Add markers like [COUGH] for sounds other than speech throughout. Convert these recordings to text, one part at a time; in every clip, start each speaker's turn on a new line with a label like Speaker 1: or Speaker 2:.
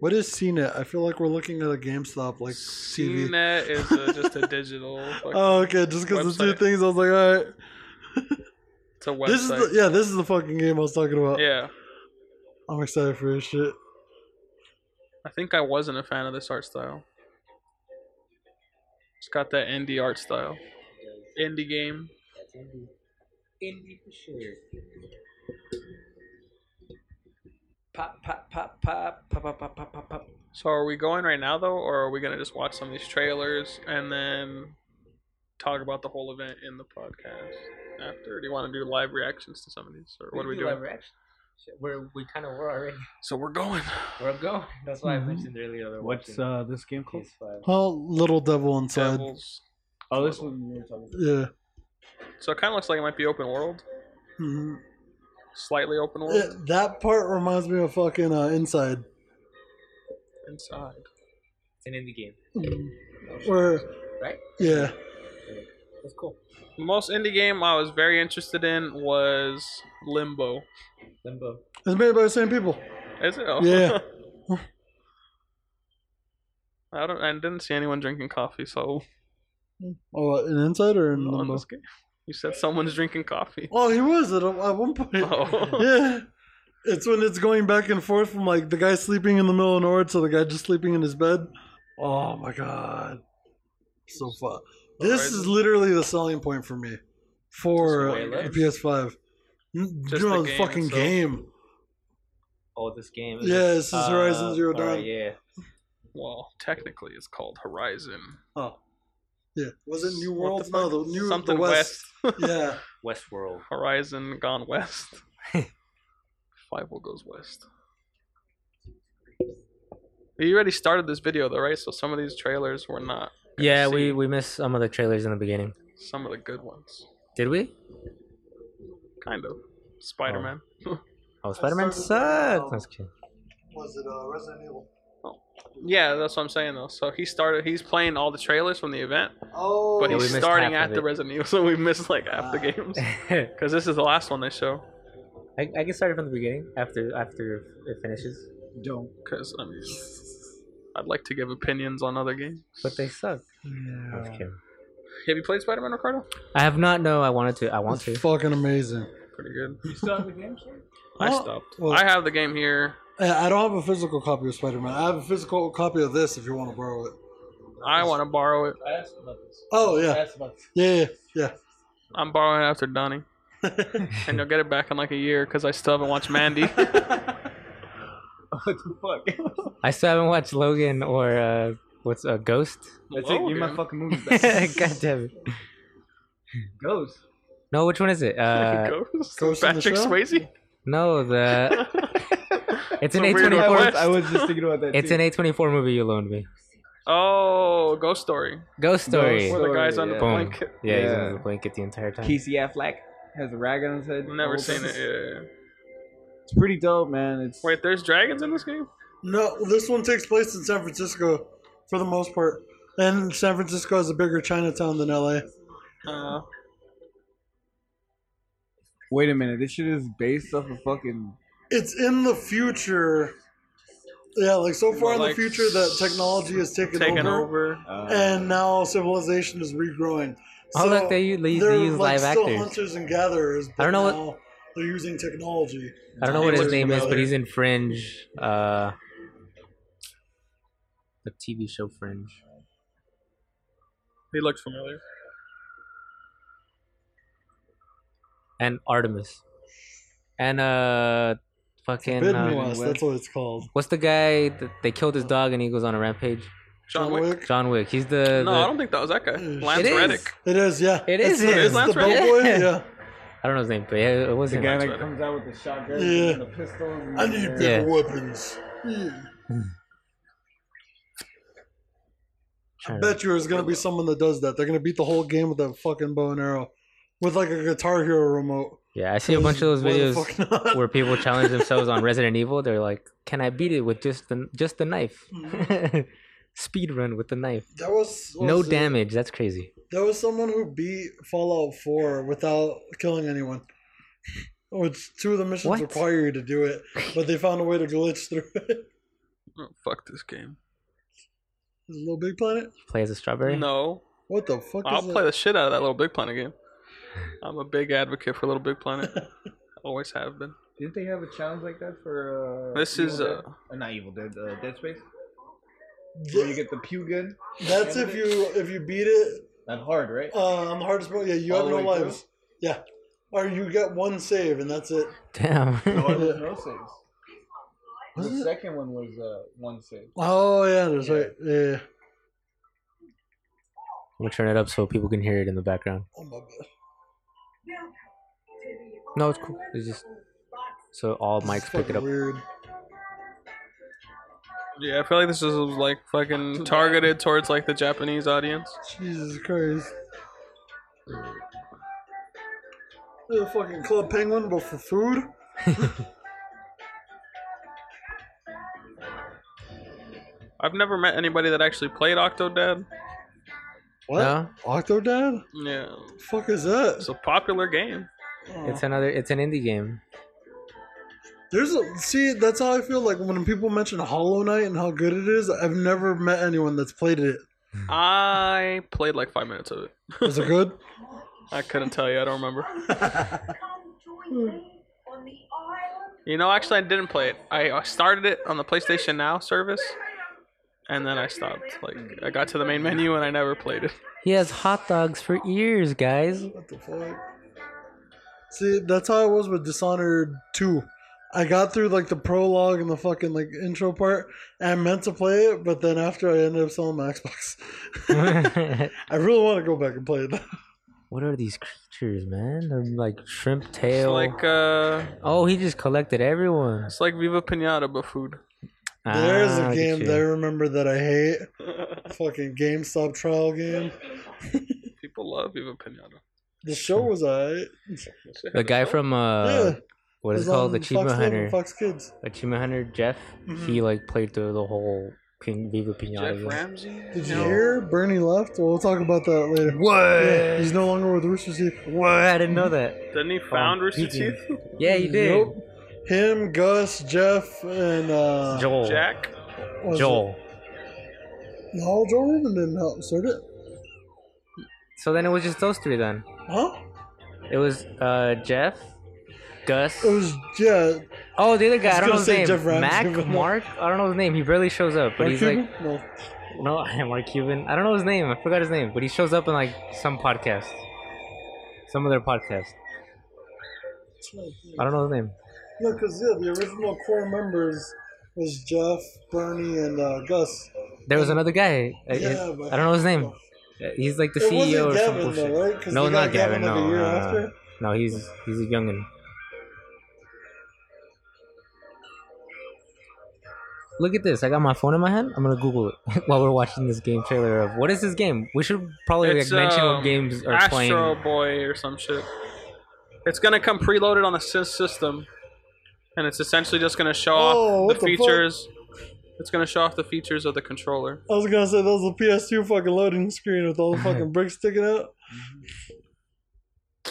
Speaker 1: What is CNET? I feel like we're looking at a GameStop like TV.
Speaker 2: CNET is uh just
Speaker 1: [LAUGHS]
Speaker 2: a digital. fucking-
Speaker 1: Oh, okay. Just because the two
Speaker 2: Website.
Speaker 1: things, I was like, all right.
Speaker 2: it's a website.
Speaker 1: This is the, yeah, this is the fucking game I was talking about.
Speaker 2: yeah.
Speaker 1: I'm excited for this shit.
Speaker 2: I think I wasn't a fan of this art style. It's got that indie art style. Indie game.
Speaker 3: That's indie. Indie for sure. Pop, pop, pop, pop, pop, pop, pop, pop, pop, pop.
Speaker 2: So are we going right now though, or are we gonna just watch some of these trailers and then talk about the whole event in the podcast after? Do you want to do live reactions to some of these, or what are we
Speaker 3: do live
Speaker 2: doing?
Speaker 3: reaction. Shit, We're, we kind of were already. [LAUGHS]
Speaker 2: So we're going.
Speaker 3: We're going. That's why
Speaker 4: Mhm.
Speaker 3: I mentioned earlier. They're
Speaker 4: What's
Speaker 3: watching
Speaker 4: uh, this game called?
Speaker 3: PS5.
Speaker 1: Oh, little devil inside.
Speaker 2: Devils.
Speaker 4: Oh, this one you were talking about.
Speaker 1: Yeah.
Speaker 2: So it kind of looks like it might be open world, Mm-hmm.
Speaker 1: Mhm.
Speaker 2: slightly open world
Speaker 1: Yeah, that part reminds me of fucking uh, Inside,
Speaker 2: inside.
Speaker 3: It's an indie game.
Speaker 1: where
Speaker 3: Right?
Speaker 1: yeah,
Speaker 3: That's cool.
Speaker 2: The most indie game I was very interested in was Limbo.
Speaker 3: Limbo.
Speaker 1: it's made by the same people.
Speaker 2: Is it? Oh.
Speaker 1: Yeah.
Speaker 2: [LAUGHS] I don't. I didn't see anyone drinking coffee, so
Speaker 1: Oh, an Inside or in
Speaker 2: on
Speaker 1: Limbo?
Speaker 2: this game. You said someone's
Speaker 1: [LAUGHS]
Speaker 2: drinking coffee.
Speaker 1: Oh, he was at, a- at one point.
Speaker 2: [LAUGHS] Oh.
Speaker 1: Yeah, it's when it's going back and forth from like the guy sleeping in the middle of nowhere to the guy just sleeping in his bed. Oh my god, so fun! This is
Speaker 2: Horizon.
Speaker 1: literally the selling point for me for
Speaker 2: Just the way it
Speaker 1: the
Speaker 2: looks.
Speaker 1: PS5. N-
Speaker 2: Just
Speaker 1: you know,
Speaker 2: the
Speaker 1: the
Speaker 2: game
Speaker 1: fucking
Speaker 2: itself.
Speaker 1: game.
Speaker 3: Oh, this game.
Speaker 1: Yeah, this is Horizon Zero
Speaker 3: all right,
Speaker 1: Dawn.
Speaker 3: yeah.
Speaker 2: Well, technically, it's called Horizon.
Speaker 1: Oh, yeah. Was it New
Speaker 2: What
Speaker 1: World?
Speaker 2: the
Speaker 1: no,
Speaker 2: fuck?
Speaker 1: the New
Speaker 2: Something
Speaker 1: the West.
Speaker 2: [LAUGHS]
Speaker 1: yeah,
Speaker 3: Westworld.
Speaker 2: Horizon gone
Speaker 1: [LAUGHS]
Speaker 2: west. Five will goes west. You already started this video though, right? So some of these trailers were not
Speaker 3: Yeah,
Speaker 2: see.
Speaker 3: we, we missed some of the trailers in the beginning.
Speaker 2: some of the good ones.
Speaker 3: Did we?
Speaker 2: Kind of. Spider Man.
Speaker 3: Oh, Spider Man sucks.
Speaker 1: started-
Speaker 3: No, I'm just kidding.
Speaker 1: was it uh, Resident Evil?
Speaker 2: Yeah, that's what I'm saying though. So he started. He's playing all the trailers from the event,
Speaker 1: Oh,
Speaker 2: but
Speaker 3: Yeah, we
Speaker 2: he's
Speaker 3: missed
Speaker 2: starting
Speaker 3: half
Speaker 2: at
Speaker 3: of
Speaker 2: the
Speaker 3: it.
Speaker 2: Resident Evil, [LAUGHS] so we missed like half the
Speaker 1: Ah.
Speaker 3: [LAUGHS]
Speaker 2: games. Because this is the last one they show.
Speaker 3: I, I can start it from the beginning after after it finishes,
Speaker 4: Don't.
Speaker 2: Because I mean, I'd like to give opinions on other games.
Speaker 3: but they suck. I'm just
Speaker 1: yeah.
Speaker 3: kidding.
Speaker 2: Have you played Spider-Man, Ricardo?
Speaker 3: I have not. No, I wanted to. I want
Speaker 1: That's
Speaker 3: to.
Speaker 1: fucking amazing.
Speaker 2: Pretty good.
Speaker 4: You still have the game?
Speaker 2: I
Speaker 1: Oh,
Speaker 2: stopped.
Speaker 1: well-
Speaker 2: I have the game here.
Speaker 1: Yeah, I don't have a physical copy of Spider Man. I have a physical copy of this if you want to borrow it.
Speaker 2: I want to borrow it.
Speaker 4: I asked about this.
Speaker 1: Oh, yeah.
Speaker 4: I asked about this.
Speaker 1: Yeah, yeah,
Speaker 2: I'm borrowing it after Donnie,
Speaker 3: [LAUGHS]
Speaker 2: and you'll get it back in like a year because I still haven't watched
Speaker 3: [LAUGHS]
Speaker 2: Mandy.
Speaker 4: What the fuck?
Speaker 3: I still haven't watched Logan or uh, what's a uh, Ghost.
Speaker 4: That's it. You're my
Speaker 2: Logan.
Speaker 4: fucking movie.
Speaker 3: [LAUGHS] God
Speaker 4: back.
Speaker 3: damn it.
Speaker 4: Ghost.
Speaker 3: No, which one is it? Uh,
Speaker 2: [LAUGHS] [LAUGHS] Ghost?
Speaker 1: Ghost in the
Speaker 2: Patrick
Speaker 1: Shell?
Speaker 2: Swayze. [LAUGHS]
Speaker 3: no, the [LAUGHS] it's an
Speaker 2: The
Speaker 3: A
Speaker 2: weird
Speaker 3: twenty
Speaker 4: I
Speaker 3: four.
Speaker 2: one.
Speaker 4: was, I was just thinking about that.
Speaker 3: It's
Speaker 4: too.
Speaker 3: an A twenty four movie you loaned me.
Speaker 2: oh, Ghost Story.
Speaker 3: Ghost Story.
Speaker 2: Where the guy's on the
Speaker 4: Yeah.
Speaker 3: Boom.
Speaker 2: blanket.
Speaker 3: Yeah, he's
Speaker 4: Yeah.
Speaker 3: under the blanket the entire time.
Speaker 4: Casey Affleck has a rag on his head.
Speaker 2: Never
Speaker 4: Oh,
Speaker 2: seen it.
Speaker 4: it's-
Speaker 2: Yeah.
Speaker 4: It's pretty dope, man. It's
Speaker 2: Wait, there's dragons in this game?
Speaker 1: No, this one takes place in San Francisco for the most part. And San Francisco has a bigger Chinatown than LA.
Speaker 2: Uh,
Speaker 4: Wait a minute. This shit is based off of fucking.
Speaker 1: It's in the future. Yeah, like so far
Speaker 2: More
Speaker 1: in the
Speaker 2: like
Speaker 1: future that technology has taken,
Speaker 2: taken
Speaker 1: over,
Speaker 2: over.
Speaker 4: Uh,
Speaker 1: and now civilization is regrowing.
Speaker 3: oh look, they, u- they use
Speaker 1: they're, like
Speaker 3: live
Speaker 1: still
Speaker 3: actors.
Speaker 1: hunters and gatherers. But
Speaker 3: I don't know what-
Speaker 1: now they're using technology.
Speaker 3: I don't know what
Speaker 2: It
Speaker 3: his
Speaker 2: was
Speaker 3: name is, but
Speaker 1: familiar.
Speaker 3: he's in Fringe. Uh, the TV show Fringe.
Speaker 2: He looked familiar.
Speaker 3: And Artemis. And, uh, fucking.
Speaker 1: Bid
Speaker 3: uh,
Speaker 1: West, that's what it's called.
Speaker 3: what's the guy that they killed his dog and he goes on a rampage?
Speaker 2: John Wick.
Speaker 3: John Wick. He's the.
Speaker 2: No,
Speaker 3: the-
Speaker 2: I don't think that was that guy.
Speaker 1: It
Speaker 2: Lance
Speaker 3: is.
Speaker 2: Reddick.
Speaker 1: It is, yeah.
Speaker 3: It
Speaker 1: It's
Speaker 3: is
Speaker 1: the-
Speaker 3: him.
Speaker 1: It's
Speaker 2: Lance
Speaker 1: the
Speaker 2: Reddick.
Speaker 1: bowboy,
Speaker 3: [LAUGHS]
Speaker 1: yeah.
Speaker 3: I don't know his name, but yeah, it was
Speaker 4: the
Speaker 3: him.
Speaker 4: guy
Speaker 2: that's
Speaker 4: that
Speaker 2: right.
Speaker 4: comes out with the shotgun
Speaker 1: Yeah.
Speaker 4: and the pistols. And
Speaker 1: I need
Speaker 4: the-
Speaker 1: bigger
Speaker 3: Yeah.
Speaker 1: weapons. Yeah. I
Speaker 3: Alright.
Speaker 1: bet you there's gonna be someone that does that. They're gonna beat the whole game with that fucking bow and arrow, with like a Guitar Hero remote.
Speaker 3: Yeah, I see a bunch of those
Speaker 1: Why the
Speaker 3: videos
Speaker 1: fuck not?
Speaker 3: [LAUGHS] where people challenge themselves on Resident Evil. They're like, "Can I beat it with just the just the knife? [LAUGHS] Speed run with the knife,
Speaker 1: That was what
Speaker 3: no
Speaker 1: was it?
Speaker 3: damage. That's crazy."
Speaker 1: There was someone who beat Fallout Four without killing anyone. Which two of the missions
Speaker 3: What?
Speaker 1: require you to do [LAUGHS] it, but they found a way to glitch through it.
Speaker 2: Oh, fuck this game.
Speaker 1: Is it Little Big Planet?
Speaker 3: Play as a strawberry.
Speaker 2: No,
Speaker 1: What the fuck
Speaker 2: I'll
Speaker 1: is
Speaker 2: play
Speaker 1: that?
Speaker 2: the shit out of that Little Big Planet game. I'm a big advocate for Little Big Planet. Always have been.
Speaker 5: Didn't they have a challenge like that for? Uh,
Speaker 2: This
Speaker 5: Evil
Speaker 2: is,
Speaker 5: Dead?
Speaker 2: uh,
Speaker 5: Uh, not Evil Dead. Uh, Dead Space. Where you
Speaker 1: Th-
Speaker 5: get the pew gun.
Speaker 1: That's if you if you beat it
Speaker 5: Not hard, right?
Speaker 1: uh, on the hardest mode. Yeah, you
Speaker 5: All
Speaker 1: have
Speaker 5: the
Speaker 1: no
Speaker 5: way through?
Speaker 1: lives. Yeah, or you get one save and that's it.
Speaker 3: Damn. [LAUGHS]
Speaker 5: No, it was no saves.
Speaker 1: Was
Speaker 5: the
Speaker 1: it?
Speaker 5: second one was uh, one save.
Speaker 1: Oh yeah, that's right. Yeah.
Speaker 3: we'll turn it up so people can hear it in the background.
Speaker 1: Oh my god.
Speaker 3: No, it's cool. It's just so all mics pick it up.
Speaker 1: Weird.
Speaker 2: Yeah, I feel like this is like fucking targeted towards like the Japanese audience.
Speaker 1: Jesus Christ. The fucking Club Penguin, but for food.
Speaker 2: I've never met anybody that actually played Octodad.
Speaker 1: What?
Speaker 3: No?
Speaker 1: Octodad?
Speaker 2: Yeah,
Speaker 1: The fuck is that?
Speaker 2: it's a popular game.
Speaker 1: Oh.
Speaker 3: It's another. It's an indie game.
Speaker 1: There's a see. That's how I feel like when people mention Hollow Knight and how good it is. I've never met anyone that's played it.
Speaker 2: I played like five minutes of it.
Speaker 1: Is it good?
Speaker 2: I couldn't tell you. I
Speaker 1: [LAUGHS]
Speaker 2: don't remember.
Speaker 6: Come join me on the island.
Speaker 2: You know, actually, I didn't play it. I I started it on the PlayStation Now service, and then I stopped. Like, I got to the main menu and I never played it.
Speaker 3: He has hot dogs for
Speaker 1: [LAUGHS]
Speaker 3: ears, guys.
Speaker 1: What the fuck? See, that's how I was with Dishonored 2. I got through like the prologue and the fucking like intro part, and I meant to play it, but then after I ended up selling my Xbox, [LAUGHS]
Speaker 3: what
Speaker 1: I really want to go back and play it. [LAUGHS]
Speaker 3: are these creatures, man? They're like shrimp
Speaker 2: It's
Speaker 3: tail.
Speaker 2: like, uh,
Speaker 3: oh, he just collected everyone.
Speaker 2: it's like Viva Pinata, but food.
Speaker 1: There's a
Speaker 3: Ah, look at
Speaker 1: game
Speaker 3: you.
Speaker 1: that I remember that I hate. fucking GameStop trial game.
Speaker 2: People love Viva Pinata.
Speaker 1: The show was alright.
Speaker 3: The guy from uh,
Speaker 1: yeah,
Speaker 3: what is
Speaker 1: was
Speaker 3: it called?
Speaker 1: on
Speaker 3: Achievement
Speaker 1: Fox 11,
Speaker 3: Hunter.
Speaker 1: Fox Mm-hmm. Kids.
Speaker 3: Achievement Hunter Jeff. He like played through the whole Pin- Viva Pinata.
Speaker 2: Jeff
Speaker 3: game.
Speaker 2: Ramsey.
Speaker 1: Did you
Speaker 2: No.
Speaker 1: hear Bernie left? Well, we'll talk about that later.
Speaker 3: What?
Speaker 1: Yeah, he's no longer with Rooster Teeth.
Speaker 3: What? I didn't know that.
Speaker 2: Didn't he found
Speaker 3: Oh,
Speaker 2: Rooster
Speaker 3: he did.
Speaker 2: Teeth?
Speaker 3: Yeah, he did.
Speaker 1: Nope. Him, Gus, Jeff, and uh,
Speaker 3: Joel.
Speaker 2: Jack.
Speaker 1: was it-
Speaker 3: Joel.
Speaker 1: No, Joel Rubin didn't help start it.
Speaker 3: So then it was just those three. Then
Speaker 1: Huh?
Speaker 3: it was uh Jeff, Gus.
Speaker 1: It was yeah.
Speaker 3: Oh, the other guy. I,
Speaker 1: I was
Speaker 3: don't know
Speaker 1: gonna
Speaker 3: his
Speaker 1: say
Speaker 3: name.
Speaker 1: Jeff Ramsey,
Speaker 3: Mac,
Speaker 1: but-
Speaker 3: Mark. I don't know his name. He barely shows up, but
Speaker 1: Mark
Speaker 3: he's
Speaker 1: Cuban?
Speaker 3: like,
Speaker 1: no.
Speaker 3: no, [LAUGHS] I am Mark Cuban. I don't know his name. I forgot his name, but he shows up in like some podcast, some other podcast. I don't know his name.
Speaker 1: No, because yeah, the original core members was Jeff, Bernie, and uh, Gus.
Speaker 3: There was another guy. I,
Speaker 1: Yeah,
Speaker 3: I-
Speaker 1: but-
Speaker 3: I don't know his name. He's like the
Speaker 1: it wasn't
Speaker 3: CEO or some
Speaker 1: Gavin
Speaker 3: bullshit.
Speaker 1: though, right? 'Cause
Speaker 3: No,
Speaker 1: they
Speaker 3: not
Speaker 1: got
Speaker 3: Gavin.
Speaker 1: like,
Speaker 3: no, uh,
Speaker 1: a year
Speaker 3: no, no,
Speaker 1: after.
Speaker 3: no, he's he's a youngin. Look at this. I got my phone in my hand. I'm gonna Google it [LAUGHS] while we're watching this game trailer of what is this game? We should probably like,
Speaker 2: It's,
Speaker 3: mention
Speaker 2: um,
Speaker 3: what games are
Speaker 2: Astro
Speaker 3: playing.
Speaker 2: Boy or some shit. It's gonna come preloaded on the sys system, and it's essentially just gonna show
Speaker 1: Oh,
Speaker 2: off
Speaker 1: what
Speaker 2: the
Speaker 1: the fuck?
Speaker 2: features. It's gonna show off the features of the controller.
Speaker 1: I was gonna say that was a PS2 fucking loading screen with all the
Speaker 3: [LAUGHS]
Speaker 1: fucking bricks sticking out.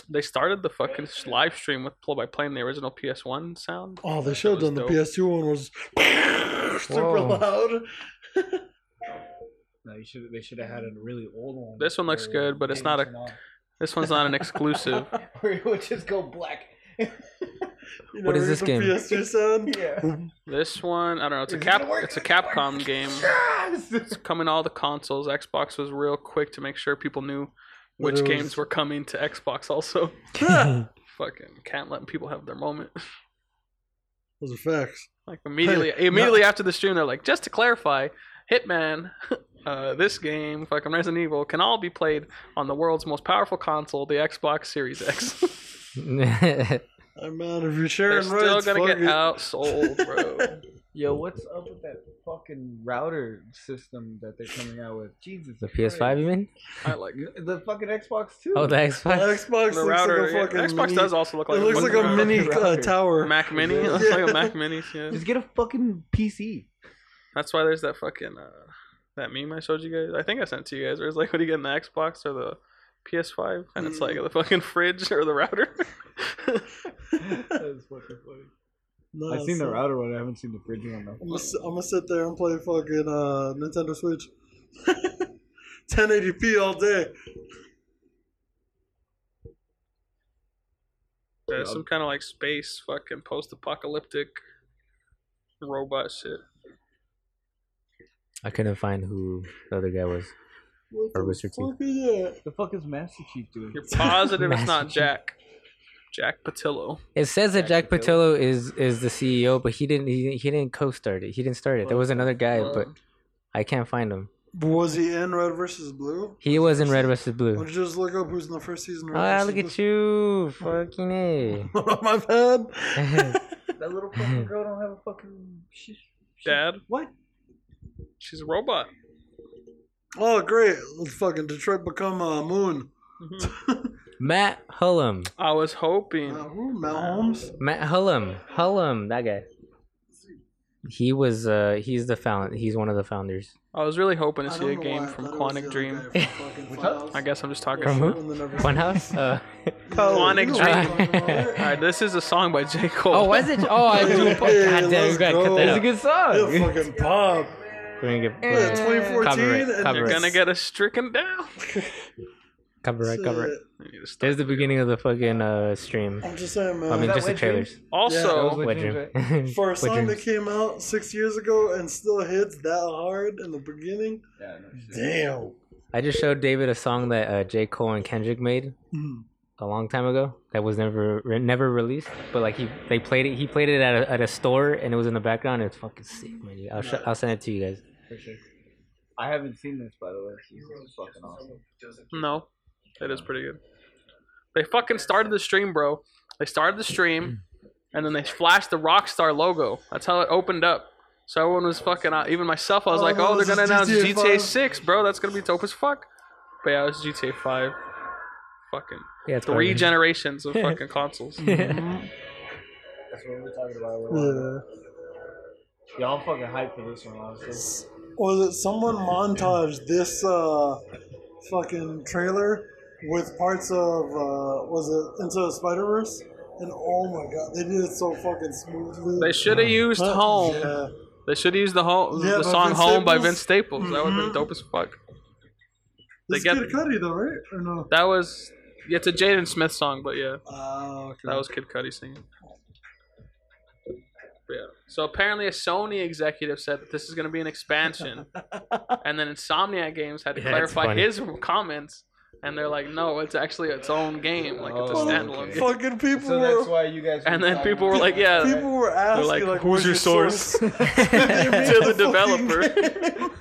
Speaker 2: They started the fucking s- live stream with by playing the original PS1 sound.
Speaker 1: Oh, they should have
Speaker 2: That
Speaker 1: done
Speaker 2: was
Speaker 1: the
Speaker 2: dope.
Speaker 1: PS2 one was [LAUGHS] super
Speaker 3: Whoa.
Speaker 1: loud.
Speaker 5: No, you should. They should have had a really old one.
Speaker 2: This one looks
Speaker 5: where
Speaker 2: good, but it's
Speaker 5: they
Speaker 2: not a-
Speaker 5: turn on-
Speaker 2: This one's not
Speaker 4: [LAUGHS]
Speaker 1: [LAUGHS]
Speaker 2: an exclusive.
Speaker 5: Where it would just go black.
Speaker 1: You
Speaker 3: What
Speaker 1: know,
Speaker 3: is this
Speaker 1: the
Speaker 3: game?
Speaker 1: PS2
Speaker 3: [LAUGHS]
Speaker 1: sound. [LAUGHS]
Speaker 5: Yeah.
Speaker 2: This one, I don't know. It's a
Speaker 5: Is it
Speaker 2: cap.
Speaker 5: gonna work?
Speaker 2: It's a Capcom game.
Speaker 5: Yes!
Speaker 2: It's coming to all the consoles. Xbox was real quick to make sure people knew
Speaker 1: That
Speaker 2: which
Speaker 1: it was-
Speaker 2: games were coming to Xbox. Also, [LAUGHS] fucking can't let people have their moment.
Speaker 1: Those are facts.
Speaker 2: Like [LAUGHS] immediately,
Speaker 1: [LAUGHS] Hey,
Speaker 2: immediately after the stream, they're like, just to clarify, Hitman, [LAUGHS] uh, this game, fucking Resident Evil, can all be played on the world's most powerful console, the Xbox Series X. [LAUGHS]
Speaker 1: I'm out of your
Speaker 2: they're
Speaker 1: sharing
Speaker 2: still
Speaker 1: rights.
Speaker 2: gonna
Speaker 1: fuck
Speaker 2: get
Speaker 1: it.
Speaker 2: outsold, bro.
Speaker 5: Yo, what's up with that fucking router system that they're coming out with? Jesus.
Speaker 3: [LAUGHS] the PS5, you mean?
Speaker 2: I like it.
Speaker 5: The fucking Xbox too.
Speaker 3: Oh, the
Speaker 1: The
Speaker 3: Xbox.
Speaker 1: [LAUGHS] Xbox
Speaker 2: The
Speaker 1: looks
Speaker 2: router,
Speaker 1: like a fucking
Speaker 2: yeah, Xbox
Speaker 1: mini,
Speaker 2: does also look like
Speaker 1: it looks like a
Speaker 5: fucking
Speaker 1: mini
Speaker 5: router.
Speaker 1: uh, tower. [LAUGHS]
Speaker 2: Mac Mini. It looks [LAUGHS] like a Mac Mini. Yeah.
Speaker 5: Just get a fucking PC.
Speaker 2: That's why there's that fucking uh, that meme I showed you guys. I think I sent it to you guys. Where it's like, what do you get in the Xbox or the PS5? And
Speaker 1: Mm. [LAUGHS]
Speaker 2: [LAUGHS] it's like the fucking fridge or the router.
Speaker 5: That's fucking funny.
Speaker 1: Nah,
Speaker 4: I've seen the
Speaker 1: so-
Speaker 4: router one. I haven't seen the fridge one though.
Speaker 1: I'm gonna, si am gonna sit there and play fucking uh, Nintendo Switch. [LAUGHS] 1080p all day.
Speaker 2: There's Uh, some kind of like space fucking post-apocalyptic robot shit.
Speaker 3: I couldn't find who the other guy was.
Speaker 1: What the
Speaker 3: Or Rooster Teeth.
Speaker 1: fuck is that?
Speaker 4: The fuck is Master Chief doing?
Speaker 3: [LAUGHS]
Speaker 2: You're positive it's not
Speaker 3: Massive.
Speaker 2: Jack. Jack Patillo.
Speaker 3: It says that Jack
Speaker 4: Jack
Speaker 3: Patillo is is the CEO, but he didn't he, didn't- he didn't co-start it. He didn't start it. There was another guy, but I can't find him.
Speaker 1: Was he in Red versus Blue?
Speaker 3: He was in Red
Speaker 1: Why
Speaker 3: vs.
Speaker 1: don't
Speaker 3: Blue.
Speaker 1: you just look up who's in the first season? of Red
Speaker 3: Ah,
Speaker 1: versus
Speaker 3: look at you, fucking a. [LAUGHS]
Speaker 1: Blue? [LAUGHS] Oh, My bad.
Speaker 5: That little fucking girl don't have a fucking. She, she,
Speaker 2: Dad?
Speaker 5: What?
Speaker 2: She's a robot.
Speaker 1: Oh, great. Let's fucking Detroit become a moon.
Speaker 3: Matt Hullum.
Speaker 2: I was hoping.
Speaker 1: Uh, who? Matt Holmes?
Speaker 3: Matt Hullum. Hullum, that guy. He was uh he's the found he's one of the founders.
Speaker 2: I was really hoping to
Speaker 1: I
Speaker 2: see a
Speaker 1: don't know why
Speaker 2: game
Speaker 1: I
Speaker 2: from
Speaker 1: thought it was the
Speaker 2: Quantic
Speaker 1: other
Speaker 2: Dream.
Speaker 1: guy
Speaker 2: [LAUGHS]
Speaker 1: from fucking Funhouse.
Speaker 2: I guess I'm just talking
Speaker 3: From who?
Speaker 1: When they never-
Speaker 3: Funhouse? Uh,
Speaker 1: You know
Speaker 2: Quantic Dream.
Speaker 1: what I'm talking [LAUGHS] about,
Speaker 2: All
Speaker 1: right?
Speaker 2: right, this is a song by J. Cole.
Speaker 3: [LAUGHS] oh, was it? Oh, I
Speaker 1: Hey,
Speaker 3: do. [LAUGHS] God damn,
Speaker 1: let's
Speaker 3: we gotta cut
Speaker 1: go.
Speaker 3: that
Speaker 1: It's
Speaker 3: out.
Speaker 1: a
Speaker 3: good
Speaker 1: It'll
Speaker 3: song.
Speaker 1: fucking pop.
Speaker 3: We're gonna get
Speaker 1: Yeah, 2014.
Speaker 3: Copyright,
Speaker 1: and
Speaker 3: copyright.
Speaker 2: You're
Speaker 1: it's-
Speaker 2: gonna get us stricken down.
Speaker 3: copyright, copyright.
Speaker 2: I need to stop.
Speaker 3: There's the beginning of the fucking uh stream.
Speaker 1: I'm just saying, man.
Speaker 3: I mean,
Speaker 5: that
Speaker 3: just the
Speaker 5: Wet Dream?
Speaker 3: trailers.
Speaker 1: Yeah,
Speaker 2: Also,
Speaker 4: Wet
Speaker 3: Wet
Speaker 4: Dreams,
Speaker 3: dream.
Speaker 1: for a
Speaker 3: Wet
Speaker 1: song that
Speaker 3: Dreams.
Speaker 1: came out six years ago and still hits that hard in the beginning.
Speaker 4: Yeah, no
Speaker 1: Damn.
Speaker 3: I just showed David a song that uh, J. Cole and Kendrick made
Speaker 1: Mhm.
Speaker 3: a long time ago that was never re- never released, but like he they played it. He played it at a, at a store and it was in the background. It's fucking sick, man. dude. I'll sh- I'll send it to you guys.
Speaker 4: for sure. I haven't seen this by the way. This is fucking awesome.
Speaker 2: no, it is pretty good. They fucking started the stream, bro. They started the stream,
Speaker 1: [CLEARS THROAT]
Speaker 2: and then they flashed the Rockstar logo. That's how it opened up. So everyone was fucking out. Even myself, I was
Speaker 1: Oh,
Speaker 2: like,
Speaker 1: no,
Speaker 2: "Oh, they're
Speaker 1: this
Speaker 2: gonna
Speaker 1: is
Speaker 2: announce
Speaker 1: GTA
Speaker 2: GTA
Speaker 1: five.
Speaker 2: Six, bro. That's gonna be dope as fuck." But yeah, it's GTA Five. Fucking
Speaker 3: Yeah, it's
Speaker 2: three
Speaker 3: fine.
Speaker 2: generations
Speaker 1: [LAUGHS]
Speaker 2: of fucking consoles.
Speaker 4: That's what we were talking about. a little while ago.
Speaker 1: Yeah.
Speaker 4: Y'all fucking hyped for this one, honestly.
Speaker 1: S- Was it someone montaged this uh, fucking trailer with parts of uh, was it Into the Spider Verse? And oh my god, they did it so fucking smoothly.
Speaker 2: They should have used
Speaker 1: Huh?
Speaker 2: Home.
Speaker 1: Yeah.
Speaker 2: They should use the home,
Speaker 1: Yeah,
Speaker 2: the
Speaker 1: by
Speaker 2: song
Speaker 1: Vince
Speaker 2: "Home" by
Speaker 1: Staples.
Speaker 2: Vince Staples. That would have been
Speaker 1: Mhm.
Speaker 2: dope as fuck. They
Speaker 1: They
Speaker 2: get-
Speaker 1: get Kid Cudi though, right? Or no?
Speaker 2: That was yeah, it's a Jaden Smith song, but yeah,
Speaker 1: Ah, okay.
Speaker 2: that was Kid Cudi singing. Yeah. So apparently, a Sony executive said that this is going to be an
Speaker 5: [LAUGHS]
Speaker 2: expansion, and then Insomniac Games had to
Speaker 3: Yeah, it's
Speaker 2: clarify
Speaker 3: funny.
Speaker 2: his comments, and they're like, "No, it's actually its own game, like it's a
Speaker 4: Oh,
Speaker 2: standalone
Speaker 4: okay.
Speaker 1: [LAUGHS]
Speaker 2: game."
Speaker 1: fucking people
Speaker 4: So
Speaker 1: were
Speaker 4: that's why you guys.
Speaker 2: And
Speaker 4: were
Speaker 2: then
Speaker 4: talking
Speaker 2: people were
Speaker 4: about-
Speaker 2: like, "Yeah,
Speaker 1: people were asking
Speaker 2: like,
Speaker 1: like,
Speaker 2: "Who's
Speaker 1: "Where's
Speaker 2: your source?"
Speaker 1: [LAUGHS]
Speaker 2: [LAUGHS]
Speaker 1: They made
Speaker 3: [LAUGHS]
Speaker 2: To the
Speaker 1: fucking
Speaker 2: developer. [LAUGHS]
Speaker 1: game. [LAUGHS]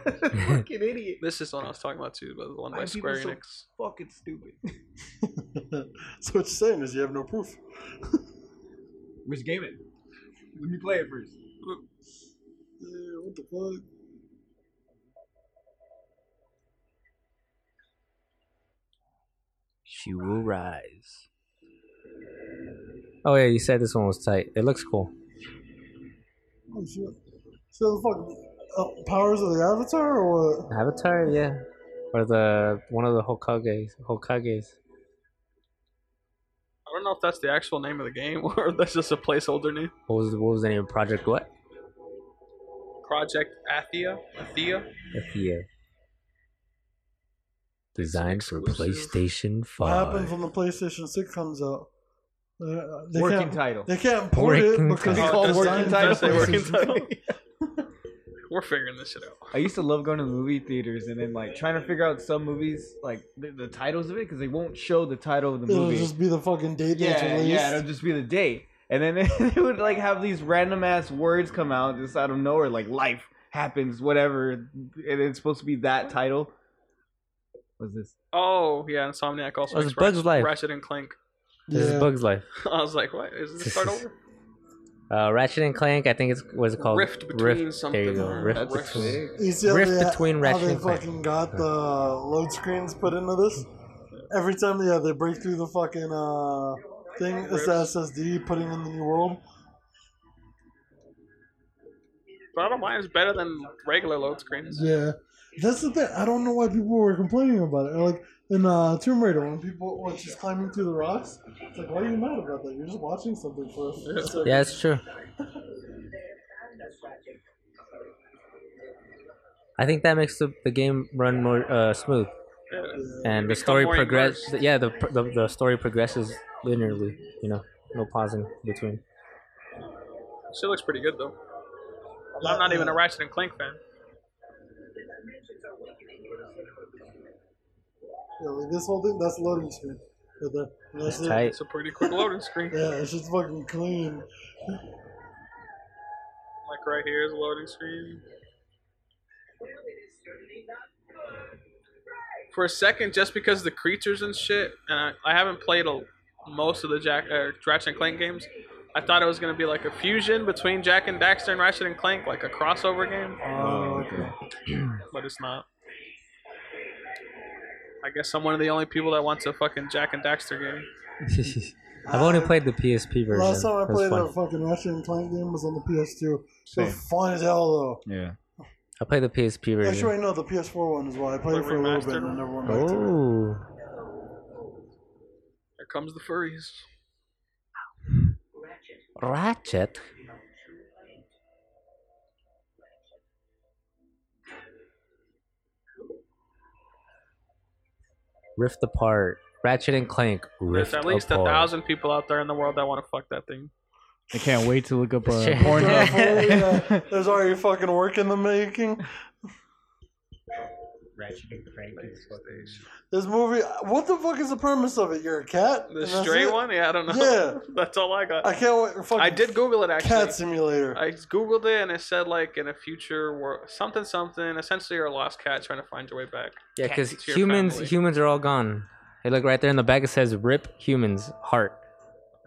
Speaker 4: [LAUGHS]
Speaker 5: fucking idiot.
Speaker 2: This is the one I was talking about too, but the one
Speaker 5: Why
Speaker 2: by
Speaker 5: are people
Speaker 2: Square
Speaker 5: so-
Speaker 2: Enix.
Speaker 5: Fucking stupid.
Speaker 1: so what you're saying is you have no proof.
Speaker 4: Which game it? Let me play it first.
Speaker 1: Yeah, what the fuck?
Speaker 3: She will rise. Oh yeah, you said this one was tight. It looks cool.
Speaker 1: Oh shit. So the fucking uh, powers of the Avatar or what?
Speaker 3: Avatar, yeah, or the one of the Hokages. Hokages.
Speaker 2: I don't know if that's the actual name of the game [LAUGHS] or if that's just a placeholder name.
Speaker 3: What was what was the name? Project what?
Speaker 2: Project Athia, Athia.
Speaker 3: Athia. uh, Designed for
Speaker 2: exclusive.
Speaker 3: PlayStation
Speaker 1: What happens
Speaker 3: Five.
Speaker 1: when the PlayStation 6 comes out? Uh, they
Speaker 4: Working
Speaker 1: can't,
Speaker 4: title.
Speaker 1: They can't port
Speaker 3: Working
Speaker 1: it because
Speaker 3: title.
Speaker 1: it's
Speaker 2: Oh,
Speaker 1: designed
Speaker 2: working
Speaker 1: for
Speaker 2: title.
Speaker 1: PlayStation
Speaker 2: Working
Speaker 1: 6.
Speaker 2: title. We're figuring this shit out.
Speaker 4: [LAUGHS] I used to love going to movie theaters and then like trying to figure out some movies like the, the titles of it because they won't show the title of the
Speaker 1: It'll
Speaker 4: movie.
Speaker 1: just be the fucking date that's
Speaker 4: yeah,
Speaker 1: released.
Speaker 4: yeah, it'll just be the date, and then [LAUGHS] they would like have these random ass words come out just out of nowhere, like life happens, whatever, and it's supposed to be that title. What's this?
Speaker 2: Oh yeah, Insomniac also.
Speaker 3: Oh, it's
Speaker 2: makes
Speaker 3: Bugs
Speaker 2: Ratchet,
Speaker 3: Life.
Speaker 2: Ratchet and Clank. [LAUGHS]
Speaker 3: This
Speaker 1: Yeah.
Speaker 3: is Bug's Life.
Speaker 2: I was like, what? Is this start over?
Speaker 3: Uh, Ratchet and Clank. I think it's what's it called?
Speaker 2: Rift between something.
Speaker 3: There you go.
Speaker 2: or
Speaker 3: Rift
Speaker 2: Rift.
Speaker 3: between.
Speaker 1: You see how
Speaker 3: Rift
Speaker 1: they,
Speaker 3: between
Speaker 1: how
Speaker 3: Ratchet
Speaker 1: they
Speaker 3: and Clank.
Speaker 1: fucking got the load screens put into this. Every time, yeah, they break through the fucking uh, thing. It's the SSD putting in the new world.
Speaker 2: But I don't mind. It's better than regular load screens.
Speaker 1: Yeah, that's the thing. I don't know why people were complaining about it. Or like in uh, Tomb Raider, when people when she's climbing through the rocks, it's like, why are you mad about that? You're just watching something for us. It's like,
Speaker 3: Yeah, it's true. I think that makes the, the game run more uh, smooth,
Speaker 2: Yeah.
Speaker 3: and the
Speaker 2: Become
Speaker 3: story
Speaker 2: more
Speaker 3: progress.
Speaker 2: immersed.
Speaker 3: Yeah, the, pr- the the story progresses linearly. You know, no pausing between.
Speaker 2: She looks pretty good though. I'm not even a Ratchet and Clank fan.
Speaker 1: you know, like this whole thing, that's loading screen. Right there. And That's
Speaker 3: It's
Speaker 1: it.
Speaker 3: tight. [LAUGHS]
Speaker 2: It's a pretty quick loading screen.
Speaker 1: Yeah, it's just fucking clean.
Speaker 2: Like right here is a loading screen. For a second, just because the creatures and shit, and I, I haven't played a, most of the Jack uh, Ratchet and Clank games. I thought it was gonna be like a fusion between Jack and Daxter and Ratchet and Clank, like a crossover game,
Speaker 1: Uh,
Speaker 2: but it's not. I guess I'm one of the only people that wants a fucking Jack and Daxter game.
Speaker 3: I've only played the PSP version.
Speaker 1: last time I
Speaker 3: It was
Speaker 1: played
Speaker 3: fun.
Speaker 1: that fucking Ratchet and Clank game was on the PS2. So
Speaker 4: Same.
Speaker 1: fun as hell though.
Speaker 4: Yeah.
Speaker 3: I played the PSP
Speaker 1: Actually,
Speaker 3: version.
Speaker 1: wait, no, the PS4 one is why I played
Speaker 2: Like
Speaker 1: it for a little bit
Speaker 2: remastered
Speaker 1: and I
Speaker 2: one?
Speaker 1: never went back to it.
Speaker 3: Oh,
Speaker 2: Here comes the furries.
Speaker 3: Ratchet. Rift apart. Ratchet and Clank. Rift
Speaker 2: There's at least a
Speaker 3: apart.
Speaker 2: thousand people out there in the world that want to fuck that thing.
Speaker 4: I can't wait to look up uh,
Speaker 3: Shit. [LAUGHS]
Speaker 4: Pornhub.
Speaker 1: Yeah, [LAUGHS] There's already fucking work in the making.
Speaker 3: Ratchet and Clank is fucking.
Speaker 1: This movie, what the fuck is the premise of it? You're a cat.
Speaker 2: The
Speaker 1: And that's
Speaker 2: stray
Speaker 1: it?
Speaker 2: one? Yeah, I don't [LAUGHS] know.
Speaker 1: Yeah.
Speaker 2: That's all I got.
Speaker 1: I
Speaker 2: I,
Speaker 1: can't wait. Fucking
Speaker 2: did Google it actually.
Speaker 1: Cat Simulator.
Speaker 2: I googled it and it said like in a future world, something something. Essentially, you're a lost cat trying to find your way back.
Speaker 3: Yeah, because
Speaker 2: to your
Speaker 3: humans
Speaker 2: family.
Speaker 3: humans are all gone. Hey, look right there in the back. It says "Rip humans heart."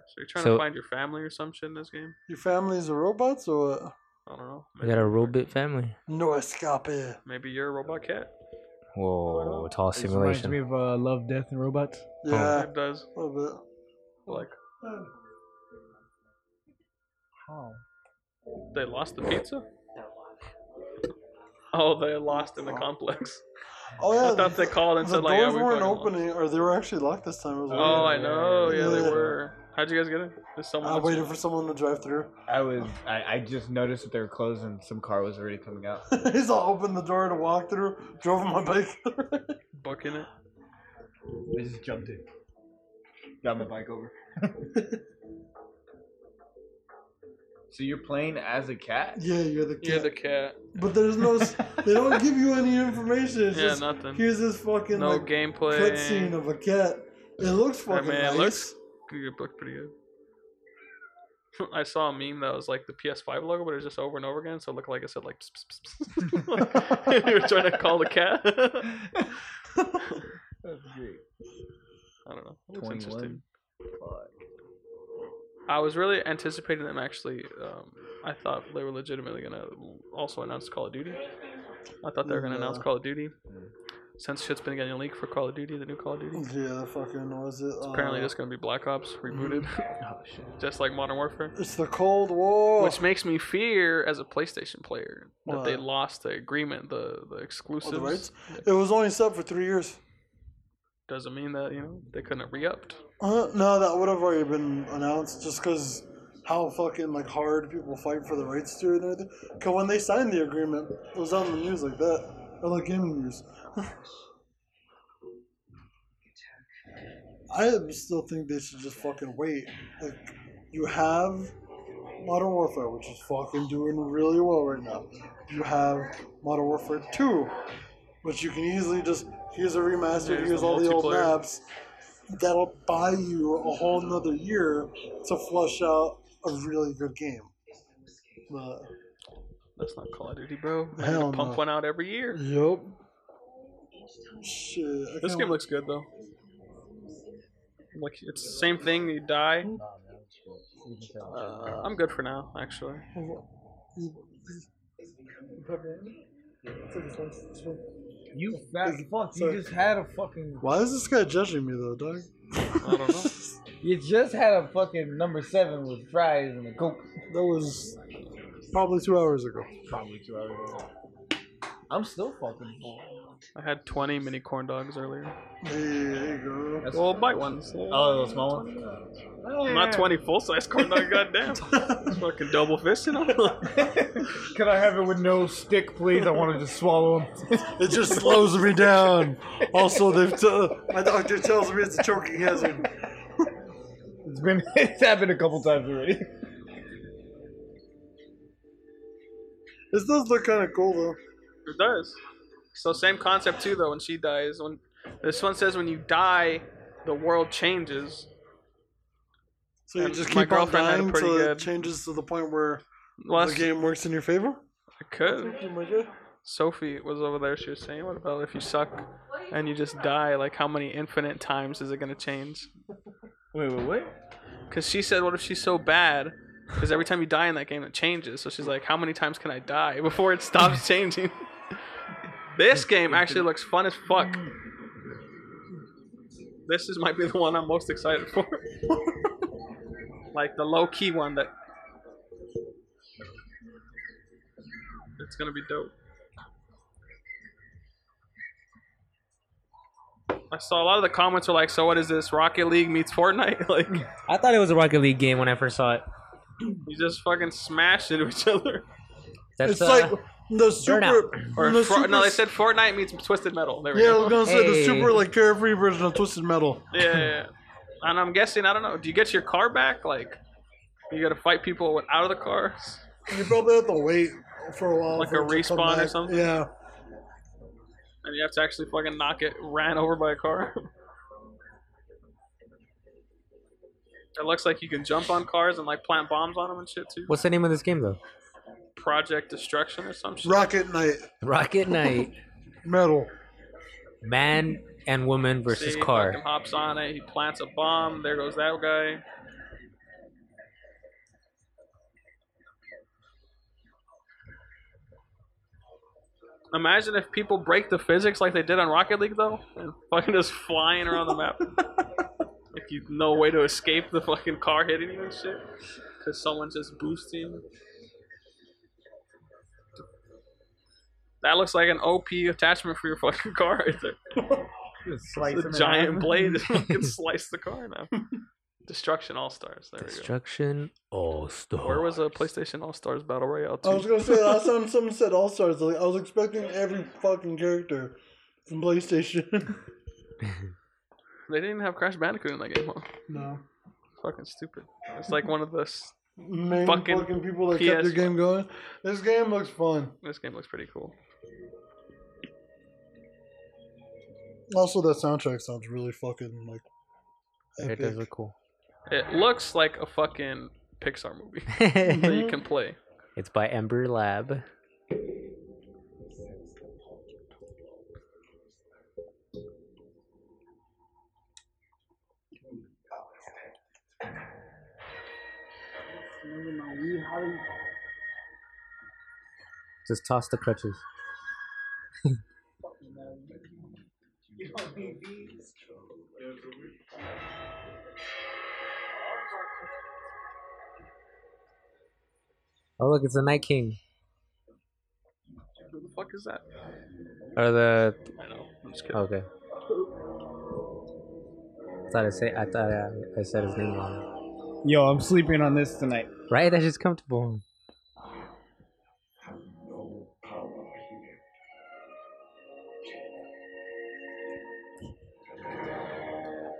Speaker 2: So you're trying
Speaker 3: So-
Speaker 2: to find your family or some shit in this game.
Speaker 1: Your family's a robots or what?
Speaker 2: I don't know.
Speaker 3: We
Speaker 2: Maybe,
Speaker 3: got a robot family.
Speaker 1: No escape. Yeah,
Speaker 2: maybe you're a robot cat.
Speaker 3: Whoa, it's all
Speaker 4: This reminds me
Speaker 3: simulation.
Speaker 4: of uh, Love, Death, and Robots.
Speaker 1: a
Speaker 2: It does
Speaker 1: little
Speaker 2: like
Speaker 1: bit.
Speaker 2: they lost the pizza. Oh, they lost in the complex.
Speaker 1: Oh yeah,
Speaker 2: I thought they called and
Speaker 1: the
Speaker 2: said like, yeah,
Speaker 1: doors
Speaker 2: we
Speaker 1: weren't
Speaker 2: fucking lost.
Speaker 1: opening, or they were actually locked this time. It was
Speaker 2: Oh, I
Speaker 1: weird.
Speaker 2: know. Yeah, they
Speaker 1: Yeah. Ah,
Speaker 2: were. How'd you guys get in? There's someone.
Speaker 1: I
Speaker 2: that's-
Speaker 1: waited for someone to drive through. [LAUGHS]
Speaker 4: I was. I, I just noticed that they were closed and some car was already coming out.
Speaker 1: He's all opened the door to walk through, drove my bike. through.
Speaker 2: booking it.
Speaker 4: I just jumped in. Got my bike over. [LAUGHS] so you're playing as a cat?
Speaker 1: yeah, you're the kid.
Speaker 2: Yeah, the cat.
Speaker 1: But there's no, s- they don't give you any information. It's
Speaker 2: yeah,
Speaker 1: just
Speaker 2: nothing.
Speaker 1: here's this fucking
Speaker 2: no
Speaker 1: like, cutscene
Speaker 2: gameplay.
Speaker 1: of a cat. It looks fucking
Speaker 2: mean, it
Speaker 1: nice.
Speaker 2: looks- It looked pretty good. [LAUGHS] I saw a meme that was like the PS5 logo, but it was just over and over again, so it looked like it said like. [LAUGHS] Pss, pss, pss, pss. you were trying to call the cat. [LAUGHS]
Speaker 4: That's great.
Speaker 2: I don't know. It looks
Speaker 4: 21.
Speaker 2: interesting. I was really anticipating them actually. Um, I thought they were legitimately gonna also announce Call of Duty. I thought they were gonna announce
Speaker 1: Yeah.
Speaker 2: Call of Duty. Since shit's been getting leaked for Call of Duty, the new Call of Duty.
Speaker 1: Yeah, that fucking was it. uh,
Speaker 2: Apparently, it's gonna be Black Ops rebooted,
Speaker 1: Mm-hmm.
Speaker 2: [LAUGHS]
Speaker 4: Oh shit.
Speaker 2: just like Modern Warfare.
Speaker 1: It's the Cold War.
Speaker 2: Which makes me fear as a PlayStation player that they
Speaker 1: What?
Speaker 2: lost the agreement, the the exclusives.
Speaker 1: rights? it was only set for three years.
Speaker 2: Doesn't mean that you know they couldn't have re-upped.
Speaker 1: Uh, no, that would have already been announced just because how fucking like hard people fight for the rights to it and everything. Because when they signed the agreement, it was on the news like that, or like gaming news. [LAUGHS] I still think they should just fucking wait. Like, you have Modern Warfare, which is fucking doing really well right now. You have Modern Warfare 2, which you can easily just here's a remaster,
Speaker 2: Here's
Speaker 1: here's
Speaker 2: the
Speaker 1: all the old
Speaker 2: multiplayer.
Speaker 1: maps that'll buy you a whole another year to flush out a really good game. But
Speaker 2: That's not Call of Duty, bro. They
Speaker 1: Hell
Speaker 2: pump
Speaker 1: no.
Speaker 2: one out every year.
Speaker 1: yep. Shit. I
Speaker 2: This
Speaker 1: can't-
Speaker 2: game looks good though. Like it's the same thing. You die. Uh, I'm good for now, actually.
Speaker 5: You fat fuck. You
Speaker 1: Sorry.
Speaker 5: just had a fucking.
Speaker 1: Why is this guy judging me though, dog?
Speaker 2: I don't know.
Speaker 5: You just had a fucking number seven with fries and a coke.
Speaker 1: That was Probably two hours ago.
Speaker 5: Probably two hours ago. I'm still fucking bored.
Speaker 2: I had 20 mini corn dogs earlier.
Speaker 1: There you go.
Speaker 5: That's-
Speaker 2: Well, bite ones.
Speaker 5: Oh, the small one?
Speaker 2: Not 20 full size corn dog, goddamn. Fucking double fisted them.
Speaker 5: Can I have it with no stick, please? I want to just swallow them.
Speaker 1: It just slows me down. Also, they've t- my doctor tells me it's a choking hazard.
Speaker 5: It's been [LAUGHS] it's happened a couple times already.
Speaker 1: This does look kind of cool though.
Speaker 2: It does. So same concept too, though. When she dies, when this one says when you die, the world changes.
Speaker 1: So you
Speaker 2: And
Speaker 1: just
Speaker 2: my
Speaker 1: keep on
Speaker 2: girlfriend had it
Speaker 1: dying
Speaker 2: pretty
Speaker 1: till it
Speaker 2: good.
Speaker 1: changes to the point where
Speaker 2: Well,
Speaker 1: the
Speaker 2: that's-
Speaker 1: game works in your favor.
Speaker 2: I could.
Speaker 1: Oh my god.
Speaker 2: Sophie was over there. She was saying, "What about if you suck and you just die? Like, how many infinite times is it gonna change?"
Speaker 5: Wait, wait, wait.
Speaker 2: Because she said, "What if she's so bad?" Because every time you die in that game, it changes. So she's like, "How many times can I die before it stops changing?" this game actually looks fun as fuck. This is might be the one I'm most excited for. like the low key one that. It's gonna be dope. I saw a lot of the comments were like, "So what is this? Rocket League meets Fortnite?" [LAUGHS] like.
Speaker 3: I thought it was a Rocket League game when I first saw it.
Speaker 2: You just fucking smash into each other.
Speaker 3: That's
Speaker 1: It's
Speaker 3: uh,
Speaker 1: like the super.
Speaker 3: Burnout.
Speaker 2: Or
Speaker 1: the
Speaker 2: Fro-
Speaker 1: super
Speaker 2: no, they said Fortnite meets Twisted Metal. There we
Speaker 1: Yeah, I
Speaker 2: go.
Speaker 1: was gonna say the
Speaker 3: Hey.
Speaker 1: super like carefree version of Twisted Metal.
Speaker 2: Yeah, yeah, yeah. And I'm guessing, I don't know, do you get your car back? Like, you gotta fight people with- out of the cars?
Speaker 1: You probably have to wait for a while.
Speaker 2: Like
Speaker 1: for
Speaker 2: a
Speaker 1: it to come
Speaker 2: respawn or
Speaker 1: back.
Speaker 2: something?
Speaker 1: Yeah.
Speaker 2: And you have to actually fucking knock it ran over by a car? [LAUGHS] it looks like you can jump on cars and, like, plant bombs on them and shit, too.
Speaker 3: what's the name of this game though?
Speaker 2: Project Destruction or some shit.
Speaker 1: Rocket Knight
Speaker 3: Rocket Knight,
Speaker 1: Metal.
Speaker 3: man and woman versus
Speaker 2: See, fucking
Speaker 3: car.
Speaker 2: hops on it. He plants a bomb. There goes that guy. Imagine if people break the physics like they did on Rocket League though, and fucking just flying around the map. like you no way to escape the fucking car hitting you and shit, because someone's just boosting. That looks like an OP attachment for your fucking car right there
Speaker 5: Slice
Speaker 2: the giant [LAUGHS] blade is fucking slice the car [LAUGHS] now. Destruction All Stars. There we go.
Speaker 3: Destruction All Star.
Speaker 2: Where was a PlayStation All Stars Battle Royale?
Speaker 1: I was
Speaker 2: 2?
Speaker 1: gonna say last time someone said All Stars, like, I was expecting every fucking character from PlayStation. [LAUGHS]
Speaker 2: They didn't have Crash Bandicoot in that game. Huh?
Speaker 1: no.
Speaker 2: Fucking stupid. It's like one of this.
Speaker 1: Main
Speaker 2: Fucking
Speaker 1: fucking, people that kept
Speaker 2: PS.
Speaker 1: their game going. This game looks fun.
Speaker 2: This game looks pretty cool.
Speaker 1: Also, that soundtrack sounds really fucking like.
Speaker 3: It does
Speaker 1: Epic.
Speaker 3: look cool.
Speaker 2: It looks like a fucking Pixar movie [LAUGHS] that you
Speaker 3: [LAUGHS] it's
Speaker 2: can play.
Speaker 3: by Ember Lab. Just toss the crutches. Oh look, it's the Night King
Speaker 2: Who the fuck is that?
Speaker 3: or the
Speaker 2: I know. I'm just kidding.
Speaker 3: okay. Thought I say I thought I, I said his name wrong.
Speaker 5: Yo, I'm sleeping on this tonight.
Speaker 3: Right, that's just comfortable.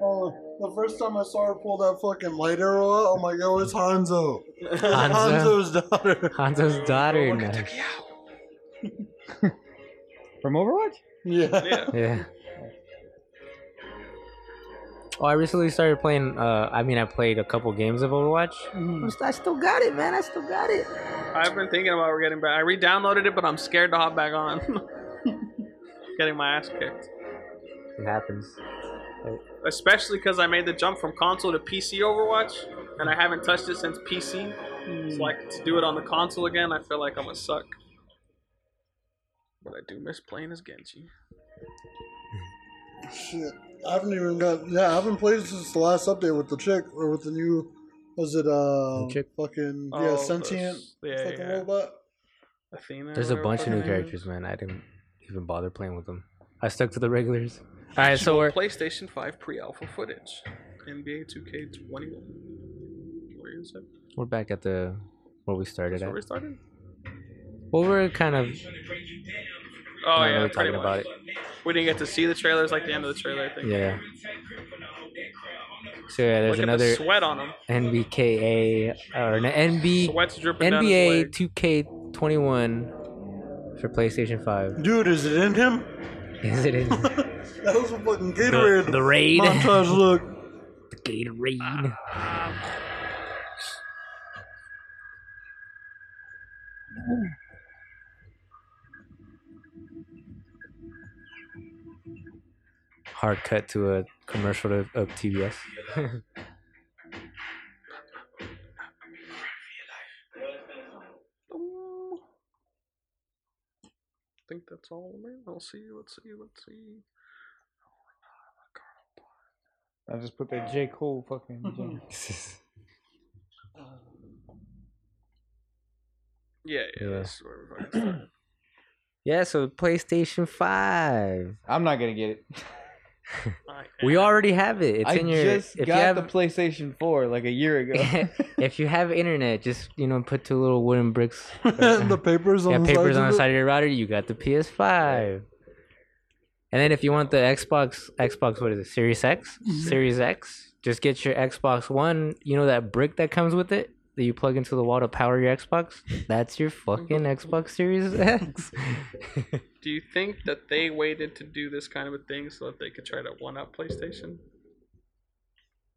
Speaker 1: Oh, the first time I saw her pull that fucking light arrow out, oh my god, it's Hanzo.
Speaker 3: [LAUGHS] Hanzo,
Speaker 1: Hanzo's daughter. [LAUGHS]
Speaker 3: Hanzo's
Speaker 2: Oh,
Speaker 3: daughter. Now.
Speaker 5: From Overwatch?
Speaker 1: Yeah.
Speaker 2: Yeah.
Speaker 3: Yeah. Oh, I recently started playing. Uh, I mean, I played a couple games of Overwatch. I'm st- I still got it, man. I still got it.
Speaker 2: I've been thinking about getting back. I re-downloaded it, but I'm scared to hop back on. [LAUGHS] getting my ass kicked.
Speaker 3: It happens.
Speaker 2: especially because I made the jump from console to PC Overwatch, and I haven't touched it since PC. So like to do it on the console again, I feel like I'm gonna suck. But I do miss playing as Genji.
Speaker 1: Shit. I haven't even got. Yeah, I haven't played since the last update with the chick or with the new Was it uh
Speaker 3: chick?
Speaker 1: fucking
Speaker 2: Oh,
Speaker 1: yeah
Speaker 2: the-
Speaker 1: sentient
Speaker 2: yeah,
Speaker 1: fucking
Speaker 2: yeah.
Speaker 1: robot?
Speaker 2: Athena.
Speaker 3: There's a
Speaker 2: whatever
Speaker 3: bunch
Speaker 2: her
Speaker 3: of new
Speaker 2: name
Speaker 3: characters,
Speaker 2: is.
Speaker 3: man. I didn't even bother playing with them. I stuck to the regulars. All right, so we're
Speaker 2: PlayStation 5 pre-alpha footage. NBA 2K21. Where is it?
Speaker 3: we're back at the where we started
Speaker 2: That's
Speaker 3: at.
Speaker 2: where we started?
Speaker 3: Well, we're kind of
Speaker 2: Oh
Speaker 3: not
Speaker 2: yeah,
Speaker 3: really
Speaker 2: pretty
Speaker 3: talking
Speaker 2: much.
Speaker 3: about it.
Speaker 2: We didn't get to see the trailers like the end of the trailer. I think.
Speaker 3: Yeah. So yeah, there's
Speaker 2: Look at
Speaker 3: another
Speaker 2: the sweat on him.
Speaker 3: NBKA or an NB
Speaker 2: Sweat's dripping down his
Speaker 3: NBA
Speaker 2: leg.
Speaker 3: 2K21 for PlayStation 5. [LAUGHS]
Speaker 1: Dude, is it in him?
Speaker 3: Is it in the,
Speaker 1: That was a fucking Gatorade
Speaker 3: [LAUGHS] the raid?
Speaker 1: montage
Speaker 3: [LAUGHS]
Speaker 1: look.
Speaker 3: the Gatorade. Hard cut to a commercial of, of [LAUGHS] TBS.
Speaker 2: Um, I think that's all, man. Let's see. Let's see. Let's see.
Speaker 5: I just put that J Cole
Speaker 3: [LAUGHS]
Speaker 5: fucking.
Speaker 2: Yeah, yeah.
Speaker 3: Yeah.
Speaker 2: That's where we're fucking
Speaker 3: [CLEARS THROAT]
Speaker 2: starting.
Speaker 3: yeah, so PlayStation 5.
Speaker 5: I'm not gonna get it.
Speaker 2: Alright,
Speaker 3: We
Speaker 2: and
Speaker 3: already have it. It's
Speaker 5: I
Speaker 3: in your.
Speaker 5: just
Speaker 3: if
Speaker 5: got
Speaker 3: you have, [LAUGHS]
Speaker 5: the PlayStation 4 like a year ago. [LAUGHS]
Speaker 3: if you have internet, just you know, put two little wooden
Speaker 5: [LAUGHS]
Speaker 3: bricks.
Speaker 1: the papers on
Speaker 3: yeah,
Speaker 1: the
Speaker 3: papers
Speaker 1: sides
Speaker 3: on
Speaker 1: of
Speaker 3: the
Speaker 1: it.
Speaker 3: side of your router. You got the PS5. And then if you want the Xbox, Xbox, what is it? Series X,
Speaker 5: Mm-hmm.
Speaker 3: Series X. Just get your Xbox One. You know that brick that comes with it that you plug into the wall to power your Xbox. That's
Speaker 5: [LAUGHS]
Speaker 3: your fucking Xbox Series X.
Speaker 2: Do you think that they waited to do this kind of a thing so that they could try to one up PlayStation?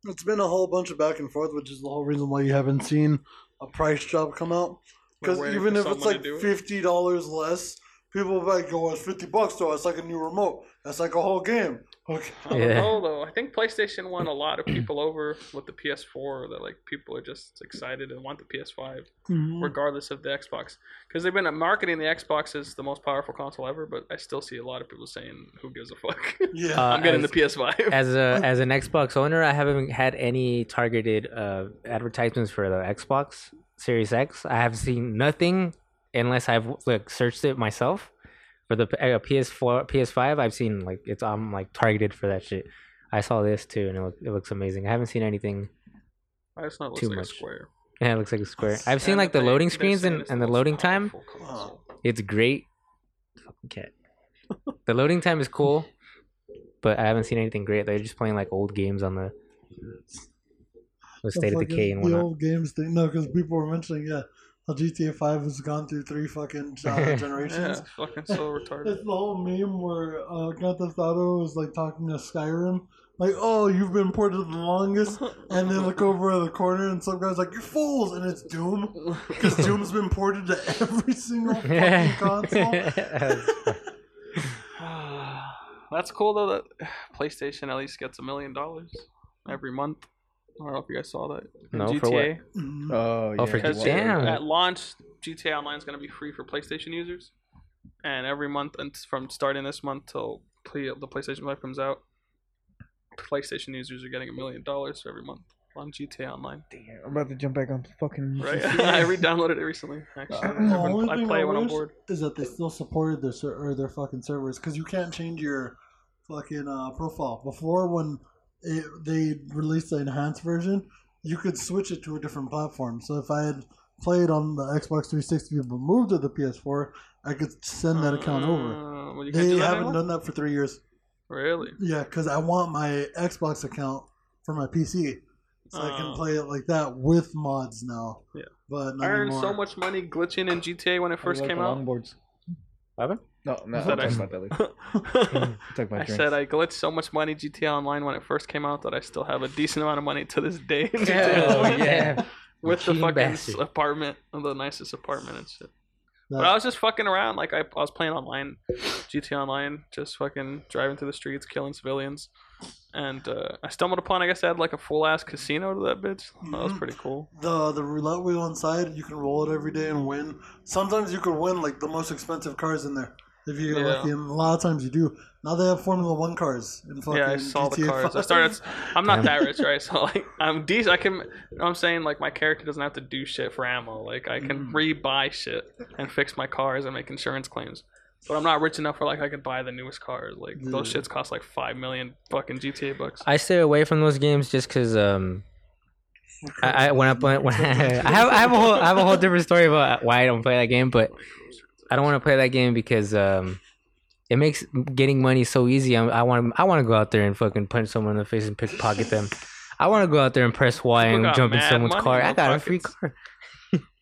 Speaker 1: It's been a whole bunch of back and forth, which is the whole reason why you haven't seen a price drop come out. Because
Speaker 2: We're waiting
Speaker 1: even
Speaker 2: for
Speaker 1: if it's
Speaker 2: someone to
Speaker 1: like
Speaker 2: do it.
Speaker 1: fifty dollars less, people might go, "It's fifty bucks, though. It's like a new remote. That's like a whole game."
Speaker 3: [LAUGHS]
Speaker 1: Okay.
Speaker 5: Oh,
Speaker 2: I
Speaker 3: Yeah.
Speaker 2: don't know though. Oh, I think PlayStation won a lot of people over with the PS4. That like people are just excited and want the PS5,
Speaker 3: Mm.
Speaker 2: regardless of the Xbox, because they've been uh, marketing the Xbox as the most powerful console ever. But I still see a lot of people saying, "Who gives a fuck? [LAUGHS]
Speaker 1: Yeah.
Speaker 3: Uh,
Speaker 2: I'm getting
Speaker 3: as-
Speaker 2: the
Speaker 3: [LAUGHS]
Speaker 2: PS5." [LAUGHS]
Speaker 3: as a as an Xbox owner, I haven't had any targeted uh, advertisements for the Xbox Series X. I have seen nothing unless I've like searched it myself. For the uh, PS4, PS5, I've seen like it's I'm like targeted for that shit. I saw this too, and it, look, it looks amazing. I haven't seen anything. [LAUGHS]
Speaker 2: That's not looks
Speaker 3: too
Speaker 2: like
Speaker 3: much.
Speaker 2: a square.
Speaker 3: Yeah, it looks like a square. I've seen
Speaker 2: And
Speaker 3: like the
Speaker 2: they-
Speaker 3: loading
Speaker 2: they're
Speaker 3: screens
Speaker 2: saying
Speaker 3: and,
Speaker 2: it's
Speaker 3: and
Speaker 2: the
Speaker 3: the
Speaker 2: most
Speaker 3: loading time.
Speaker 2: powerful console.
Speaker 3: It's great. Fucking cat. The loading time is cool, but I haven't seen anything great. They're just playing like old games on the, the State of
Speaker 1: fucking-
Speaker 3: Decay and
Speaker 1: the
Speaker 3: whatnot.
Speaker 1: old games thing. No, because people were mentioning, yeah, how GTA Five has gone through three
Speaker 3: [LAUGHS]
Speaker 1: fucking uh,
Speaker 2: Yeah,
Speaker 1: generations.
Speaker 2: it's fucking so retarded.
Speaker 1: It's the whole meme where uh, Grand Theft Auto is like talking to Skyrim, like, "Oh, you've been ported the longest," and then look over the corner and some guy's like, "You fools!" and it's
Speaker 3: [LAUGHS]
Speaker 1: Doom, because Doom's been ported to every single fucking
Speaker 3: [LAUGHS]
Speaker 1: console.
Speaker 2: [LAUGHS]
Speaker 1: [LAUGHS] Mm-hmm.
Speaker 2: That's cool though that PlayStation at least gets a million dollars every month. I don't know if you guys saw that.
Speaker 3: No, for what?
Speaker 5: Oh,
Speaker 3: Oh, for
Speaker 2: Because
Speaker 3: damn. [LAUGHS]
Speaker 2: at launch, GTA Online is going to be free for PlayStation users, and every month and from starting this month till play, the PlayStation Five comes out, PlayStation users are getting a million dollars every month on GTA Online.
Speaker 5: Damn, I'm about to jump back on fucking.
Speaker 1: [LAUGHS]
Speaker 2: Right? [LAUGHS] I re-downloaded it recently. Actually,
Speaker 1: The only
Speaker 2: I
Speaker 1: thing
Speaker 2: play
Speaker 1: I
Speaker 2: it when I'm
Speaker 1: wish
Speaker 2: bored.
Speaker 1: is that they still supported their ser- or their fucking servers because you can't change your fucking uh, profile. Before, when it, they released the enhanced version, you could switch it to a different platform. So if I had played on the Xbox 360 but moved to the PS4, I could send that account over.
Speaker 2: Uh, well, you can't
Speaker 1: They
Speaker 2: do that
Speaker 1: haven't
Speaker 2: anymore?
Speaker 1: done that for three years.
Speaker 2: Really?
Speaker 1: Yeah, because I want my Xbox account for my PC. So I can
Speaker 2: Oh.
Speaker 1: play it like that with mods now.
Speaker 2: Yeah.
Speaker 1: But
Speaker 2: I
Speaker 1: not
Speaker 2: earned
Speaker 1: anymore.
Speaker 2: so much money glitching in GTA when it first came out.
Speaker 5: Longboards.
Speaker 3: Robin?
Speaker 5: No, no.
Speaker 2: Said
Speaker 5: I'm
Speaker 2: I-
Speaker 5: talking about
Speaker 3: [LAUGHS]
Speaker 5: that later.
Speaker 2: [LAUGHS]
Speaker 5: I'm talking about
Speaker 2: I
Speaker 5: drinks.
Speaker 2: said
Speaker 5: [LAUGHS]
Speaker 2: I glitched so much money GTA Online when it first came out that I still have a decent amount of money to this day. in GTA [LAUGHS]
Speaker 3: Oh,
Speaker 2: Online.
Speaker 3: yeah.
Speaker 2: With the
Speaker 3: Cheating
Speaker 2: fucking
Speaker 3: bastard.
Speaker 2: apartment, the nicest apartment and shit. But
Speaker 1: That-
Speaker 2: I was just fucking around. Like, I, I was playing online, GTA Online, just fucking driving through the streets, killing civilians. And uh, I stumbled upon, I guess I had like a full ass casino to that bitch. That was
Speaker 1: Mhm.
Speaker 2: pretty cool.
Speaker 1: the the roulette wheel inside. You can roll it every day and win. Sometimes you could win like the most expensive cars in there. if you get
Speaker 2: Yeah.
Speaker 1: lucky. And a lot of times you do. Now they have Formula One cars in fucking
Speaker 2: yeah, I saw the
Speaker 1: GTA
Speaker 2: cars. I
Speaker 1: 5.
Speaker 2: started.
Speaker 1: [LAUGHS]
Speaker 2: I'm not
Speaker 3: Damn.
Speaker 2: that rich, right? So like, I'm decent. I can. You know what I'm saying like my character doesn't have to do shit for ammo. Like I
Speaker 1: Mm.
Speaker 2: can re-buy shit and fix my cars and make insurance claims. But I'm not rich enough where like I can buy the newest cars. Like those
Speaker 1: Mm.
Speaker 2: shits cost like five million fucking GTA bucks.
Speaker 3: I stay away from those games just because um, I, I when I play [LAUGHS] when I have I have a whole I have a whole different story about why I don't play that game, but I don't want to play that game because um, it makes getting money so easy. I'm, I want I want to go out there and fucking punch someone in the face and pickpocket them. I want to go out there and press Y
Speaker 2: People
Speaker 3: and
Speaker 2: got
Speaker 3: jump in
Speaker 2: mad
Speaker 3: someone's
Speaker 2: money
Speaker 3: car.
Speaker 2: in
Speaker 3: I
Speaker 2: their
Speaker 3: got a free
Speaker 2: pockets.
Speaker 3: car.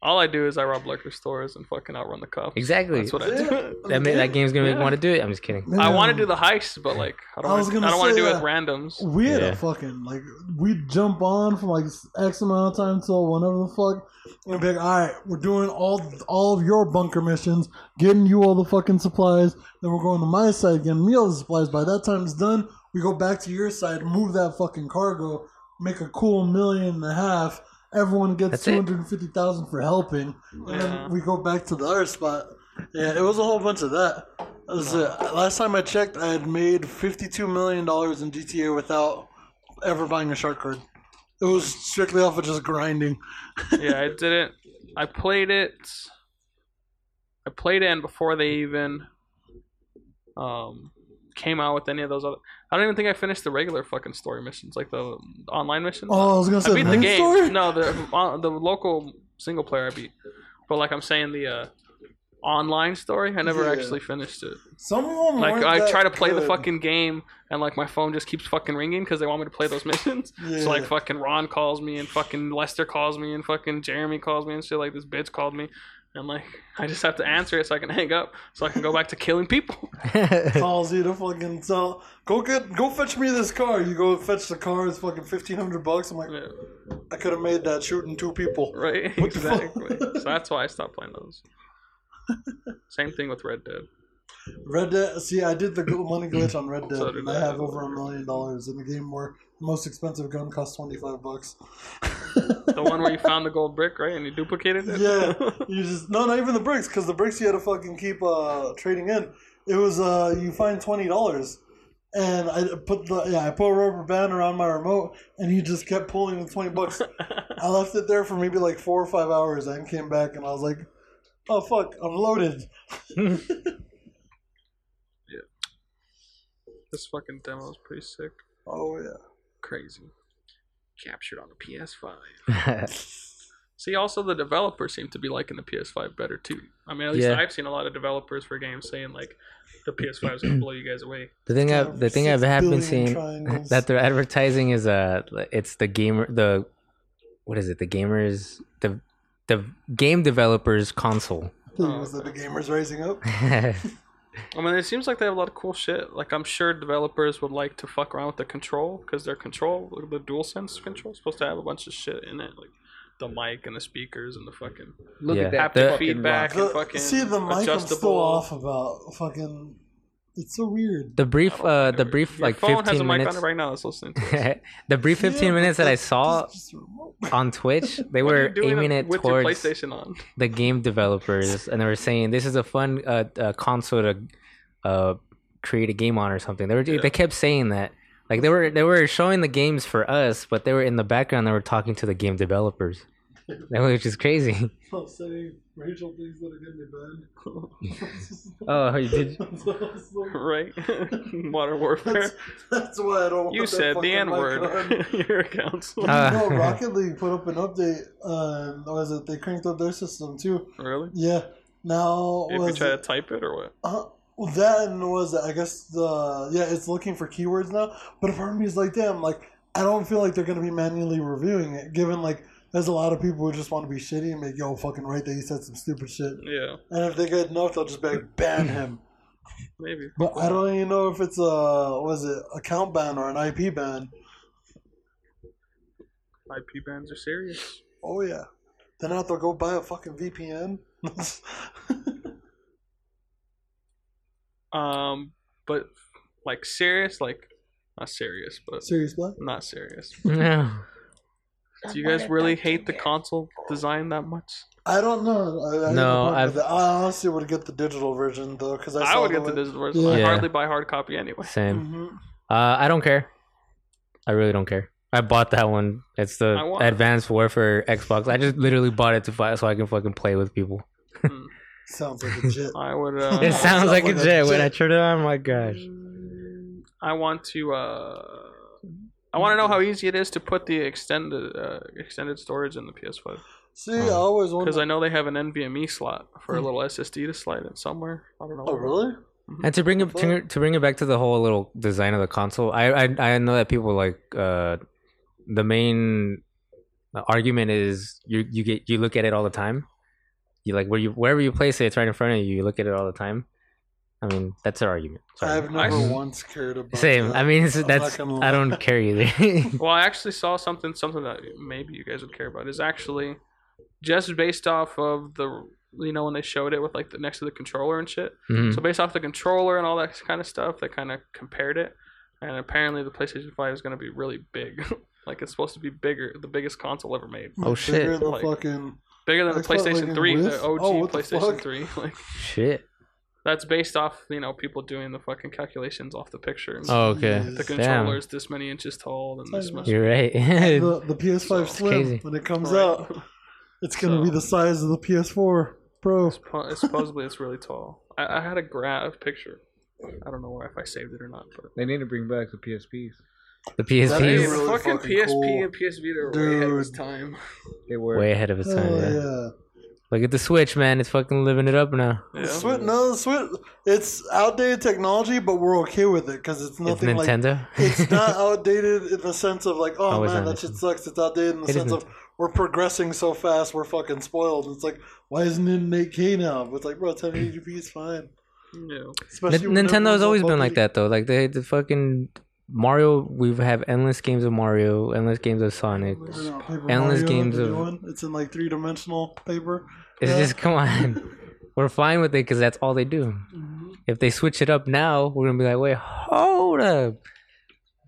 Speaker 2: All I do is I rob liquor stores and fucking outrun the cops.
Speaker 3: Exactly.
Speaker 2: That's what I do.
Speaker 3: that ma- that game's gonna make me
Speaker 2: Yeah.
Speaker 3: want to do it. I'm just kidding. [LAUGHS]
Speaker 2: I want to
Speaker 1: Man.
Speaker 2: do the heists, but like I don't.
Speaker 1: I was
Speaker 2: wanna-
Speaker 1: gonna
Speaker 2: I don't want
Speaker 1: say uh,
Speaker 2: to do it
Speaker 1: that.
Speaker 2: with randoms.
Speaker 1: We had
Speaker 3: Yeah.
Speaker 1: a fucking like we'd jump on from like X amount of time till whenever the fuck and be like, all right, we're doing all all of your bunker missions, getting you all the fucking supplies, then we're going to my side, getting me all the supplies. By that time it's done, we go back to your side, move that fucking cargo, make a cool million and a half. Everyone gets
Speaker 3: That's it.
Speaker 1: two hundred and fifty thousand for helping, and
Speaker 2: Yeah.
Speaker 1: then we go back to the other spot. Yeah, it was a whole bunch of that. That was it. Last time I checked, I had made fifty-two million dollars in GTA without ever buying a shark card. It was strictly off of just grinding.
Speaker 2: yeah, I didn't. I played it. I played it, and before they even um came out with any of those other, I don't even think I finished the regular fucking story missions, like the online missions.
Speaker 1: Oh, I was gonna
Speaker 2: I
Speaker 1: say
Speaker 2: beat the
Speaker 1: main
Speaker 2: game.
Speaker 1: story.
Speaker 2: No, the uh, the local single player I beat, but like I'm saying the. uh online story i never
Speaker 1: Yeah.
Speaker 2: actually finished it
Speaker 1: Some of them
Speaker 2: like
Speaker 1: weren't
Speaker 2: i
Speaker 1: that
Speaker 2: try to play the
Speaker 1: good.
Speaker 2: fucking game and like my phone just keeps fucking ringing because they want me to play those [LAUGHS] missions
Speaker 1: Yeah.
Speaker 2: so like fucking Ron calls me and fucking Lester calls me and fucking Jeremy calls me and shit like this bitch called me and like I just have to answer it so I can hang up so I can go back to killing people. [LAUGHS]
Speaker 1: calls you to fucking sell. Go get, go fetch me this car. You go fetch the car. It's fucking fifteen hundred bucks. I'm like,
Speaker 2: Yeah,
Speaker 1: I could have made that shooting two people.
Speaker 2: right?
Speaker 1: What the fuck?
Speaker 2: exactly. So that's why I stopped playing those. Same thing with Red Dead.
Speaker 1: Red Dead. See, I did the gl- money glitch on Red Dead,
Speaker 2: So did
Speaker 1: and I
Speaker 2: I.
Speaker 1: have over a million dollars in a game where the most expensive gun costs twenty five bucks.
Speaker 2: The one where you found the gold brick, right? And you duplicated it?
Speaker 1: yeah, you just no, not even the bricks, because the bricks you had to fucking keep uh, trading in. It was uh, you find twenty dollars, and I put the yeah, I put a rubber band around my remote, and he just kept pulling the twenty bucks. I left it there for maybe like four or five hours, and came back, and I was like, "Oh fuck, I'm loaded."
Speaker 2: this fucking demo is pretty sick.
Speaker 1: Oh yeah,
Speaker 2: Crazy. Captured on the PS5. See, also the developers seem to be liking the PS5 better too. I mean, at least
Speaker 3: Yeah.
Speaker 2: I've seen a lot of developers for games saying like, the PS5 is gonna [CLEARS THROAT] blow you guys away.
Speaker 3: The thing I
Speaker 1: Over
Speaker 3: the thing
Speaker 1: six
Speaker 3: I've have been
Speaker 1: billion
Speaker 3: seeing
Speaker 1: triangles.
Speaker 3: that they're advertising is uh it's the gamer the what is it the gamers the the game developers console.
Speaker 2: Oh,
Speaker 1: It was that the gamers rising up.
Speaker 2: I mean, it seems like they have a lot of cool shit. Like, I'm sure developers would like to fuck around with the control because their control, the DualSense control, is supposed to have a bunch of shit in it, like the mic and the speakers and the fucking
Speaker 5: Look
Speaker 3: Yeah.
Speaker 5: at
Speaker 2: haptic
Speaker 5: that
Speaker 3: The-
Speaker 5: fucking
Speaker 2: feedback
Speaker 5: rock.
Speaker 2: and
Speaker 1: The-
Speaker 2: fucking
Speaker 1: see the mic I'm
Speaker 2: adjustable.
Speaker 1: still off about fucking. It's so weird.
Speaker 3: the brief uh the brief
Speaker 2: Your
Speaker 3: like
Speaker 2: phone has a
Speaker 3: fifteen
Speaker 2: mic
Speaker 3: minutes
Speaker 2: on it right now. It's listening.
Speaker 3: [LAUGHS]
Speaker 2: To it.
Speaker 3: the brief fifteen minutes that
Speaker 1: [LAUGHS]
Speaker 3: I saw on Twitch they
Speaker 2: What are you
Speaker 3: were
Speaker 2: doing
Speaker 3: aiming it
Speaker 2: with
Speaker 3: towards
Speaker 2: your PlayStation on. [LAUGHS]
Speaker 3: the game developers and they were saying this is a fun uh, uh console to uh create a game on or something. They were
Speaker 2: Yeah.
Speaker 3: they kept saying that. Like they were they were showing the games for us, but they were in the background they were talking to the game developers. Which is crazy.
Speaker 1: I'll say Rachel things that
Speaker 2: [LAUGHS]
Speaker 1: are
Speaker 3: Oh, you
Speaker 1: getting
Speaker 3: did
Speaker 1: me banned.
Speaker 2: Right, [LAUGHS] Modern Warfare.
Speaker 1: that's, that's why I don't.
Speaker 2: You
Speaker 1: want that
Speaker 2: said the
Speaker 1: fucking mic
Speaker 2: N word. [LAUGHS]
Speaker 1: on.
Speaker 2: Your counsel.
Speaker 3: Uh,
Speaker 1: no,
Speaker 3: [LAUGHS]
Speaker 1: Rocket League put up an update. Um, what was it? They cranked up their system too.
Speaker 2: [LAUGHS] really?
Speaker 1: Yeah. Now
Speaker 2: If you
Speaker 1: was
Speaker 2: try to
Speaker 1: it,
Speaker 2: type it or what?
Speaker 1: uh, well, that and was it, I guess the yeah it's looking for keywords now. But a part of me is like, damn, like I don't feel like they're gonna be manually reviewing it, given like. There's a lot of people who just want to be shitty and make yo fucking right that he said some stupid shit.
Speaker 2: Yeah,
Speaker 1: And if they get enough, they'll just be like, ban him.
Speaker 2: maybe.
Speaker 1: But I don't even know if it's a was it account ban or an IP ban.
Speaker 2: IP bans are serious.
Speaker 1: Oh yeah, then I have to go buy a fucking [LAUGHS] VPN.
Speaker 2: Um, but like serious, like not serious, but
Speaker 1: Serious black.
Speaker 2: not serious.
Speaker 3: no.
Speaker 2: Do you guys really hate the console design that much?
Speaker 1: I don't know. I, I
Speaker 3: No,
Speaker 1: I,
Speaker 3: I've-
Speaker 1: I honestly would get the digital version though, because I,
Speaker 2: I
Speaker 1: saw
Speaker 2: would
Speaker 1: the
Speaker 2: get the
Speaker 1: way-
Speaker 2: digital version. I
Speaker 3: Yeah.
Speaker 2: hardly buy hard copy anyway.
Speaker 3: [LAUGHS] Same.
Speaker 1: Mhm.
Speaker 3: Uh, I don't care. I really don't care. I bought that one. It's
Speaker 2: I
Speaker 3: the
Speaker 2: want-
Speaker 3: Advanced Warfare Xbox. I just literally bought it to fight so I can fucking play with people.
Speaker 1: Sounds like
Speaker 3: [LAUGHS]
Speaker 1: legit.
Speaker 2: I would. Uh,
Speaker 3: It sounds like a
Speaker 1: someone
Speaker 3: jet when
Speaker 1: legit.
Speaker 3: I turn it on. My gosh.
Speaker 2: I want to. Uh, I want to know how easy it is to put the extended uh, extended storage in the PS5
Speaker 1: See, I always
Speaker 2: because
Speaker 1: wondered.
Speaker 2: I know they have an NVMe slot for a little SSD to slide in somewhere. I don't know.
Speaker 1: oh, really?
Speaker 3: And to bring it to, to bring it back to the whole little design of the console, I I, I know that people like uh, the main argument is you you get you look at it all the time. You like where you wherever you place it, it's right in front of you. You look at it all the time. I mean, that's their argument. Sorry.
Speaker 1: I've never
Speaker 2: I-
Speaker 1: once cared about.
Speaker 3: Same.
Speaker 1: that. [LAUGHS]
Speaker 3: I mean, it's,
Speaker 1: I'm not
Speaker 3: that's
Speaker 1: gonna lie.
Speaker 3: I don't care either. [LAUGHS] Mm-hmm.
Speaker 2: Well, I actually saw something something that maybe you guys would care about is actually just based off of the you know when they showed it with like the next to the controller and shit.
Speaker 3: Mhm.
Speaker 2: So based off the controller and all that kind of stuff, they kind of compared it, and apparently the PlayStation Five is going to be really big. [LAUGHS] like it's supposed to be bigger, the biggest console ever made,
Speaker 1: Like,
Speaker 3: Oh,
Speaker 1: bigger
Speaker 3: shit.
Speaker 1: than the
Speaker 2: Like-
Speaker 1: fucking-
Speaker 2: bigger than the
Speaker 1: That's what, like,
Speaker 2: PlayStation
Speaker 1: in
Speaker 2: Three,
Speaker 1: width?
Speaker 2: the OG
Speaker 1: Oh, what the
Speaker 2: PlayStation
Speaker 1: fuck?
Speaker 2: Three. [LAUGHS] Like
Speaker 3: Shit.
Speaker 2: that's based off you know people doing the fucking calculations off the picture. And
Speaker 3: Oh, okay.
Speaker 2: The
Speaker 3: Damn.
Speaker 2: controller is this many inches tall and this much.
Speaker 3: You're right. [LAUGHS]
Speaker 1: The, the PS5
Speaker 3: It's
Speaker 1: Slim
Speaker 3: crazy.
Speaker 1: when it comes
Speaker 2: Right. [LAUGHS]
Speaker 1: out, it's gonna
Speaker 2: So-
Speaker 1: be the size of the PS4 Pro.
Speaker 2: Suppo- Supposedly it's really tall. I, I had a graph picture. I don't know where if I saved it or not, but
Speaker 5: They need to bring back the PSPs.
Speaker 3: the
Speaker 1: That
Speaker 3: PSP
Speaker 1: is
Speaker 3: is
Speaker 1: really
Speaker 2: fucking,
Speaker 1: fucking
Speaker 2: PSP
Speaker 1: cool.
Speaker 2: and PS Vita are way ahead of its
Speaker 1: Dude.
Speaker 2: time.
Speaker 5: They were.
Speaker 3: way ahead of its time.
Speaker 1: Hell
Speaker 3: yeah.
Speaker 1: Oh, yeah.
Speaker 3: Look at the Switch, man. It's fucking living it up now.
Speaker 2: Yeah.
Speaker 1: The Switch, no, the Switch, it's outdated technology, but we're okay with it because it's
Speaker 3: It's
Speaker 1: nothing like.
Speaker 3: Nintendo. [LAUGHS]
Speaker 1: It's not outdated in the sense of like, oh
Speaker 3: Always
Speaker 1: man,
Speaker 3: on
Speaker 1: that
Speaker 3: it.
Speaker 1: shit sucks. It's outdated in the
Speaker 3: It
Speaker 1: sense of we're progressing so fast, we're fucking spoiled. It's like, why isn't it in 8K now? But it's like, bro, 1080p is fine.
Speaker 2: Yeah. Oh,
Speaker 1: Especially
Speaker 3: Nin-
Speaker 1: when
Speaker 3: Nintendo
Speaker 1: everyone's
Speaker 3: has
Speaker 1: all
Speaker 3: always been like
Speaker 1: bubbly.
Speaker 3: that though. Like they the fucking Mario, we have endless games of Mario, endless games of Sonic.
Speaker 1: I don't know, Paper
Speaker 3: Endless
Speaker 1: Mario,
Speaker 3: games
Speaker 1: the
Speaker 3: of-
Speaker 1: new one, It's in like three dimensional paper.
Speaker 3: It's
Speaker 1: Yeah.
Speaker 3: just come on, [LAUGHS] we're fine with it because that's all they do.
Speaker 1: Mm-hmm.
Speaker 3: If they switch it up now, we're gonna be like, wait, hold up,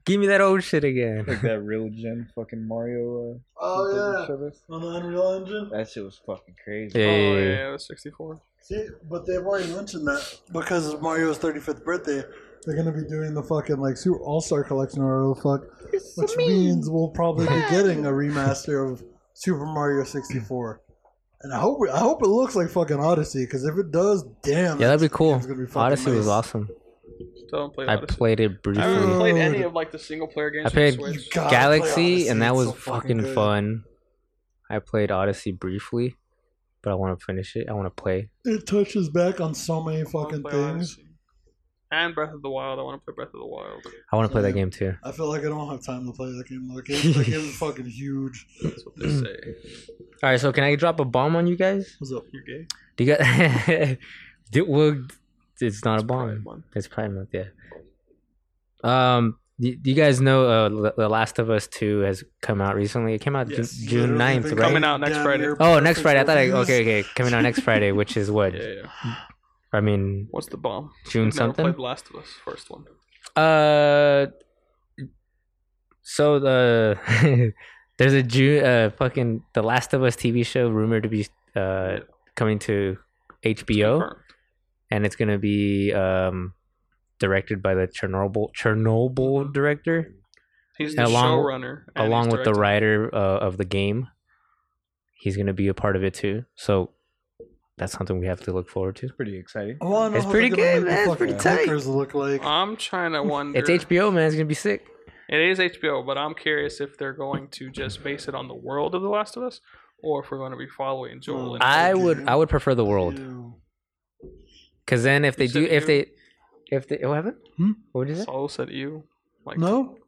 Speaker 3: give me that old shit again.
Speaker 5: Like that real gen fucking Mario. Uh,
Speaker 1: Oh yeah,
Speaker 5: showed us.
Speaker 1: on the Unreal Engine.
Speaker 5: That shit was fucking crazy.
Speaker 3: Yeah,
Speaker 2: Oh
Speaker 3: yeah,
Speaker 2: yeah,
Speaker 3: yeah.
Speaker 2: yeah, that's 64.
Speaker 1: See, but they've already mentioned that because of Mario's 35th birthday, they're gonna be doing the fucking like Super All Star Collection or whatever the fuck, which means we'll probably be getting a remaster of Super Mario 64. And I hope I hope it looks like fucking Odyssey because if it does, damn.
Speaker 3: Yeah, that'd be cool.
Speaker 1: game's gonna be fucking
Speaker 3: Odyssey was
Speaker 1: nice.
Speaker 3: awesome.
Speaker 2: Still haven't played
Speaker 3: I
Speaker 2: Odyssey.
Speaker 3: played it
Speaker 2: I haven't
Speaker 3: briefly.
Speaker 1: remember-
Speaker 2: played
Speaker 1: Dude.
Speaker 2: any of like the single player games.
Speaker 3: I
Speaker 2: for
Speaker 3: played-
Speaker 2: the
Speaker 1: You
Speaker 2: Switch.
Speaker 1: gotta play
Speaker 3: Galaxy,
Speaker 1: Odyssey,
Speaker 3: and that
Speaker 1: it's
Speaker 3: was
Speaker 1: so
Speaker 3: fucking
Speaker 1: good.
Speaker 3: fun. I played Odyssey briefly, but I want to finish it. I want to play.
Speaker 1: It touches back on so many
Speaker 2: I wanna
Speaker 1: fucking
Speaker 2: play
Speaker 1: things.
Speaker 2: Odyssey. And Breath of the Wild. I want to play Breath of the Wild.
Speaker 3: I want to play that
Speaker 1: Same.
Speaker 3: game too.
Speaker 1: I feel like I don't have time to play that game. That game, that
Speaker 3: [LAUGHS]
Speaker 1: game is fucking huge.
Speaker 2: That's what
Speaker 3: Mm.
Speaker 2: they say.
Speaker 3: All right, so can I drop a bomb on you guys?
Speaker 1: What's up?
Speaker 2: You're gay.
Speaker 3: Do you got? [LAUGHS] Do- well, it's not a
Speaker 2: Pride
Speaker 3: bomb.
Speaker 2: month.
Speaker 3: It's Pride Month, yeah. Um, do, do you guys know uh, The- The Last of Us Two has come out recently? It came out Ju-
Speaker 1: Yes,
Speaker 3: June
Speaker 1: literally
Speaker 3: 9th,
Speaker 1: been
Speaker 3: right?
Speaker 2: Coming out next
Speaker 1: damn
Speaker 2: Friday.
Speaker 1: near
Speaker 3: Oh,
Speaker 1: perfect
Speaker 3: next Friday. I thought I,
Speaker 1: reviews.
Speaker 3: okay, okay, coming out next Friday, which is
Speaker 2: [LAUGHS]
Speaker 3: what?
Speaker 2: Yeah, yeah.
Speaker 3: I mean,
Speaker 2: What's the bomb? I've
Speaker 3: June
Speaker 2: never
Speaker 3: something.
Speaker 2: played The Last of Us, first one.
Speaker 3: Uh, so the [LAUGHS] there's a June uh fucking The Last of Us TV show rumored to be uh coming to HBO.
Speaker 2: Confirmed.
Speaker 3: and it's gonna be um, directed by the Chernobyl Chernobyl director,
Speaker 2: He's the
Speaker 3: Along-
Speaker 2: showrunner. and he's
Speaker 3: along with the
Speaker 2: directing.
Speaker 3: writer uh, of the game. He's gonna be a part of it too, so that's something we have to look forward to.
Speaker 5: Pretty exciting.
Speaker 1: Oh, I wanna know
Speaker 3: It's
Speaker 1: how
Speaker 3: pretty
Speaker 1: they're gonna
Speaker 3: good,
Speaker 1: make the
Speaker 3: man. It's
Speaker 1: fucking
Speaker 3: pretty tight.
Speaker 1: clickers look like.
Speaker 2: I'm trying
Speaker 3: [LAUGHS]
Speaker 2: to wonder.
Speaker 3: It's HBO, man. It's gonna be sick.
Speaker 2: It is HBO, but I'm curious if they're going to just base it on the world of The Last of Us, or if we're going to be following Joel. And
Speaker 3: Hmm. I
Speaker 1: Okay.
Speaker 3: would, I would prefer the world,
Speaker 1: Ew.
Speaker 3: cause then if they
Speaker 2: You
Speaker 3: do,
Speaker 2: said
Speaker 3: if
Speaker 2: you-
Speaker 3: they, if they, what happened?
Speaker 1: Hmm?
Speaker 3: What did you say?
Speaker 2: Saul said you. Like
Speaker 1: No,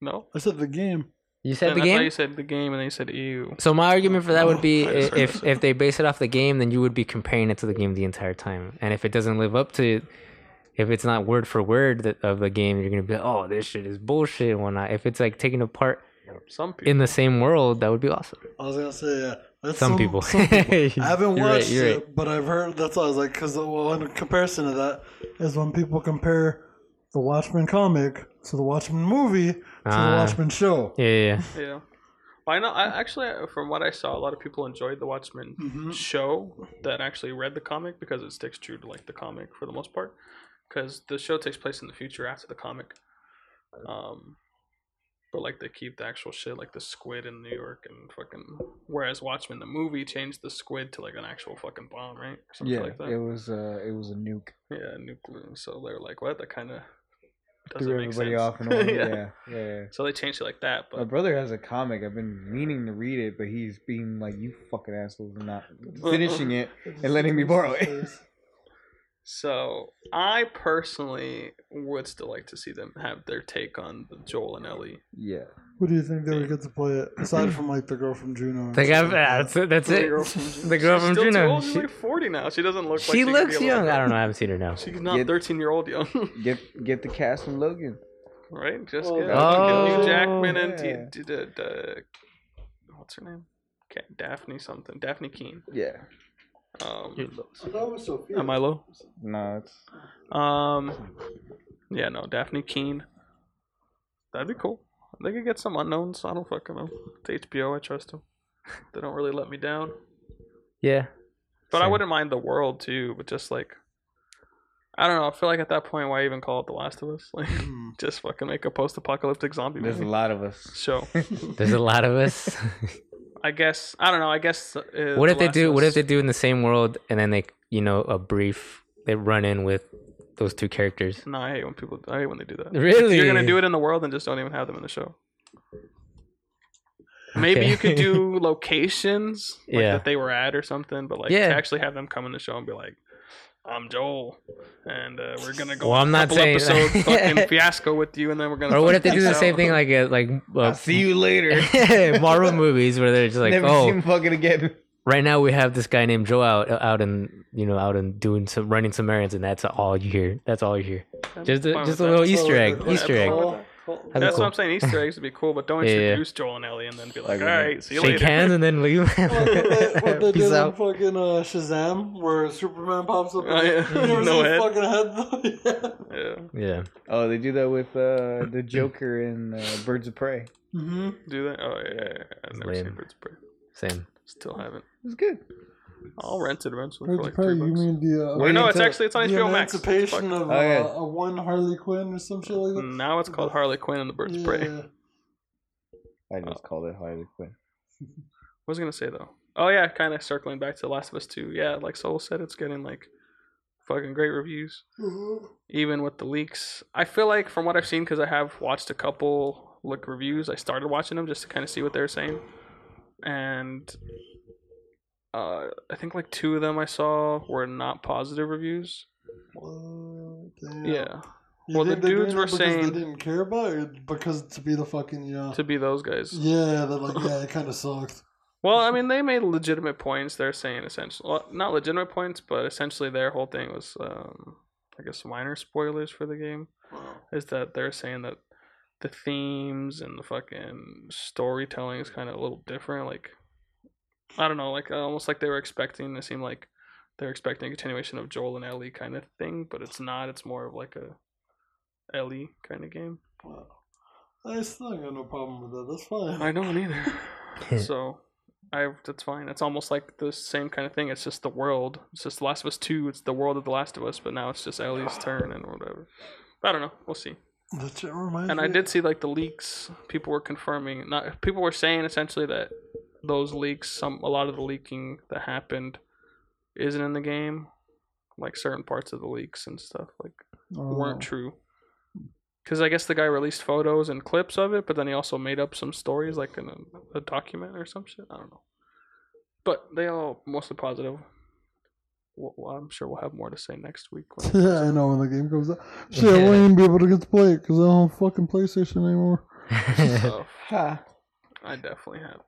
Speaker 2: no.
Speaker 1: I said the game.
Speaker 3: You said
Speaker 2: And
Speaker 3: the
Speaker 2: I thought
Speaker 3: game.
Speaker 2: you said the game, and then you said E ew.
Speaker 3: So my argument for that would be
Speaker 2: [LAUGHS] I just heard
Speaker 3: if if they base it off the game, then you would be comparing it to the game the entire time. And if it doesn't live up to, if it's not word for word that, of the game, you're gonna be like, oh, this shit is bullshit and whatnot. If it's like taken apart
Speaker 2: Some people.
Speaker 3: in the same world, that would be awesome.
Speaker 1: I was gonna say yeah. That's
Speaker 3: Some, people. [LAUGHS]
Speaker 1: some people. I haven't
Speaker 3: You're right,
Speaker 1: watched
Speaker 3: you're
Speaker 1: it, but I've heard. That's why I was like, because well, in comparison to that is when people compare the Watchmen comic to the Watchmen movie to
Speaker 3: Ah.
Speaker 1: the Watchmen show.
Speaker 3: Yeah, yeah, yeah.
Speaker 2: yeah. I know. I actually, from what I saw, a lot of people enjoyed the Watchmen
Speaker 1: Mhm.
Speaker 2: show that actually read the comic because it sticks true to like the comic for the most part. Because the show takes place in the future after the comic, um, but like they keep the actual shit like the squid in New York and fucking. Whereas Watchmen the movie changed the squid to like an actual fucking bomb, right? Or something
Speaker 5: Yeah,
Speaker 2: like that.
Speaker 5: it was uh, it was a nuke.
Speaker 2: Yeah, nuclear. So they're like, what? That kind of doesn't
Speaker 5: Threw
Speaker 2: make
Speaker 5: everybody
Speaker 2: sense.
Speaker 5: off
Speaker 2: [LAUGHS]
Speaker 5: and away.
Speaker 2: yeah.
Speaker 5: yeah, yeah. yeah.
Speaker 2: So they changed it like that,
Speaker 5: My
Speaker 2: but
Speaker 5: brother has a comic. I've been meaning to read it, but he's being like, "You fucking
Speaker 2: [LAUGHS]
Speaker 5: assholes!" and not finishing it and letting me borrow it.
Speaker 2: So I personally would still like to see them have their take on the Joel and Ellie.
Speaker 5: Yeah,
Speaker 1: Who do you think they would get to play it aside from like the girl from Juno? or
Speaker 3: Like I've, uh,
Speaker 1: something like
Speaker 2: [LAUGHS]
Speaker 3: that's it. That's it. The girl
Speaker 2: She's
Speaker 3: from
Speaker 2: still too
Speaker 3: Juno.
Speaker 2: old. She's
Speaker 3: She-
Speaker 2: like forty now. She doesn't look. like
Speaker 3: She
Speaker 2: could
Speaker 3: looks
Speaker 2: be a little
Speaker 3: young.
Speaker 2: girl.
Speaker 3: I don't know. I haven't seen her now.
Speaker 2: She's not
Speaker 5: Yeah.
Speaker 2: thirteen-year-old young, [LAUGHS]
Speaker 5: get get the cast from Logan.
Speaker 2: right? Just
Speaker 1: Oh,
Speaker 2: get
Speaker 3: Oh,
Speaker 2: Hugh Jackman and
Speaker 5: yeah.
Speaker 2: D- d- d- d- what's her name? Okay, Daphne something. Daphne Keene.
Speaker 5: Yeah,
Speaker 2: Um,
Speaker 1: that? That was Sophia.
Speaker 2: am I low?
Speaker 5: no, it's
Speaker 2: Um, yeah, no, Daphne Keene. That'd be cool. They could get some unknowns. I don't fucking know. It's HBO. I trust them. They don't really let me down.
Speaker 3: Yeah.
Speaker 2: But I
Speaker 3: Same.
Speaker 2: wouldn't mind the world too. But just like, I don't know. I feel like at that point, why even call it The Last of Us? [LAUGHS] Like,
Speaker 1: Hmm.
Speaker 2: just fucking make a post-apocalyptic zombie
Speaker 5: there's a
Speaker 2: movie.
Speaker 5: lot of us.
Speaker 2: So
Speaker 3: There's a lot of
Speaker 2: [LAUGHS]
Speaker 3: us.
Speaker 2: I guess I don't know. I guess uh, The
Speaker 3: what if they
Speaker 2: Last
Speaker 3: do?
Speaker 2: of
Speaker 3: What if
Speaker 2: Us-
Speaker 3: they do in the same world and then they, you know, a brief they run in with those two characters?
Speaker 2: No, I hate when people. I hate when they do that.
Speaker 3: Really?
Speaker 2: If you're gonna do it in the world and just don't even have them in the show. Maybe
Speaker 3: Okay.
Speaker 2: you could
Speaker 3: [LAUGHS]
Speaker 2: do locations like,
Speaker 3: Yeah.
Speaker 2: that they were at or something, but like
Speaker 3: Yeah.
Speaker 2: to actually have them come in the show and be like, "I'm Joel, and uh, we're gonna go
Speaker 3: Well,
Speaker 2: on
Speaker 3: I'm
Speaker 2: a
Speaker 3: not
Speaker 2: couple
Speaker 3: saying-
Speaker 2: episode
Speaker 3: [LAUGHS]
Speaker 2: fucking fiasco with you, and then we're gonna."
Speaker 3: Or what
Speaker 2: fucking
Speaker 3: if they do the
Speaker 2: peace
Speaker 3: same
Speaker 2: out."
Speaker 3: thing like uh,
Speaker 2: [LAUGHS]
Speaker 3: like
Speaker 5: I'll
Speaker 3: uh, [LAUGHS]
Speaker 5: see you later.
Speaker 3: Marvel movies where they're just like,
Speaker 5: Never
Speaker 3: oh,
Speaker 5: see him fucking again.
Speaker 3: right now we have this guy named Joe out uh, out and you know out and doing some running some errands, and that's all you hear. That's all you hear.
Speaker 2: I'm
Speaker 3: Just a,
Speaker 2: fine with
Speaker 3: just a
Speaker 2: that.
Speaker 3: little
Speaker 1: So,
Speaker 3: Oh, Easter
Speaker 1: like,
Speaker 3: egg.
Speaker 1: like,
Speaker 3: Easter egg.
Speaker 1: Col- Col-
Speaker 3: That'd be
Speaker 2: That's
Speaker 3: cool.
Speaker 2: what I'm saying. Easter eggs would be cool, but don't
Speaker 3: Yeah, yeah.
Speaker 2: introduce Joel and Ellie and then be like,
Speaker 5: Like,
Speaker 2: "All right, see you
Speaker 3: Shake
Speaker 2: later."
Speaker 3: hands and then
Speaker 1: [LAUGHS]
Speaker 3: leave.
Speaker 1: what they, what they
Speaker 3: [LAUGHS] Peace
Speaker 1: did in
Speaker 3: out.
Speaker 1: fucking uh, Shazam, where Superman pops up.
Speaker 2: [LAUGHS]
Speaker 1: [LAUGHS]
Speaker 2: Oh, yeah.
Speaker 1: You never
Speaker 2: [LAUGHS] No
Speaker 1: see his
Speaker 2: head.
Speaker 1: fucking head though. [LAUGHS]
Speaker 2: Yeah,
Speaker 3: Yeah.
Speaker 5: Oh, they do that with [LAUGHS] uh, the Joker and uh, Birds of Prey. It
Speaker 1: yeah. hmm
Speaker 2: do that. Oh yeah, yeah, yeah. I've never seen
Speaker 3: Lame.
Speaker 2: Birds of Prey.
Speaker 3: Same. [LAUGHS]
Speaker 2: Still haven't.
Speaker 5: was good.
Speaker 2: I'll rent it eventually
Speaker 1: Birds
Speaker 2: for
Speaker 1: of
Speaker 2: like
Speaker 1: Prey,
Speaker 2: three
Speaker 1: you
Speaker 2: bucks.
Speaker 1: mean the uh,
Speaker 2: Wait, no, it's
Speaker 5: until-
Speaker 2: actually it's on
Speaker 1: the
Speaker 2: HBO Max. What the fuck?
Speaker 1: emancipation of
Speaker 5: Oh, yeah.
Speaker 1: uh, a one Harley Quinn or some shit like that.
Speaker 2: Now it's called Harley Quinn and the Birds of Prey.
Speaker 1: Yeah.
Speaker 2: What
Speaker 5: I just called it Harley Quinn.
Speaker 2: was I gonna say though? Oh yeah, kind of circling back to The Last of Us Two. Yeah, like Soul said, it's getting like fucking great reviews, even with the leaks. I feel like from what I've seen, because I have watched a couple like reviews. I started watching them just to kind of see what they were saying, and uh, I think like two of them I saw were not positive reviews.
Speaker 1: What?
Speaker 2: Yeah,
Speaker 1: Uh, Damn. You
Speaker 2: Well, the
Speaker 1: think they're doing
Speaker 2: dudes
Speaker 1: it
Speaker 2: were
Speaker 1: because
Speaker 2: saying-
Speaker 1: they didn't care about it, or because to be the fucking yeah,
Speaker 2: to be those guys.
Speaker 1: yeah, that like yeah,
Speaker 2: [LAUGHS]
Speaker 1: it kind of sucked.
Speaker 2: Well, I mean, they made legitimate points. They're saying essentially, well, not legitimate points, but essentially their whole thing was, um, I guess, minor spoilers for the game. Is that they're saying that the themes and the fucking storytelling is kind of a little different. Like, I don't know, like uh, almost like they were expecting. It seemed like they're expecting a continuation of Joel and Ellie kind of thing, but it's not. It's more of like a Ellie kind of game.
Speaker 1: Wow. I still ain't got no problem with that. That's fine.
Speaker 2: I don't either. so, I that's fine. It's almost like the same kind of thing. It's just the world. It's just The Last of Us Two. It's the world of The Last of Us, but now it's just Ellie's turn and whatever. I don't know. We'll see.
Speaker 1: That shit reminds
Speaker 2: And
Speaker 1: me.
Speaker 2: I did see like the leaks. People were confirming. Not people were saying essentially that those leaks, some a lot of the leaking that happened, isn't in the game. Like certain parts of the leaks and stuff like
Speaker 1: Oh. [LAUGHS]
Speaker 3: Mm.
Speaker 2: weren't true. Because I guess the guy released photos and clips of it, but then he also made up some stories, like in a, a document or some shit. I don't know. But they all mostly positive. Well, well, I'm sure we'll have more to say next week. when-
Speaker 1: Yeah, I know when the game
Speaker 2: [LAUGHS]
Speaker 1: comes out. Shit, I won't even be able to get to play it because I don't have fucking PlayStation anymore.
Speaker 3: [LAUGHS]
Speaker 1: [LAUGHS]
Speaker 2: so,
Speaker 5: Ha.
Speaker 2: I definitely have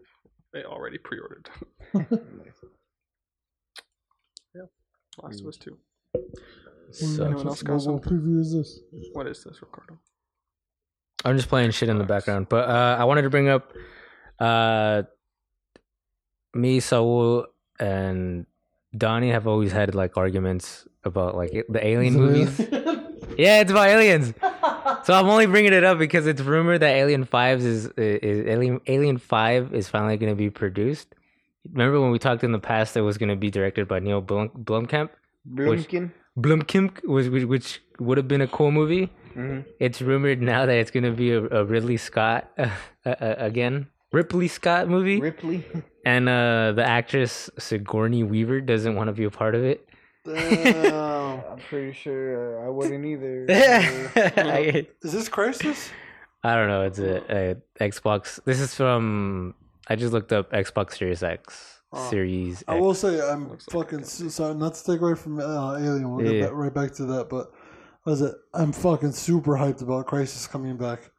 Speaker 2: it already pre-ordered. [LAUGHS] yeah, Last of
Speaker 3: Mm.
Speaker 2: Us Two.
Speaker 3: so,
Speaker 2: Anyone else got
Speaker 1: Mobile
Speaker 2: something?
Speaker 1: preview is this?
Speaker 2: What is this, Ricardo?
Speaker 3: I'm just playing shit in the background, but uh, I wanted to bring up uh, me, Saul, and Donnie have always
Speaker 1: [LAUGHS]
Speaker 3: had like arguments about like the alien movies. Yeah, it's about aliens. So I'm only bringing it up because it's rumored that Alien Fives is is Alien Alien Five is finally going to be produced. Remember when we talked in the past that it was going to be directed by Neil Blum, Blumkamp?
Speaker 5: Bloomkin.
Speaker 3: Blumkamp was which, which would have been a cool movie.
Speaker 5: Mm-hmm.
Speaker 3: It's rumored now that it's going to be a, a Ridley Scott [LAUGHS] uh, uh, uh, again. Ripley Scott movie
Speaker 5: Ripley.
Speaker 3: and uh the actress Sigourney Weaver doesn't want to be a part of
Speaker 1: [LAUGHS]
Speaker 3: it.
Speaker 2: [LAUGHS]
Speaker 1: Damn.
Speaker 5: I'm pretty sure uh, I wouldn't [LAUGHS] either.
Speaker 3: I,
Speaker 1: Is this
Speaker 2: [LAUGHS]
Speaker 1: crisis?
Speaker 3: I don't know. It's a, a Xbox. This is from. I just looked up Xbox Series X.
Speaker 1: Oh.
Speaker 3: Series
Speaker 1: I
Speaker 3: X.
Speaker 1: will say I'm fucking su- sorry. Not to take away from uh, Alien. We'll
Speaker 3: Yeah.
Speaker 1: get back, right back to that, but what is it? I'm fucking super hyped about Crisis coming back.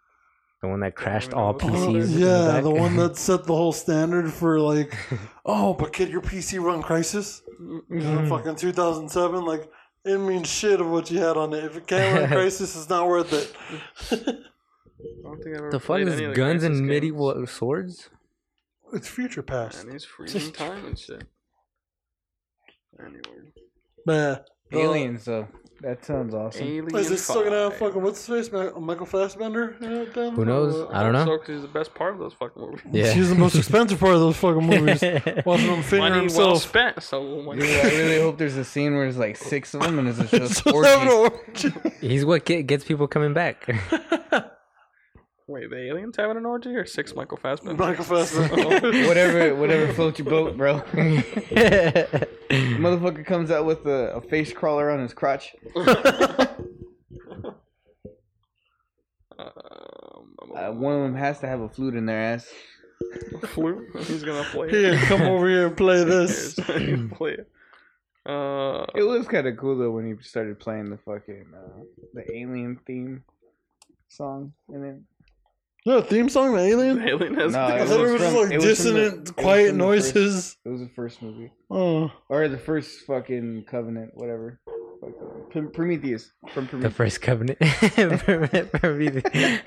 Speaker 3: the one that crashed
Speaker 2: Oh,
Speaker 3: all
Speaker 2: yeah.
Speaker 3: PCs. in the
Speaker 1: yeah,
Speaker 3: back.
Speaker 1: the one [LAUGHS]
Speaker 3: [LAUGHS]
Speaker 1: that set the whole standard for like, oh, but could your PC run Crisis?
Speaker 3: Mm-hmm.
Speaker 1: In fucking 2007, like it means shit of what you had on it. If it can't
Speaker 3: [LAUGHS]
Speaker 1: run Crisis, it's not worth it.
Speaker 2: I don't think I've ever
Speaker 3: the fuck
Speaker 2: played
Speaker 3: is
Speaker 2: any of the
Speaker 3: guns
Speaker 2: Crisis
Speaker 3: and
Speaker 2: games.
Speaker 3: medieval swords?
Speaker 1: It's future past.
Speaker 2: And it's freezing time and shit. Anyway.
Speaker 1: Nah.
Speaker 5: Aliens, though. That sounds awesome.
Speaker 2: Alien
Speaker 1: Is it still gonna have
Speaker 2: five.
Speaker 1: fucking what's his face? Ma- Michael Fassbender? Uh, down
Speaker 3: Who
Speaker 1: there?
Speaker 3: knows?
Speaker 1: Uh,
Speaker 3: I don't
Speaker 2: So,
Speaker 3: know.
Speaker 2: 'cause he's the best part of those fucking movies.
Speaker 3: Yeah. [LAUGHS]
Speaker 1: He's the most expensive part of those fucking movies. Watching him finger
Speaker 2: Money
Speaker 1: [LAUGHS]
Speaker 2: well
Speaker 1: himself.
Speaker 2: spent. So [LAUGHS]
Speaker 5: Dude, I really hope there's a scene where there's like six of them and [LAUGHS] it's just
Speaker 1: Just having
Speaker 5: orgy.
Speaker 1: an orgy.
Speaker 3: He's what get, gets people
Speaker 1: [LAUGHS]
Speaker 3: coming back.
Speaker 2: wait, the aliens having an orgy or six Michael Fassbender?
Speaker 1: Michael Fassbender. [LAUGHS]
Speaker 5: Whatever, whatever floats your boat, [LAUGHS] bro.
Speaker 3: That's
Speaker 5: Motherfucker comes out with a, a face crawler on his crotch.
Speaker 2: [LAUGHS]
Speaker 1: [LAUGHS]
Speaker 2: Um,
Speaker 5: Uh, one of them has to have a flute in their ass.
Speaker 2: flute. [LAUGHS] He's gonna play.
Speaker 1: Here, come over here and play
Speaker 2: [LAUGHS]
Speaker 1: this.
Speaker 2: Here's- play it. Uh,
Speaker 5: It was kind of cool though when he started playing the fucking uh, the alien theme song, and then
Speaker 1: No theme song, The Alien.
Speaker 2: alien has.
Speaker 5: No,
Speaker 1: I
Speaker 5: it
Speaker 1: thought it
Speaker 5: was
Speaker 1: was just
Speaker 5: from-
Speaker 1: like
Speaker 5: it was from the-
Speaker 1: dissonant,
Speaker 5: it was
Speaker 1: quiet
Speaker 5: from the first-
Speaker 1: noises.
Speaker 5: it was the first movie
Speaker 1: [LAUGHS] Oh,
Speaker 5: or the first fucking Covenant, whatever. Fuck, uh, Pr- Prometheus from
Speaker 3: the
Speaker 5: Prometheus.
Speaker 3: first covenant. [LAUGHS]
Speaker 5: [LAUGHS]
Speaker 3: Prometheus.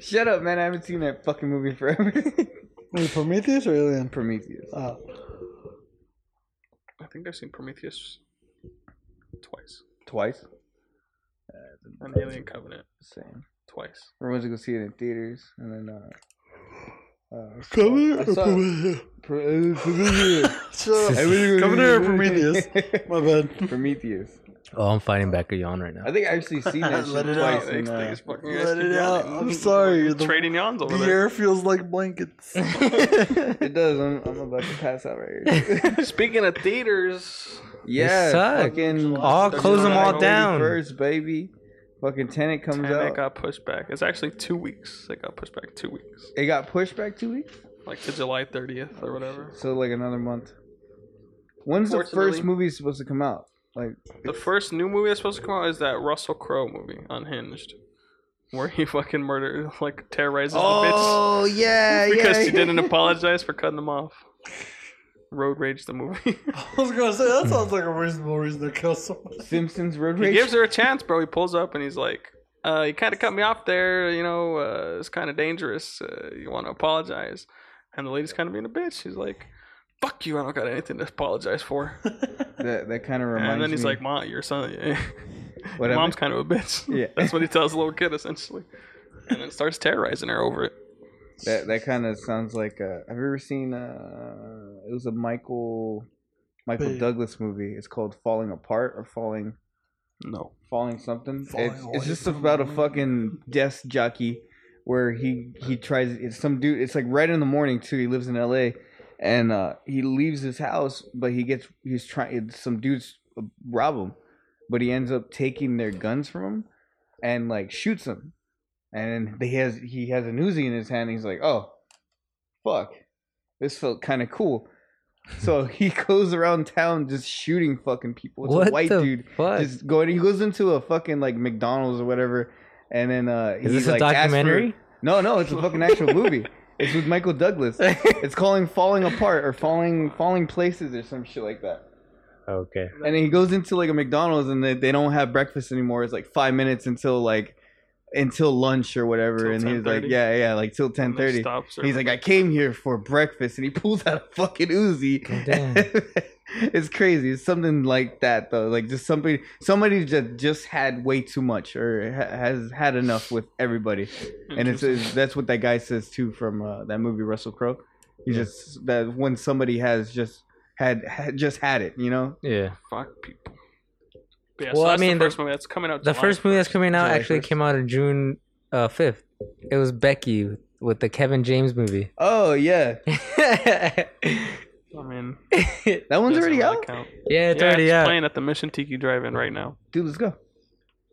Speaker 5: Shut up, man! I haven't seen that fucking movie forever. [LAUGHS]
Speaker 1: wait, Prometheus or Alien?
Speaker 5: Prometheus.
Speaker 1: Oh,
Speaker 2: I think I've seen Prometheus twice.
Speaker 5: Twice.
Speaker 2: And Alien Covenant
Speaker 5: Same.
Speaker 2: twice.
Speaker 5: We're going to go see it in theaters, and then. Uh, uh, I saw-
Speaker 1: Covenant
Speaker 5: I
Speaker 1: or
Speaker 5: saw-
Speaker 1: Prometheus?
Speaker 5: Pro- uh, Prometheus.
Speaker 1: Shut up. [LAUGHS] Covenant [LAUGHS] or Prometheus? My bad.
Speaker 5: [LAUGHS] Prometheus.
Speaker 3: oh, I'm fighting back you on right
Speaker 5: [LAUGHS]
Speaker 3: now.
Speaker 5: I think I
Speaker 1: [LAUGHS]
Speaker 5: actually seen that shit
Speaker 1: Let it out.
Speaker 5: twice. in,
Speaker 2: Thanks,
Speaker 5: uh,
Speaker 2: thanks, fucking
Speaker 1: Let
Speaker 2: guys, keep
Speaker 1: it out.
Speaker 2: yawning.
Speaker 1: I'm sorry,
Speaker 2: You're
Speaker 1: the-
Speaker 2: trading yawns over
Speaker 1: The
Speaker 2: there.
Speaker 1: air feels like
Speaker 3: [LAUGHS]
Speaker 1: blankets.
Speaker 5: It does. I'm, I'm about to pass out
Speaker 3: [LAUGHS]
Speaker 5: right here. [LAUGHS]
Speaker 2: Speaking of theaters,
Speaker 5: yeah,
Speaker 3: suck.
Speaker 5: fucking
Speaker 3: All close them all
Speaker 2: July
Speaker 3: down.
Speaker 5: First baby, fucking Tenant comes
Speaker 2: and it
Speaker 5: out.
Speaker 2: got pushed back. It's actually two weeks. It got pushed back two weeks,
Speaker 5: It got pushed back two weeks,
Speaker 2: like to July 30th
Speaker 5: Oh,
Speaker 2: or whatever.
Speaker 5: so like another month. When's the
Speaker 2: Fortunately-
Speaker 5: first movie supposed to come out? Like
Speaker 2: The first new movie that's supposed to come out is that Russell Crowe movie, Unhinged, where he [LAUGHS] fucking murder, like terrorizes
Speaker 5: Oh yeah,
Speaker 2: the bitch because
Speaker 5: yeah.
Speaker 2: she didn't apologize for cutting them off. Road rage the movie.
Speaker 1: [LAUGHS]
Speaker 2: [LAUGHS]
Speaker 1: I was gonna say that sounds like a reasonable reason to kill someone.
Speaker 5: Simpsons Road
Speaker 2: he
Speaker 5: Rage.
Speaker 2: gives her a chance, bro. He pulls up and he's like, uh, "You kind of cut me off there. You know, uh, it's kind of dangerous. Uh, you want to apologize?" And the lady's kind of being a bitch. She's like, "Fuck you! I don't got anything to apologize
Speaker 5: [LAUGHS]
Speaker 2: for."
Speaker 5: that that kind of reminds me.
Speaker 2: and then he's like, "Ma, your son, [LAUGHS]
Speaker 5: What
Speaker 2: your
Speaker 5: happened?
Speaker 2: mom's kind of a bitch." [LAUGHS]
Speaker 5: [LAUGHS] Yeah.
Speaker 2: that's what he tells the little kid essentially, and then starts terrorizing her over it.
Speaker 5: That that kind of sounds like. Uh, have you ever seen? Uh, it was a Michael Michael
Speaker 1: Big.
Speaker 5: Douglas movie. It's called Falling Apart or Falling
Speaker 2: No,
Speaker 5: Falling Something.
Speaker 1: Falling
Speaker 5: it's,
Speaker 1: away
Speaker 5: it's just
Speaker 1: from
Speaker 5: about a
Speaker 1: home.
Speaker 5: fucking desk jockey where he he tries. It's some dude. It's like right in the morning too. He lives in L.A. and uh, he leaves his house, but he gets he's trying. Some dudes uh, rob him, but he ends up taking their guns from him and like shoots them. And he has he has an Uzi in his hand. And he's like, oh, fuck, this felt kind of cool. So [LAUGHS] he goes around town just shooting fucking people. It's a
Speaker 3: What
Speaker 5: white
Speaker 3: the
Speaker 5: dude
Speaker 3: fuck?
Speaker 5: just going. He goes into a fucking like McDonald's or whatever, and then uh,
Speaker 3: Is
Speaker 5: he,
Speaker 3: this a
Speaker 5: like, asks for-
Speaker 3: documentary?
Speaker 5: no, no, it's a fucking actual
Speaker 3: [LAUGHS]
Speaker 5: movie. It's with Michael Douglas. It's calling "Falling Apart" or "Falling Falling Places" or some shit like that.
Speaker 3: Okay.
Speaker 5: And then he goes into like a McDonald's and they, they don't have breakfast anymore. It's like five minutes until like until lunch or whatever.
Speaker 2: Till
Speaker 5: and he's like,
Speaker 2: 10:30.
Speaker 5: yeah, yeah, like till ten
Speaker 2: And then
Speaker 5: thirty.
Speaker 2: stops her. Hmm.
Speaker 5: He's like, I came here for breakfast, and he pulls out a fucking Uzi.
Speaker 3: damn.
Speaker 5: [LAUGHS] It's crazy. It's something like that though. Like just somebody, somebody that just had way too much or ha- has had enough with everybody, and it's, it's that's what that guy says too from uh, that movie Russell Crowe. He just that when somebody has just had, had just had it, you know.
Speaker 3: Yeah.
Speaker 2: Fuck people. But yeah,
Speaker 3: Well,
Speaker 2: so
Speaker 3: I
Speaker 2: that's
Speaker 3: mean,
Speaker 2: the
Speaker 3: the-
Speaker 2: first movie that's coming out.
Speaker 3: The
Speaker 2: July
Speaker 3: first movie that's coming out
Speaker 5: July
Speaker 3: actually
Speaker 5: 1st.
Speaker 3: came out on June uh, 5th. It was Becky with the Kevin James movie. [LAUGHS]
Speaker 5: Oh yeah,
Speaker 3: yeah,
Speaker 2: I mean,
Speaker 3: it's
Speaker 5: that one's
Speaker 2: doesn't
Speaker 5: already
Speaker 2: really
Speaker 5: out.
Speaker 2: count. yeah,
Speaker 3: already
Speaker 2: it's
Speaker 3: out.
Speaker 2: playing at the Mission Tiki Drive-In right now.
Speaker 5: Dude, let's go.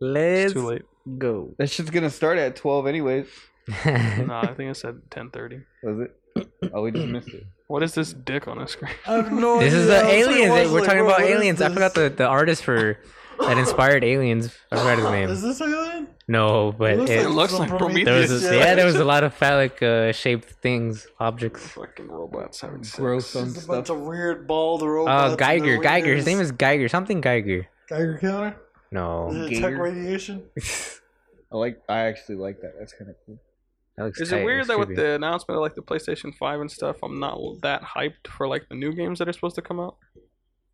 Speaker 2: It's
Speaker 3: Let's
Speaker 2: too
Speaker 3: [LAUGHS]
Speaker 2: late.
Speaker 3: go.
Speaker 5: That shit's gonna start at twelve anyways.
Speaker 3: [LAUGHS]
Speaker 2: no, I think it said 10:30.
Speaker 5: Was it?
Speaker 2: [COUGHS]
Speaker 5: Oh, we just missed it.
Speaker 2: What is this dick on the screen?
Speaker 1: [LAUGHS]
Speaker 2: [LAUGHS]
Speaker 1: I have no
Speaker 3: This
Speaker 1: idea.
Speaker 3: is
Speaker 1: I was
Speaker 3: the
Speaker 1: like,
Speaker 3: aliens.
Speaker 1: Oh, what
Speaker 3: We're
Speaker 1: is-
Speaker 3: talking
Speaker 1: what
Speaker 3: about
Speaker 1: is
Speaker 3: aliens. I
Speaker 1: this?
Speaker 3: forgot the, the artist for that inspired aliens. I forgot his name.
Speaker 1: Is this alien?
Speaker 3: No, but
Speaker 1: looks
Speaker 3: it,
Speaker 2: It looks
Speaker 1: some
Speaker 2: like
Speaker 3: [LAUGHS] there
Speaker 2: Prometheus.
Speaker 3: was
Speaker 2: this
Speaker 3: a, yeah, there was a lot of phallic uh, shaped things, objects.
Speaker 2: Fucking robot 76.
Speaker 5: Gross on
Speaker 1: It's a bunch
Speaker 5: stuff.
Speaker 1: of weird bald robots.
Speaker 3: Uh,
Speaker 1: and
Speaker 3: Geiger,
Speaker 1: their
Speaker 3: Geiger.
Speaker 1: wings.
Speaker 3: His name is Geiger. Something Geiger.
Speaker 1: Geiger counter.
Speaker 3: No,
Speaker 1: Is it tech
Speaker 5: Geiger.
Speaker 1: radiation?
Speaker 5: I like. I actually like that. That's kind of cool.
Speaker 3: that looks
Speaker 2: Is
Speaker 3: tight.
Speaker 2: it weird
Speaker 3: Looks
Speaker 2: that with
Speaker 3: creepy.
Speaker 2: the announcement of like the PlayStation 5 and stuff, I'm not that hyped for like the new games that are supposed to come out?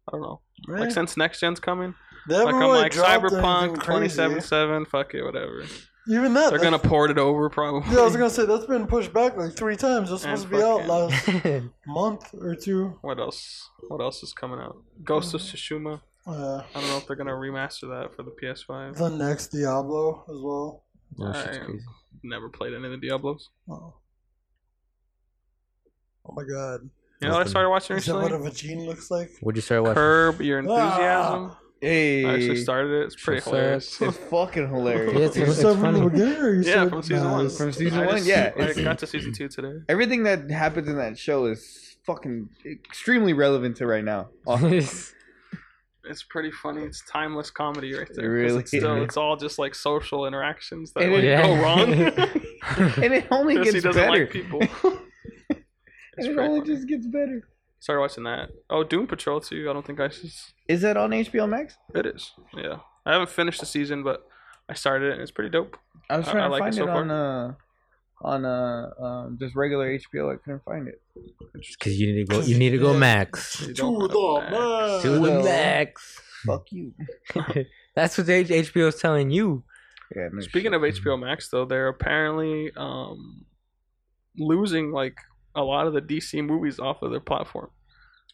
Speaker 2: I don't know.
Speaker 1: Eh,
Speaker 2: Like since next gen's coming,
Speaker 1: they
Speaker 2: like
Speaker 1: haven't
Speaker 2: I'm
Speaker 1: really
Speaker 2: like
Speaker 1: dropped
Speaker 2: Cyberpunk
Speaker 1: anything crazy.
Speaker 2: 2077, fuck it, whatever.
Speaker 1: Even that,
Speaker 2: They're
Speaker 1: that's-
Speaker 2: gonna port it over probably.
Speaker 1: Yeah, I was gonna say that's been pushed back like three times. That's
Speaker 2: Man,
Speaker 1: supposed to be out
Speaker 2: fucking- [LAUGHS]
Speaker 1: last month or two.
Speaker 2: What else? What else is coming out? Ghost of Tsushima.
Speaker 1: Uh,
Speaker 2: I don't know if they're gonna remaster that for the PS5.
Speaker 1: the next Diablo as well.
Speaker 3: [LAUGHS] No, shit's
Speaker 2: Alright.
Speaker 3: crazy.
Speaker 2: Never played any of the Diablos.
Speaker 1: Oh, oh my god!
Speaker 2: You know what I
Speaker 3: Nothing.
Speaker 2: started watching
Speaker 1: Is that what a
Speaker 2: recently?
Speaker 1: vagine looks like?
Speaker 3: Would you start watching? [LAUGHS]
Speaker 2: Curb Your Enthusiasm.
Speaker 5: Hey,
Speaker 2: I actually started it. It's pretty
Speaker 3: Shit
Speaker 2: hilarious.
Speaker 5: It's fucking
Speaker 3: Yeah, it's,
Speaker 5: hilarious.
Speaker 3: it's
Speaker 1: Seven from the
Speaker 3: funny.
Speaker 1: beginning, or you
Speaker 2: [LAUGHS] Yeah,
Speaker 1: said-
Speaker 2: from season one.
Speaker 1: it's-
Speaker 5: From season
Speaker 2: I
Speaker 5: one,
Speaker 2: just-
Speaker 5: yeah.
Speaker 2: I
Speaker 5: it's-
Speaker 2: got to season two today.
Speaker 5: everything that happens in that show is fucking extremely relevant to right now.
Speaker 2: It's pretty funny. It's timeless comedy right there. 'cause
Speaker 5: really
Speaker 2: it's still,
Speaker 5: is.
Speaker 2: it's all just like social interactions that
Speaker 5: It
Speaker 2: like,
Speaker 3: is.
Speaker 2: go
Speaker 3: Yeah.
Speaker 5: [LAUGHS]
Speaker 2: wrong.
Speaker 5: and it
Speaker 2: [LAUGHS]
Speaker 5: only
Speaker 2: Because
Speaker 5: gets
Speaker 2: he doesn't
Speaker 5: better.
Speaker 2: like [LAUGHS] people.
Speaker 5: [LAUGHS] and
Speaker 2: It's
Speaker 5: it
Speaker 2: pretty
Speaker 5: only
Speaker 2: funny.
Speaker 5: just gets better.
Speaker 2: Started watching that. Oh, Doom Patrol too. I don't think I should.
Speaker 5: Is that on HBO Max?
Speaker 2: It is. Yeah, I haven't finished the season, but I started it and it's pretty dope.
Speaker 5: I was
Speaker 2: I-
Speaker 5: trying
Speaker 2: I
Speaker 5: to
Speaker 2: like it
Speaker 5: find it,
Speaker 2: so far.
Speaker 5: on uh on uh um, just regular HBO. I couldn't find it.
Speaker 3: Because you need to go. You need to go
Speaker 1: Yeah.
Speaker 3: max.
Speaker 2: You don't
Speaker 1: To
Speaker 2: have
Speaker 1: the
Speaker 2: that.
Speaker 1: man.
Speaker 3: To the
Speaker 5: Well.
Speaker 3: max. [LAUGHS]
Speaker 5: Fuck you.
Speaker 3: That's what H- HBO is telling you.
Speaker 5: Yeah, no
Speaker 2: Speaking of HBO Max, though, they're apparently um, losing like a lot of the DC movies off of their platform.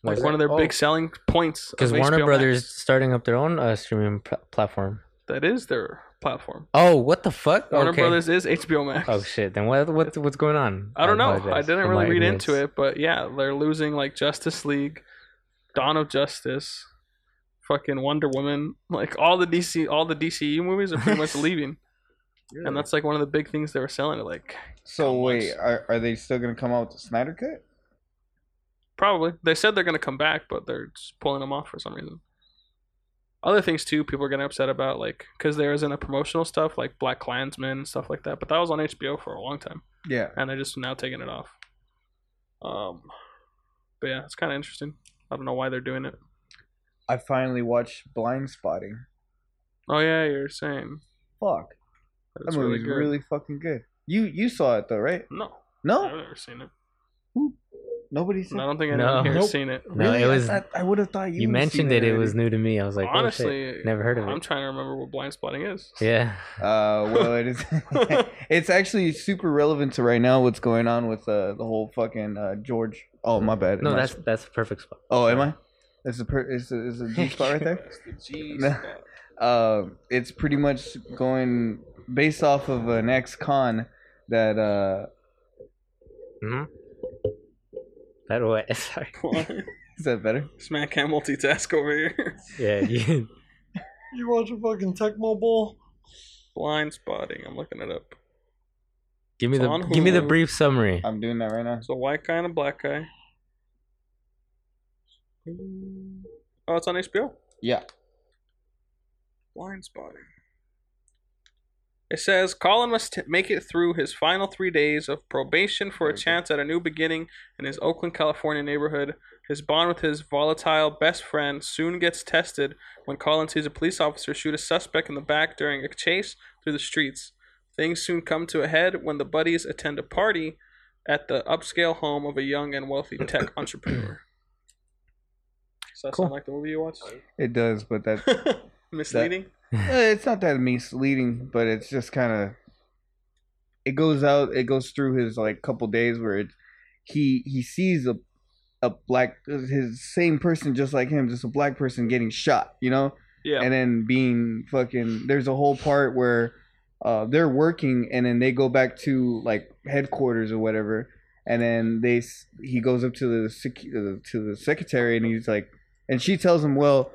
Speaker 2: Like one of their big selling points. of
Speaker 3: Oh. Because Warner
Speaker 2: HBO
Speaker 3: Brothers
Speaker 2: Max.
Speaker 3: starting up their own uh, streaming pl- platform.
Speaker 2: That is their platform.
Speaker 3: Oh, what the fuck?
Speaker 2: Warner
Speaker 3: okay.
Speaker 2: Brothers is HBO Max.
Speaker 3: Oh shit! Then what? What? What's going on?
Speaker 2: I don't know.
Speaker 3: apologize
Speaker 2: I didn't
Speaker 3: for
Speaker 2: really
Speaker 3: my
Speaker 2: read
Speaker 3: ignorance.
Speaker 2: into it, but yeah, they're losing like Justice League, Dawn of Justice, fucking Wonder Woman, like all the DC, all the DCU movies are pretty
Speaker 3: [LAUGHS]
Speaker 2: much leaving, and that's like one of the big things they were selling. Like
Speaker 5: So
Speaker 2: Come
Speaker 5: wait,
Speaker 2: on.
Speaker 5: are, are they still gonna come out with the Snyder cut?
Speaker 2: Probably. They said they're going to come back, but they're just pulling them off for some reason. Other things too, people are getting upset about, like because there isn't a promotional stuff like Black Klansman and stuff like that. But that was on HBO for a long time,
Speaker 5: Yeah.
Speaker 2: and they're just now taking it off. Um, but yeah, it's kind of interesting. I don't know why they're doing it.
Speaker 5: I finally watched Blind Spotting.
Speaker 2: Oh yeah, you're saying
Speaker 5: Fuck.
Speaker 2: that
Speaker 5: That
Speaker 2: it's
Speaker 5: movie's
Speaker 2: really
Speaker 5: really,
Speaker 2: good.
Speaker 5: fucking good. You you saw it though, right?
Speaker 2: No, I've
Speaker 5: No?
Speaker 2: never seen it.
Speaker 5: Nobody
Speaker 2: And
Speaker 5: said
Speaker 2: I don't think
Speaker 3: No.
Speaker 2: anyone here has
Speaker 3: Nope.
Speaker 2: seen it.
Speaker 3: No,
Speaker 5: Really?
Speaker 3: it
Speaker 5: I
Speaker 3: was.
Speaker 5: thought- I, would have thought
Speaker 3: You
Speaker 5: you would've
Speaker 3: mentioned
Speaker 5: seen
Speaker 3: it. It
Speaker 5: already.
Speaker 3: was new to me. I was like, oh, honestly,
Speaker 2: Honestly,
Speaker 3: never heard of
Speaker 2: I'm
Speaker 3: it.
Speaker 2: trying to remember what blind spotting is.
Speaker 3: Yeah.
Speaker 5: Uh, well,
Speaker 3: [LAUGHS]
Speaker 5: it is. [LAUGHS] it's actually super relevant to right now. What's going on with uh, the whole fucking uh, George? Oh, my bad.
Speaker 3: No,
Speaker 5: Am I-
Speaker 3: that's that's a perfect spot.
Speaker 5: Oh, am I? Is the per- is the, is the
Speaker 3: [LAUGHS]
Speaker 5: deep spot right there?
Speaker 2: Jeez.
Speaker 5: No. Um, it's pretty much going based off of an ex-con that uh,
Speaker 3: hmm Mm-hmm. That what? [LAUGHS] Sorry.
Speaker 5: [LAUGHS] is that better?
Speaker 2: [LAUGHS] Smack can multitask over here.
Speaker 3: Yeah. You,
Speaker 1: You watch a fucking Tecmo Bowl?
Speaker 2: Blind spotting. I'm looking it up.
Speaker 3: give me
Speaker 2: It's
Speaker 3: the
Speaker 2: on
Speaker 3: give me the
Speaker 2: Hulu.
Speaker 3: brief summary.
Speaker 5: I'm doing that right now.
Speaker 2: It's a white guy and a black guy. Oh, it's on HBO.
Speaker 5: Yeah.
Speaker 2: Blind spotting. It says Colin must t- make it through his final three days of probation for a chance at a new beginning in his Oakland, California neighborhood. His bond with his volatile best friend soon gets tested when Colin sees a police officer shoot a suspect in the back during a chase through the streets. Things soon come to a head when the buddies attend a party at the upscale home of a young and wealthy tech entrepreneur. Does that sound
Speaker 3: Cool.
Speaker 2: like the movie you watched?
Speaker 5: It does, but that
Speaker 2: [LAUGHS] Misleading.
Speaker 5: Eh, it's not that misleading, but it's just kind of it goes out. It goes through his like couple days where it, he he sees a a black his same person just like him, just a black person getting shot, you know,
Speaker 2: Yeah.
Speaker 5: and then being fucking. There's a whole part where uh, they're working and then they go back to like headquarters or whatever, and then they s- he goes up to the sec- uh, to the secretary and he's like, and she tells him, well.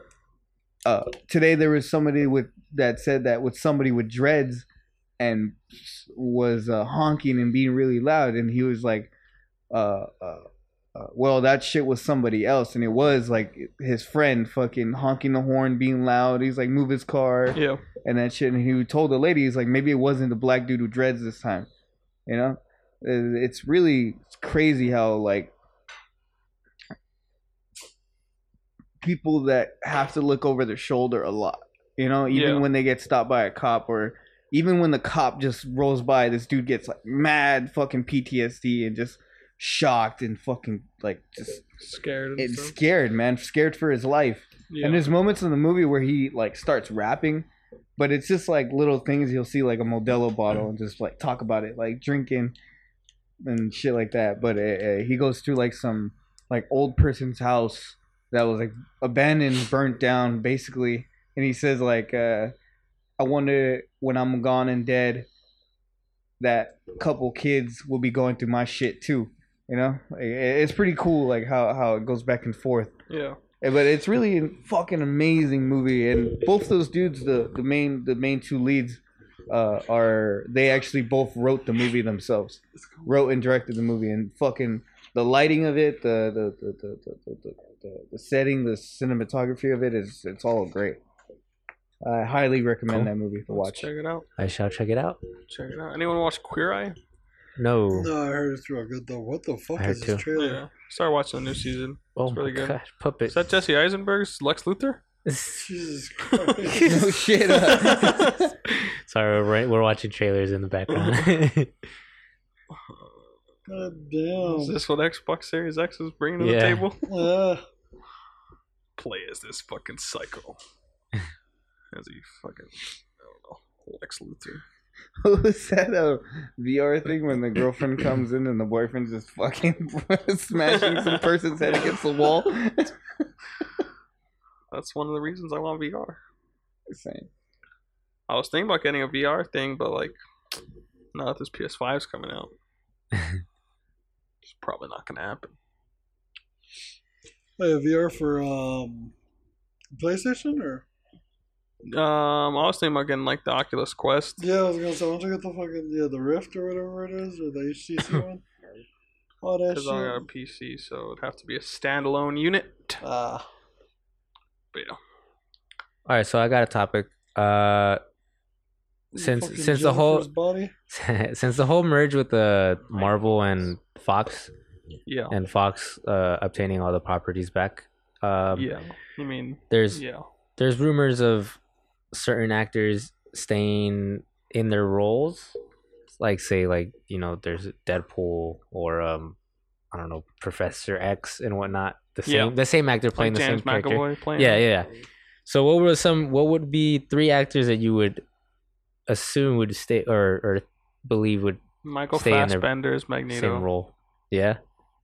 Speaker 5: Uh, today there was somebody with that said that with somebody with dreads and was uh, honking and being really loud and he was like uh, uh, uh, well that shit was somebody else and it was like his friend fucking honking the horn being loud he's like move his car
Speaker 2: yeah.
Speaker 5: and that shit. And he told the lady, he's like, maybe it wasn't the black dude who dreads this time. You know, It- it's really crazy how like people that have to look over their shoulder a lot. You know, even
Speaker 2: Yeah.
Speaker 5: when they get stopped by a cop or even when the cop just rolls by, this dude gets like mad fucking PTSD and just shocked and fucking like just
Speaker 2: Scared and
Speaker 5: it's
Speaker 2: stuff.
Speaker 5: scared, man, scared for his life.
Speaker 2: Yeah.
Speaker 5: And there's moments in the movie where he like starts rapping, but it's just like little things you'll see like a Modelo bottle and just like talk about it, like drinking and shit like that. But uh uh he goes through like some like old person's house that was like abandoned, burnt down, basically. And he says like, uh, "I wonder when I'm gone and dead, that couple kids will be going through my shit too." You know, Like, it- it's pretty cool, like how how it goes back and forth.
Speaker 2: yeah.
Speaker 5: Yeah, Eh, But it's really a fucking amazing movie, and both those dudes, the, the main the main two leads, uh, are they actually both wrote the movie themselves, wrote and directed the movie, and fucking the lighting of it, the the the the the, the, the, the, the setting, the cinematography of it is it's all great. I highly recommend
Speaker 3: Cool.
Speaker 5: that movie to
Speaker 2: Let's
Speaker 5: watch. [LAUGHS]
Speaker 2: Check it out.
Speaker 3: I shall check it out.
Speaker 2: Check it out. Anyone watch Queer Eye?
Speaker 3: No.
Speaker 1: No, I heard it's real good though. What the fuck
Speaker 3: I heard
Speaker 1: is this
Speaker 3: too.
Speaker 1: trailer?
Speaker 2: Yeah. Start watching the new season.
Speaker 3: oh
Speaker 2: really
Speaker 3: my
Speaker 2: good.
Speaker 3: god, puppet.
Speaker 2: Is
Speaker 3: [LAUGHS]
Speaker 2: that Jesse Eisenberg's Lex Luthor?
Speaker 1: Jesus Christ.
Speaker 5: no shit. uh,
Speaker 3: [LAUGHS] Sorry, we're, right- we're watching trailers in the background. [LAUGHS]
Speaker 1: God
Speaker 5: Oh.
Speaker 2: Is
Speaker 1: damn.
Speaker 2: this what Xbox Series X is bringing to the
Speaker 3: Yeah.
Speaker 2: table?
Speaker 1: Yeah.
Speaker 2: Play as this fucking psycho. as he fucking, I don't know, Lex Luthor.
Speaker 5: was that a VR thing when the girlfriend comes in and the boyfriend's just fucking [LAUGHS] smashing some person's head against the wall? [LAUGHS]
Speaker 2: That's one of the reasons I want VR.
Speaker 5: Same.
Speaker 2: I was thinking about getting a VR thing, but like, now that this PS5 is coming out, it's probably not gonna happen.
Speaker 1: Wait, a VR for um, PlayStation or?
Speaker 2: Um, I was thinking about getting like the Oculus Quest.
Speaker 1: Yeah, I was gonna say, why don't you get the fucking yeah the Rift or whatever it is or the
Speaker 2: [LAUGHS]
Speaker 1: HTC one? Oh, that
Speaker 2: Because I got a
Speaker 1: shit.
Speaker 2: PC, so it'd have to be a standalone unit.
Speaker 1: Ah,
Speaker 2: But yeah.
Speaker 3: All right, so I got a topic. Uh, since
Speaker 1: fucking
Speaker 3: since the whole
Speaker 1: Jennifer's body.
Speaker 3: [LAUGHS] since the whole merge with the Marvel and Fox
Speaker 2: Yeah.
Speaker 3: and Fox uh, obtaining all the properties back, um,
Speaker 2: yeah. I mean,
Speaker 3: there's
Speaker 2: yeah.
Speaker 3: there's rumors of certain actors staying in their roles, like say like you know there's Deadpool or um I don't know Professor X and whatnot. The same
Speaker 2: Yeah.
Speaker 3: the same actor playing
Speaker 2: Like
Speaker 3: the
Speaker 2: James
Speaker 3: same character.
Speaker 2: McAvoy playing.
Speaker 3: Yeah, yeah, yeah. So what were some? What would be three actors that you would assume would stay or or believe would
Speaker 2: Michael
Speaker 3: Stay in their
Speaker 2: Fassbender is
Speaker 3: same
Speaker 2: Magneto.
Speaker 3: role? Yeah.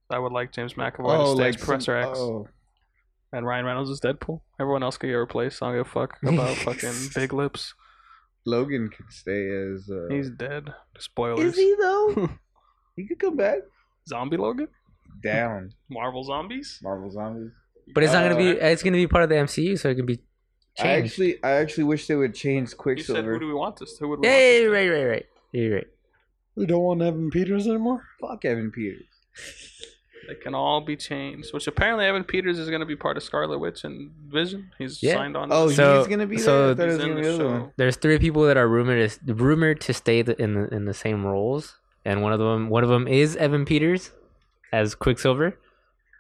Speaker 2: I would like James McAvoy
Speaker 5: Oh,
Speaker 2: to stay as Professor X. And Ryan Reynolds is Deadpool. Everyone else could get replaced. I don't give a fuck about fucking Big Lips.
Speaker 5: Logan can stay as. Uh,
Speaker 2: He's dead. Spoilers.
Speaker 5: though? he could come back.
Speaker 2: Zombie Logan?
Speaker 5: Down
Speaker 2: Marvel Zombies?
Speaker 5: Marvel Zombies.
Speaker 3: But it's not gonna be.
Speaker 2: Uh,
Speaker 3: It's gonna be part of the MCU, so it can be
Speaker 5: I
Speaker 3: changed.
Speaker 5: actually, I actually wish they would
Speaker 2: You
Speaker 5: change
Speaker 2: said who
Speaker 5: Quicksilver.
Speaker 2: do we want this? Who would we
Speaker 3: yeah,
Speaker 2: want
Speaker 3: yeah,
Speaker 2: this
Speaker 3: yeah,
Speaker 2: to?
Speaker 3: right, right, right. You're right.
Speaker 1: We don't want Evan Peters anymore.
Speaker 5: Fuck Evan Peters.
Speaker 2: They can all be changed. Which apparently Evan Peters is going to be part of Scarlet Witch and Vision. He's
Speaker 3: Yeah.
Speaker 2: signed on. to
Speaker 5: Oh,
Speaker 2: this.
Speaker 3: So-
Speaker 5: he's gonna be
Speaker 3: so
Speaker 5: there. I thought it
Speaker 2: he's
Speaker 5: was
Speaker 2: in
Speaker 5: gonna
Speaker 2: the
Speaker 5: be the other one.
Speaker 2: show.
Speaker 3: There's three people that are rumored is rumored to stay the, in the in the same roles, and one of them one of them is Evan Peters as Quicksilver.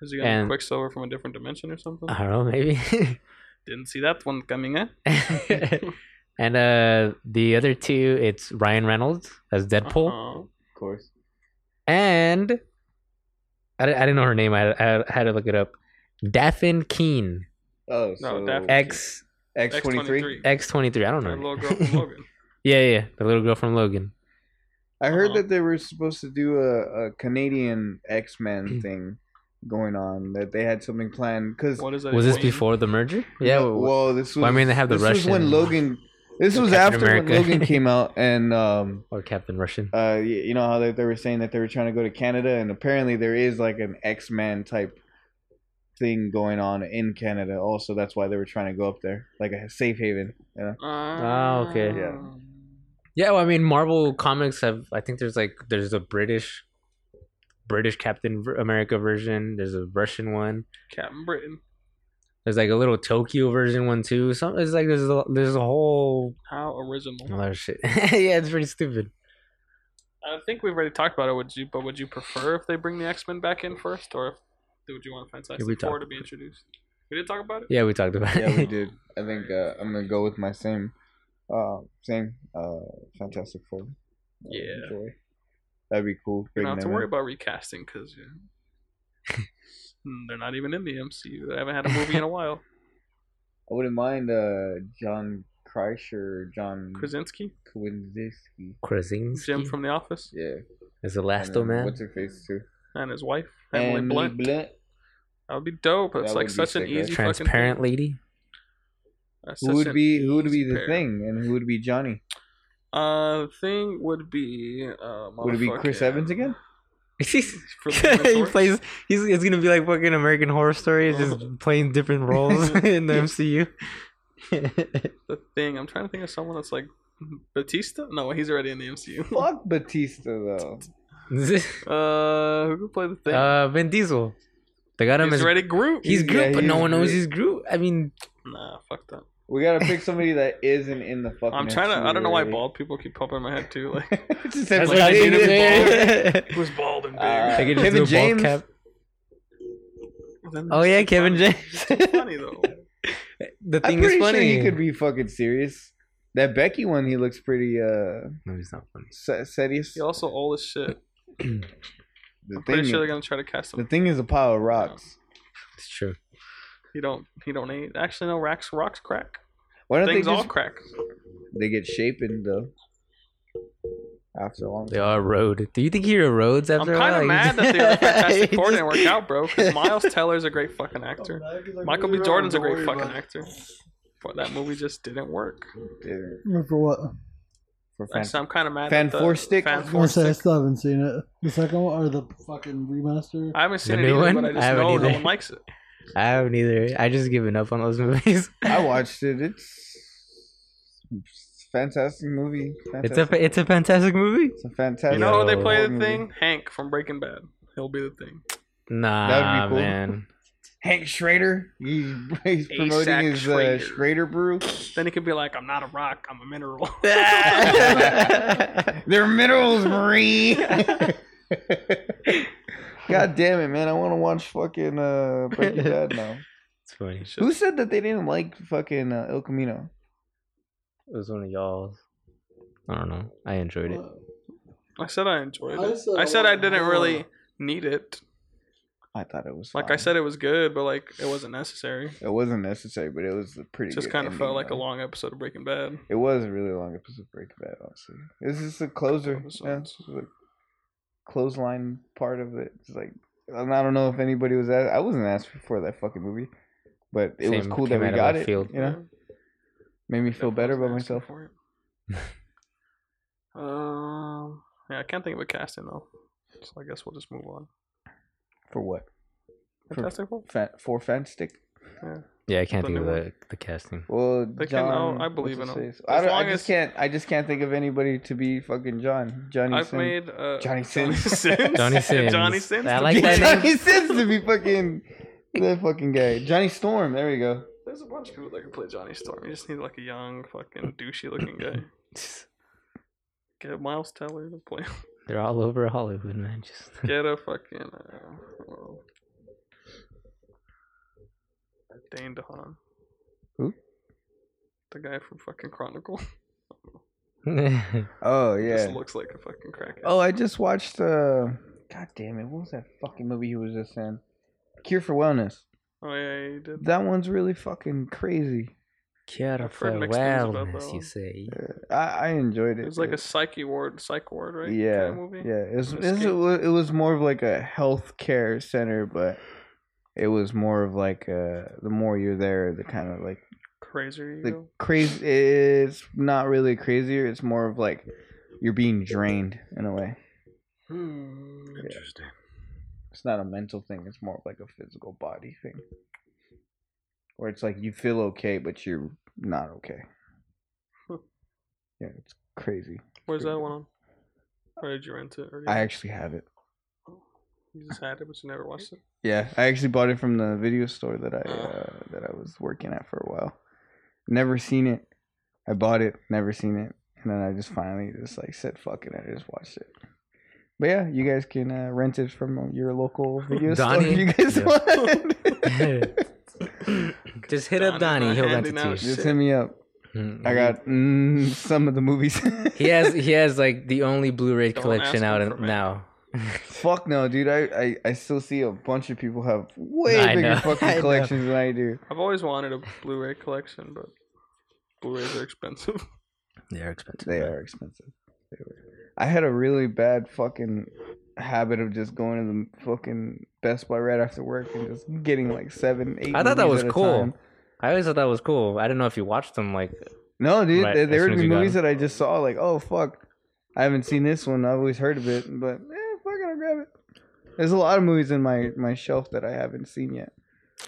Speaker 2: Is he going to
Speaker 3: And- Uh-huh.
Speaker 2: be Quicksilver from a different dimension or something?
Speaker 3: I don't know, maybe. [LAUGHS]
Speaker 2: Didn't see that one coming eh? in.
Speaker 3: and uh the other two, it's Ryan Reynolds as Deadpool.
Speaker 2: Uh-huh.
Speaker 5: Of course.
Speaker 3: and I, di- I didn't know her name. I, I had to look it up. Daphne Keen
Speaker 5: Oh,
Speaker 2: No,
Speaker 5: so
Speaker 2: definitely.
Speaker 3: X
Speaker 5: X twenty three.
Speaker 3: X twenty three. I don't
Speaker 2: Her
Speaker 3: know.
Speaker 2: little girl
Speaker 3: [LAUGHS]
Speaker 2: from Logan.
Speaker 3: Yeah, yeah, the little girl from Logan.
Speaker 5: I heard
Speaker 2: Uh-huh.
Speaker 5: that they were supposed to do a, a Canadian X
Speaker 3: [CLEARS THROAT]
Speaker 5: Men thing going on. That they had something planned because
Speaker 2: What is that?
Speaker 3: Was this
Speaker 2: Wayne?
Speaker 3: before the merger? Yeah.
Speaker 5: Well,
Speaker 3: well,
Speaker 5: this was.
Speaker 3: well, I mean, they have the
Speaker 5: this was
Speaker 3: Russian
Speaker 5: when Logan. This
Speaker 3: or
Speaker 5: was
Speaker 3: Captain
Speaker 5: after
Speaker 3: America.
Speaker 5: when
Speaker 3: [LAUGHS]
Speaker 5: Logan came out, and um,
Speaker 3: or Captain Russian.
Speaker 5: uh, y- you know how they, they were saying that they were trying to go to Canada, and apparently there is like an X Men type thing going on in Canada. Also, that's why they were trying to go up there, like a
Speaker 3: [LAUGHS]
Speaker 5: safe haven. You know?
Speaker 2: Ah,
Speaker 3: okay.
Speaker 5: Yeah.
Speaker 3: Yeah, well, I mean, Marvel comics have. I think there's like there's a British, British Captain Ver- America version. There's a Russian one.
Speaker 2: Captain Britain.
Speaker 3: There's like a little Tokyo version one too. Some it's like there's a there's a whole
Speaker 2: How original.
Speaker 3: other shit. [LAUGHS] yeah, it's pretty stupid.
Speaker 2: I think we've already talked about it. Would you? But would you prefer if they bring the X Men back in first, or if, would you want Fantastic
Speaker 3: we
Speaker 2: Four
Speaker 3: talked
Speaker 2: to be introduced? We did talk about it.
Speaker 3: Yeah, we talked about
Speaker 5: yeah, we
Speaker 3: it.
Speaker 5: did. I think uh, I'm gonna go with my same, uh, same uh, Fantastic Four.
Speaker 2: Yeah.
Speaker 5: Joy. That'd be cool.
Speaker 2: You
Speaker 5: bring
Speaker 2: don't have to
Speaker 5: them
Speaker 2: worry
Speaker 5: in.
Speaker 2: about recasting because
Speaker 3: [LAUGHS]
Speaker 2: they're not even in the MCU. They haven't had a movie in a while.
Speaker 5: I wouldn't mind uh, John Kreisch or John
Speaker 2: Krasinski,
Speaker 5: Kowinski.
Speaker 3: [LAUGHS] Krasinski
Speaker 2: Jim from The Office,
Speaker 5: Yeah.
Speaker 3: is the
Speaker 5: and
Speaker 3: last
Speaker 5: then
Speaker 3: man.
Speaker 5: What's her face too?
Speaker 2: and his wife Emily
Speaker 5: Emily
Speaker 2: Blunt. That would be dope. That's
Speaker 5: That
Speaker 2: like
Speaker 5: would be
Speaker 2: such an
Speaker 5: sick, right?
Speaker 2: easy
Speaker 3: Transparent lady. [LAUGHS]
Speaker 2: Fucking, that's
Speaker 5: Who
Speaker 2: such
Speaker 5: would
Speaker 2: an-
Speaker 5: be Who would be
Speaker 2: It's
Speaker 5: the
Speaker 2: fair.
Speaker 5: thing, and who would be Johnny?
Speaker 2: Uh, thing would be. Uh,
Speaker 5: Would it be Chris
Speaker 2: motherfucking-
Speaker 5: Evans again?
Speaker 2: [LAUGHS] For
Speaker 3: [LAUGHS]
Speaker 2: the
Speaker 3: he
Speaker 2: dinosaurs?
Speaker 3: plays. He's it's gonna be like fucking American Horror Story, it's just playing different roles [LAUGHS] in the MCU.
Speaker 2: the thing. I'm trying to think of someone that's like Batista. No, he's already in the MCU.
Speaker 5: [LAUGHS] Fuck Batista though.
Speaker 2: Uh, who could play the thing?
Speaker 3: uh, Vin Diesel. They got him
Speaker 2: he's
Speaker 3: as
Speaker 2: already Groot.
Speaker 3: He's
Speaker 5: Yeah,
Speaker 3: Groot, but
Speaker 5: he
Speaker 3: no
Speaker 5: is
Speaker 3: one knows
Speaker 5: Groot.
Speaker 3: he's Groot. I mean,
Speaker 2: Nah, fuck that.
Speaker 5: We gotta pick somebody that isn't in the fucking.
Speaker 2: I'm trying to. I don't know why
Speaker 5: [LAUGHS] ball.
Speaker 2: bald people keep popping in my head too. Like,
Speaker 5: [LAUGHS]
Speaker 2: [LAUGHS]
Speaker 5: That's
Speaker 3: what I did [LAUGHS]
Speaker 2: who's bald and big?
Speaker 5: [LAUGHS] Uh,
Speaker 3: They could just
Speaker 5: Kevin
Speaker 3: do a bald
Speaker 5: James.
Speaker 3: cap.
Speaker 2: Then
Speaker 3: Oh
Speaker 2: it's
Speaker 3: yeah,
Speaker 2: too
Speaker 3: Kevin
Speaker 2: funny.
Speaker 3: James.
Speaker 2: It's funny
Speaker 3: [LAUGHS]
Speaker 2: though.
Speaker 3: the
Speaker 5: I'm
Speaker 3: thing
Speaker 5: pretty
Speaker 3: is
Speaker 5: sure
Speaker 3: funny.
Speaker 5: he could be fucking serious. That Becky one, he looks pretty uh
Speaker 3: No, he's not funny.
Speaker 5: se- serious.
Speaker 2: He's also old as shit.
Speaker 5: The
Speaker 2: I'm pretty
Speaker 5: thing
Speaker 2: sure they're
Speaker 5: is-
Speaker 2: gonna try to cast
Speaker 5: The
Speaker 2: him.
Speaker 5: thing is a pile of rocks.
Speaker 3: It's true.
Speaker 2: He don't. He don't need. Actually, no. Racks. Rocks crack.
Speaker 5: Why don't
Speaker 2: Things
Speaker 5: they
Speaker 2: all
Speaker 5: just
Speaker 2: crack.
Speaker 5: they get shapen though? After a long
Speaker 3: They are road. Do you think he erodes
Speaker 2: I'm
Speaker 3: after?
Speaker 2: kind
Speaker 3: a
Speaker 2: of
Speaker 3: while?
Speaker 2: mad
Speaker 3: [LAUGHS]
Speaker 2: that the Fantastic
Speaker 3: He
Speaker 2: Four didn't
Speaker 3: just-
Speaker 2: work out, bro. Because Miles Teller's a great
Speaker 1: [LAUGHS]
Speaker 2: fucking actor. Michael B. Jordan's a great fucking actor. But that movie just didn't work.
Speaker 5: yeah,
Speaker 1: For what?
Speaker 5: for fan.
Speaker 2: Actually, I'm kind of mad.
Speaker 5: Fan
Speaker 2: that the-
Speaker 5: four stick?
Speaker 2: Fan
Speaker 1: I
Speaker 2: four
Speaker 1: say I
Speaker 2: stick.
Speaker 1: still haven't seen it. The second one or the fucking remaster.
Speaker 2: I haven't seen
Speaker 3: The
Speaker 2: it
Speaker 3: new
Speaker 2: either,
Speaker 3: one?
Speaker 2: but I
Speaker 3: I
Speaker 2: just
Speaker 3: haven't
Speaker 2: know no
Speaker 3: either.
Speaker 2: one likes it.
Speaker 3: I haven't either. I just given up on those movies.
Speaker 5: I watched it. It's it's a fantastic movie.
Speaker 3: [LAUGHS] It's
Speaker 5: Fantastic.
Speaker 3: a it's a fantastic movie.
Speaker 5: It's a fantastic.
Speaker 2: You know who they
Speaker 3: Yo.
Speaker 2: play the
Speaker 5: movie.
Speaker 2: thing? Hank from Breaking Bad. He'll be the thing.
Speaker 3: Nah,
Speaker 5: That would be cool.
Speaker 3: man. [LAUGHS]
Speaker 5: Hank Schrader. He, he's promoting
Speaker 2: Asak
Speaker 5: his
Speaker 2: Schrader.
Speaker 5: Uh, Schrader brew.
Speaker 2: Then he could be like, "I'm not a rock. I'm a mineral." [LAUGHS]
Speaker 5: They're
Speaker 2: [LAUGHS]
Speaker 5: minerals, Marie. God damn it, man! I want to watch fucking uh,
Speaker 2: [LAUGHS]
Speaker 5: Breaking Bad now.
Speaker 3: It's funny. It
Speaker 2: It's
Speaker 5: Who
Speaker 2: just-
Speaker 5: said that they didn't like fucking uh, El Camino?
Speaker 3: was one of y'all's. I don't know. I enjoyed it.
Speaker 1: Uh,
Speaker 2: I said I enjoyed
Speaker 1: I
Speaker 2: it.
Speaker 1: said
Speaker 2: I said I
Speaker 1: I
Speaker 2: didn't
Speaker 1: love-
Speaker 2: really need it.
Speaker 5: I thought it was
Speaker 2: Like I
Speaker 5: fine.
Speaker 2: said, it was good, but like it wasn't necessary.
Speaker 5: It wasn't necessary, but it was a pretty.
Speaker 2: It just
Speaker 5: good
Speaker 2: kind of felt
Speaker 5: ending,
Speaker 2: like a
Speaker 5: though.
Speaker 2: long episode of Breaking Bad.
Speaker 5: It was a really long episode of Breaking Bad, honestly. It's just a closer. Yeah,
Speaker 2: Episodes.
Speaker 5: it's just a clothesline part of it. It's like, and I don't know if anybody was asked. I wasn't asked for that fucking movie, but it was
Speaker 3: Same,
Speaker 5: cool
Speaker 3: came
Speaker 5: that we
Speaker 3: out of
Speaker 5: got
Speaker 3: left
Speaker 5: it.
Speaker 3: field.
Speaker 5: You know, made me feel better about myself.
Speaker 2: um, yeah, I can't think of a casting though, so I guess we'll just move on.
Speaker 5: For what? For
Speaker 2: Fantastic Four.
Speaker 5: fan, for fan stick.
Speaker 3: Yeah, I can't
Speaker 2: The
Speaker 3: think of
Speaker 2: new
Speaker 3: the, the casting. [LAUGHS]
Speaker 5: Well,
Speaker 2: They can-
Speaker 5: John.
Speaker 2: oh, I believe
Speaker 5: what's
Speaker 2: in
Speaker 5: his
Speaker 2: him.
Speaker 5: face? I,
Speaker 2: As
Speaker 5: don't, I
Speaker 2: long
Speaker 5: just
Speaker 2: as-
Speaker 5: can't. I just can't think of anybody to be fucking John. Johnny.
Speaker 2: I've
Speaker 5: Sin.
Speaker 2: made uh,
Speaker 5: Johnny Sins.
Speaker 2: Sins.
Speaker 3: [LAUGHS] Johnny
Speaker 2: [LAUGHS]
Speaker 3: Sins.
Speaker 2: Johnny Sins.
Speaker 3: I
Speaker 2: to
Speaker 3: like
Speaker 2: be-
Speaker 3: that name.
Speaker 5: [LAUGHS] Johnny Sins to be fucking that fucking guy. Johnny Storm. There we go.
Speaker 2: There's a bunch of people that can play Johnny Storm. You just need like a young, fucking douchey looking
Speaker 5: [LAUGHS]
Speaker 2: guy. Get Miles Teller to play. him.
Speaker 3: They're all over Hollywood, man. Just
Speaker 2: Get a fucking uh, well, Dane DeHaan.
Speaker 5: Who?
Speaker 2: The guy from fucking Chronicle. [LAUGHS]
Speaker 5: [LAUGHS] Oh
Speaker 2: Just
Speaker 5: yeah.
Speaker 2: looks like a fucking crackhead.
Speaker 5: Oh, I just watched. uh God damn it! What was that fucking movie he was just in? Cure for Wellness.
Speaker 2: Oh yeah, you did.
Speaker 5: That one's really fucking crazy. Uh,
Speaker 3: Care
Speaker 2: I've heard
Speaker 3: for
Speaker 2: mixed things about
Speaker 3: wellness,
Speaker 2: that
Speaker 3: you
Speaker 2: one. [LAUGHS]
Speaker 3: say.
Speaker 5: I, I enjoyed it.
Speaker 2: It was like a
Speaker 5: but-
Speaker 2: psyche ward, psych ward, right?
Speaker 5: yeah,
Speaker 2: Kinda movie?
Speaker 5: yeah. It was,
Speaker 2: An
Speaker 5: it, was,
Speaker 2: escape.
Speaker 5: it wa- it was more of like a healthcare center, but it was more of like uh the more you're there, the kind of like
Speaker 2: Crazier you
Speaker 5: the
Speaker 2: go.
Speaker 5: crazy. It's not really crazier. It's more of like you're being drained in a way.
Speaker 2: Hmm, interesting.
Speaker 5: It's not a mental thing. It's more of like a physical body thing, where it's like you feel okay, but you're not
Speaker 3: [LAUGHS]
Speaker 5: okay.
Speaker 2: Huh.
Speaker 5: Yeah, it's crazy.
Speaker 2: Where's that one on? Where did you rent it? Or
Speaker 5: I actually have it.
Speaker 2: you just had it, but you never watched it.
Speaker 5: Yeah, I actually bought it from the video store that I uh, that I was working at for a while. Never seen it. I bought it, never seen it, and then I just finally just like said fuck it, and I just watched it. But yeah, you guys can uh, rent it from your local video store if
Speaker 3: [LAUGHS] Donnie?
Speaker 5: you guys
Speaker 3: Yeah. [LAUGHS]
Speaker 5: want.
Speaker 3: Just hit up
Speaker 2: Donnie
Speaker 3: Donnie.
Speaker 2: for
Speaker 3: He'll rent
Speaker 2: handing
Speaker 3: it to
Speaker 2: out
Speaker 3: you.
Speaker 5: [LAUGHS] just hit me up.
Speaker 3: Mm,
Speaker 5: I got mm, some of the movies.
Speaker 3: [LAUGHS]
Speaker 5: [LAUGHS]
Speaker 3: He has he has like the only Blu-ray
Speaker 2: Don't ask
Speaker 3: collection out
Speaker 2: him for
Speaker 3: in-
Speaker 2: me.
Speaker 3: now.
Speaker 5: Fuck no, dude. I, I, I still see a bunch of people have way
Speaker 3: I
Speaker 5: bigger
Speaker 3: know, [LAUGHS] I
Speaker 5: fucking
Speaker 3: know.
Speaker 5: collections than I do.
Speaker 2: I've always wanted a Blu-ray collection, but Blu-rays are expensive. [LAUGHS]
Speaker 3: They're expensive.
Speaker 5: They are expensive. They were. I had a really bad fucking habit of just going to the fucking Best Buy right after work and just getting like seven, eight.
Speaker 3: I thought that
Speaker 5: movies
Speaker 3: was
Speaker 5: at a
Speaker 3: cool.
Speaker 5: time.
Speaker 3: I always thought that was cool. I didn't know if you watched them. Like,
Speaker 5: No, dude,
Speaker 3: Right,
Speaker 5: there, there
Speaker 3: as soon
Speaker 5: would
Speaker 3: as
Speaker 5: be
Speaker 3: you got
Speaker 5: movies
Speaker 3: them.
Speaker 5: that I just saw like, oh fuck, I haven't seen this one. I've always heard of it, but eh, fuck it, I'll grab it. There's a lot of movies in my my shelf that I haven't seen yet.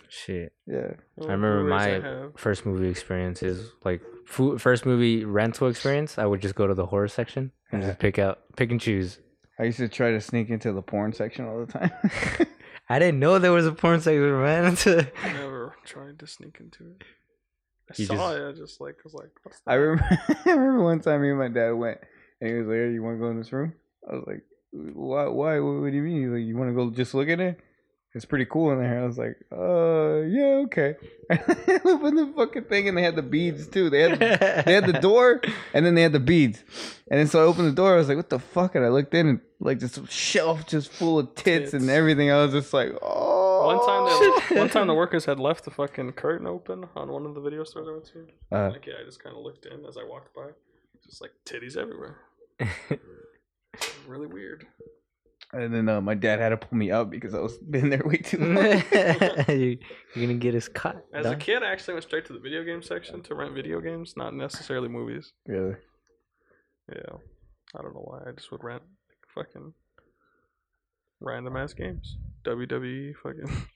Speaker 3: shit.
Speaker 5: Yeah,
Speaker 2: Well,
Speaker 3: I remember
Speaker 2: Blu-rays I
Speaker 3: my
Speaker 2: have.
Speaker 3: first movie experience is like fu- first movie rental experience. I would just go to the horror section and just pick out, pick and choose.
Speaker 5: I used to try to sneak into the porn section all the time. [LAUGHS]
Speaker 3: I didn't know there was a porn section, man. [LAUGHS]
Speaker 2: I never tried to sneak into it. I
Speaker 3: You
Speaker 2: saw
Speaker 3: just-
Speaker 2: it. I just like was like, what's
Speaker 5: I remember, [LAUGHS] I remember one time me and my dad went, and he was like, hey, "You want to go in this room?" I was like, "Why? Why? What, what do you mean? He's like, you want to go just look at it? It's pretty cool in there." I was like, "Uh, yeah, okay." [LAUGHS] I opened the fucking thing, and they had the beads too. They had
Speaker 2: [LAUGHS]
Speaker 5: they had the door, and then they had the beads, and then so I opened the door. I was like, "What the fuck?" And I looked in, and like this shelf just full of tits,
Speaker 2: Tits.
Speaker 5: and everything. I was just like, "Oh."
Speaker 2: One time, the, one
Speaker 5: [LAUGHS]
Speaker 2: time the workers had left the fucking curtain open on one of the video stores I went to.
Speaker 5: Uh.
Speaker 2: like, yeah, I just kind of looked in as I walked by. Just like titties
Speaker 5: [LAUGHS]
Speaker 2: everywhere. really weird.
Speaker 5: and then uh, my dad had to pull me up because I was [LAUGHS] been there
Speaker 3: [LAUGHS]
Speaker 5: way too long.
Speaker 3: you, are gonna get us caught.
Speaker 2: As a
Speaker 3: dog.
Speaker 2: kid, I actually went straight to the video game section to rent video games, not necessarily movies.
Speaker 5: really.
Speaker 2: Yeah. I don't know why. I just would rent fucking random ass games. WWE, fucking. [LAUGHS]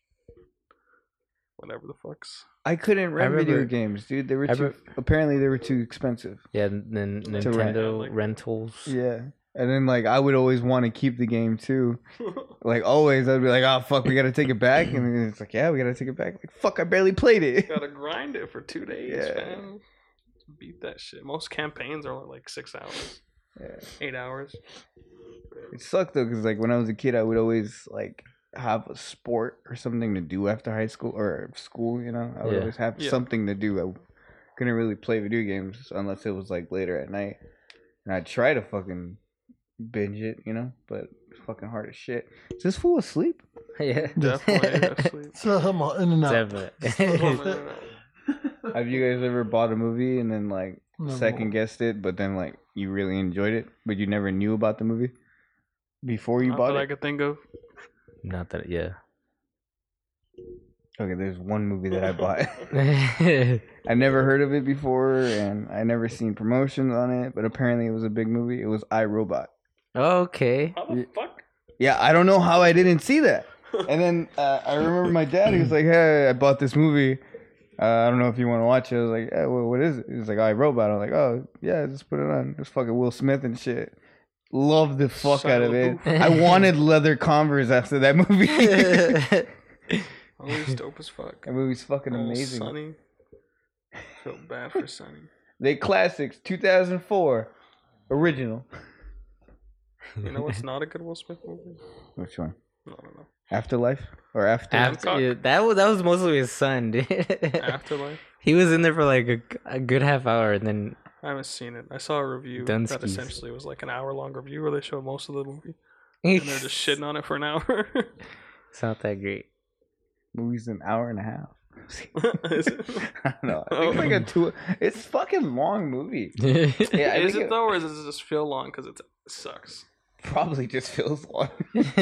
Speaker 2: Whatever the fucks.
Speaker 5: I couldn't rent video
Speaker 3: remember-
Speaker 5: games, dude. They were
Speaker 3: I
Speaker 5: too,
Speaker 3: re-
Speaker 5: apparently they were too expensive.
Speaker 3: yeah, and then
Speaker 2: rent,
Speaker 3: Nintendo
Speaker 2: yeah, like-
Speaker 3: rentals.
Speaker 5: Yeah. And then like I would always want to keep the game too. Like always I'd be like, "Oh fuck, we got to take it back." And then it's like, "Yeah, we got to take it back." Like, "Fuck, I barely played it."
Speaker 2: [LAUGHS]
Speaker 5: [LAUGHS]
Speaker 2: Gotta grind it for two days,
Speaker 5: Yeah.
Speaker 2: man. Beat that shit. Most campaigns are only like six hours,
Speaker 5: Yeah.
Speaker 2: eight
Speaker 5: [LAUGHS]
Speaker 2: hours.
Speaker 5: It sucked though cuz like when I was a kid, I would always like have a sport or something to do after high school or school, you know. I would
Speaker 3: Yeah.
Speaker 5: always have
Speaker 2: Yeah.
Speaker 5: something to do. I couldn't really play video games unless it was like later at night. And I'd try to fucking binge it, you know, but it's fucking hard as shit. Is this fool asleep?
Speaker 3: [LAUGHS] yeah.
Speaker 5: [LAUGHS]
Speaker 2: Definitely. actually.
Speaker 1: So I'm all in and out.
Speaker 2: [LAUGHS]
Speaker 3: [LAUGHS] Definitely.
Speaker 5: Have you guys ever bought a movie and then like
Speaker 1: No.
Speaker 5: second guessed it, but then like you really enjoyed it, but you never knew about the movie before you
Speaker 2: Not
Speaker 5: bought
Speaker 2: that I
Speaker 5: it?
Speaker 2: could think of.
Speaker 3: Not that. Yeah.
Speaker 5: Okay, there's one movie that
Speaker 2: [LAUGHS]
Speaker 5: I bought. [LAUGHS]
Speaker 3: yeah.
Speaker 5: I never heard of it before, and I never seen promotions on it, but apparently it was a big movie. It was I Robot.
Speaker 3: [LAUGHS]
Speaker 2: [LAUGHS]
Speaker 3: Okay.
Speaker 2: How the fuck?
Speaker 5: Yeah, I don't know how I didn't see that. And then uh, I remember my dad. He was like, "Hey, I bought this movie. Uh, I don't know if you want to watch it." I was like, "Yeah, well, what is it?" He was like, "I Robot." I'm like, "Oh yeah, just put it on." It's fucking Will Smith and shit. Love the fuck
Speaker 2: Shia
Speaker 5: out of [LAUGHS] it.
Speaker 2: LaBeouf.
Speaker 5: I wanted leather Converse after that movie. that
Speaker 2: Always dope as fuck.
Speaker 5: movie's fucking
Speaker 2: Oh,
Speaker 5: amazing.
Speaker 2: Sonny. Feel bad for Sonny.
Speaker 5: They classics, 2004, original.
Speaker 2: You know what's not a good Will Smith movie?
Speaker 5: Which one?
Speaker 2: No, I don't know.
Speaker 5: Afterlife or after?
Speaker 3: After yeah, that was that was mostly his son, dude.
Speaker 2: Afterlife.
Speaker 3: [LAUGHS] he was in there for like a, a good half hour, and then
Speaker 2: I haven't seen it. I saw a review that
Speaker 3: Dunskies.
Speaker 2: essentially was like an hour long review where they show
Speaker 3: [LAUGHS]
Speaker 5: [LAUGHS]
Speaker 2: most of the movie and they're just shitting on it for an hour.
Speaker 3: It's not that great.
Speaker 5: movie's an hour and a half.
Speaker 2: [LAUGHS]
Speaker 5: [LAUGHS]
Speaker 2: Is it-
Speaker 5: I don't know. I think it's like a two. It's a fucking long movie. Yeah, I
Speaker 2: Oh. [LAUGHS] is
Speaker 5: think
Speaker 2: it though, or does it just feel long because it sucks? [SIGHS]
Speaker 5: Probably just feels long. [LAUGHS]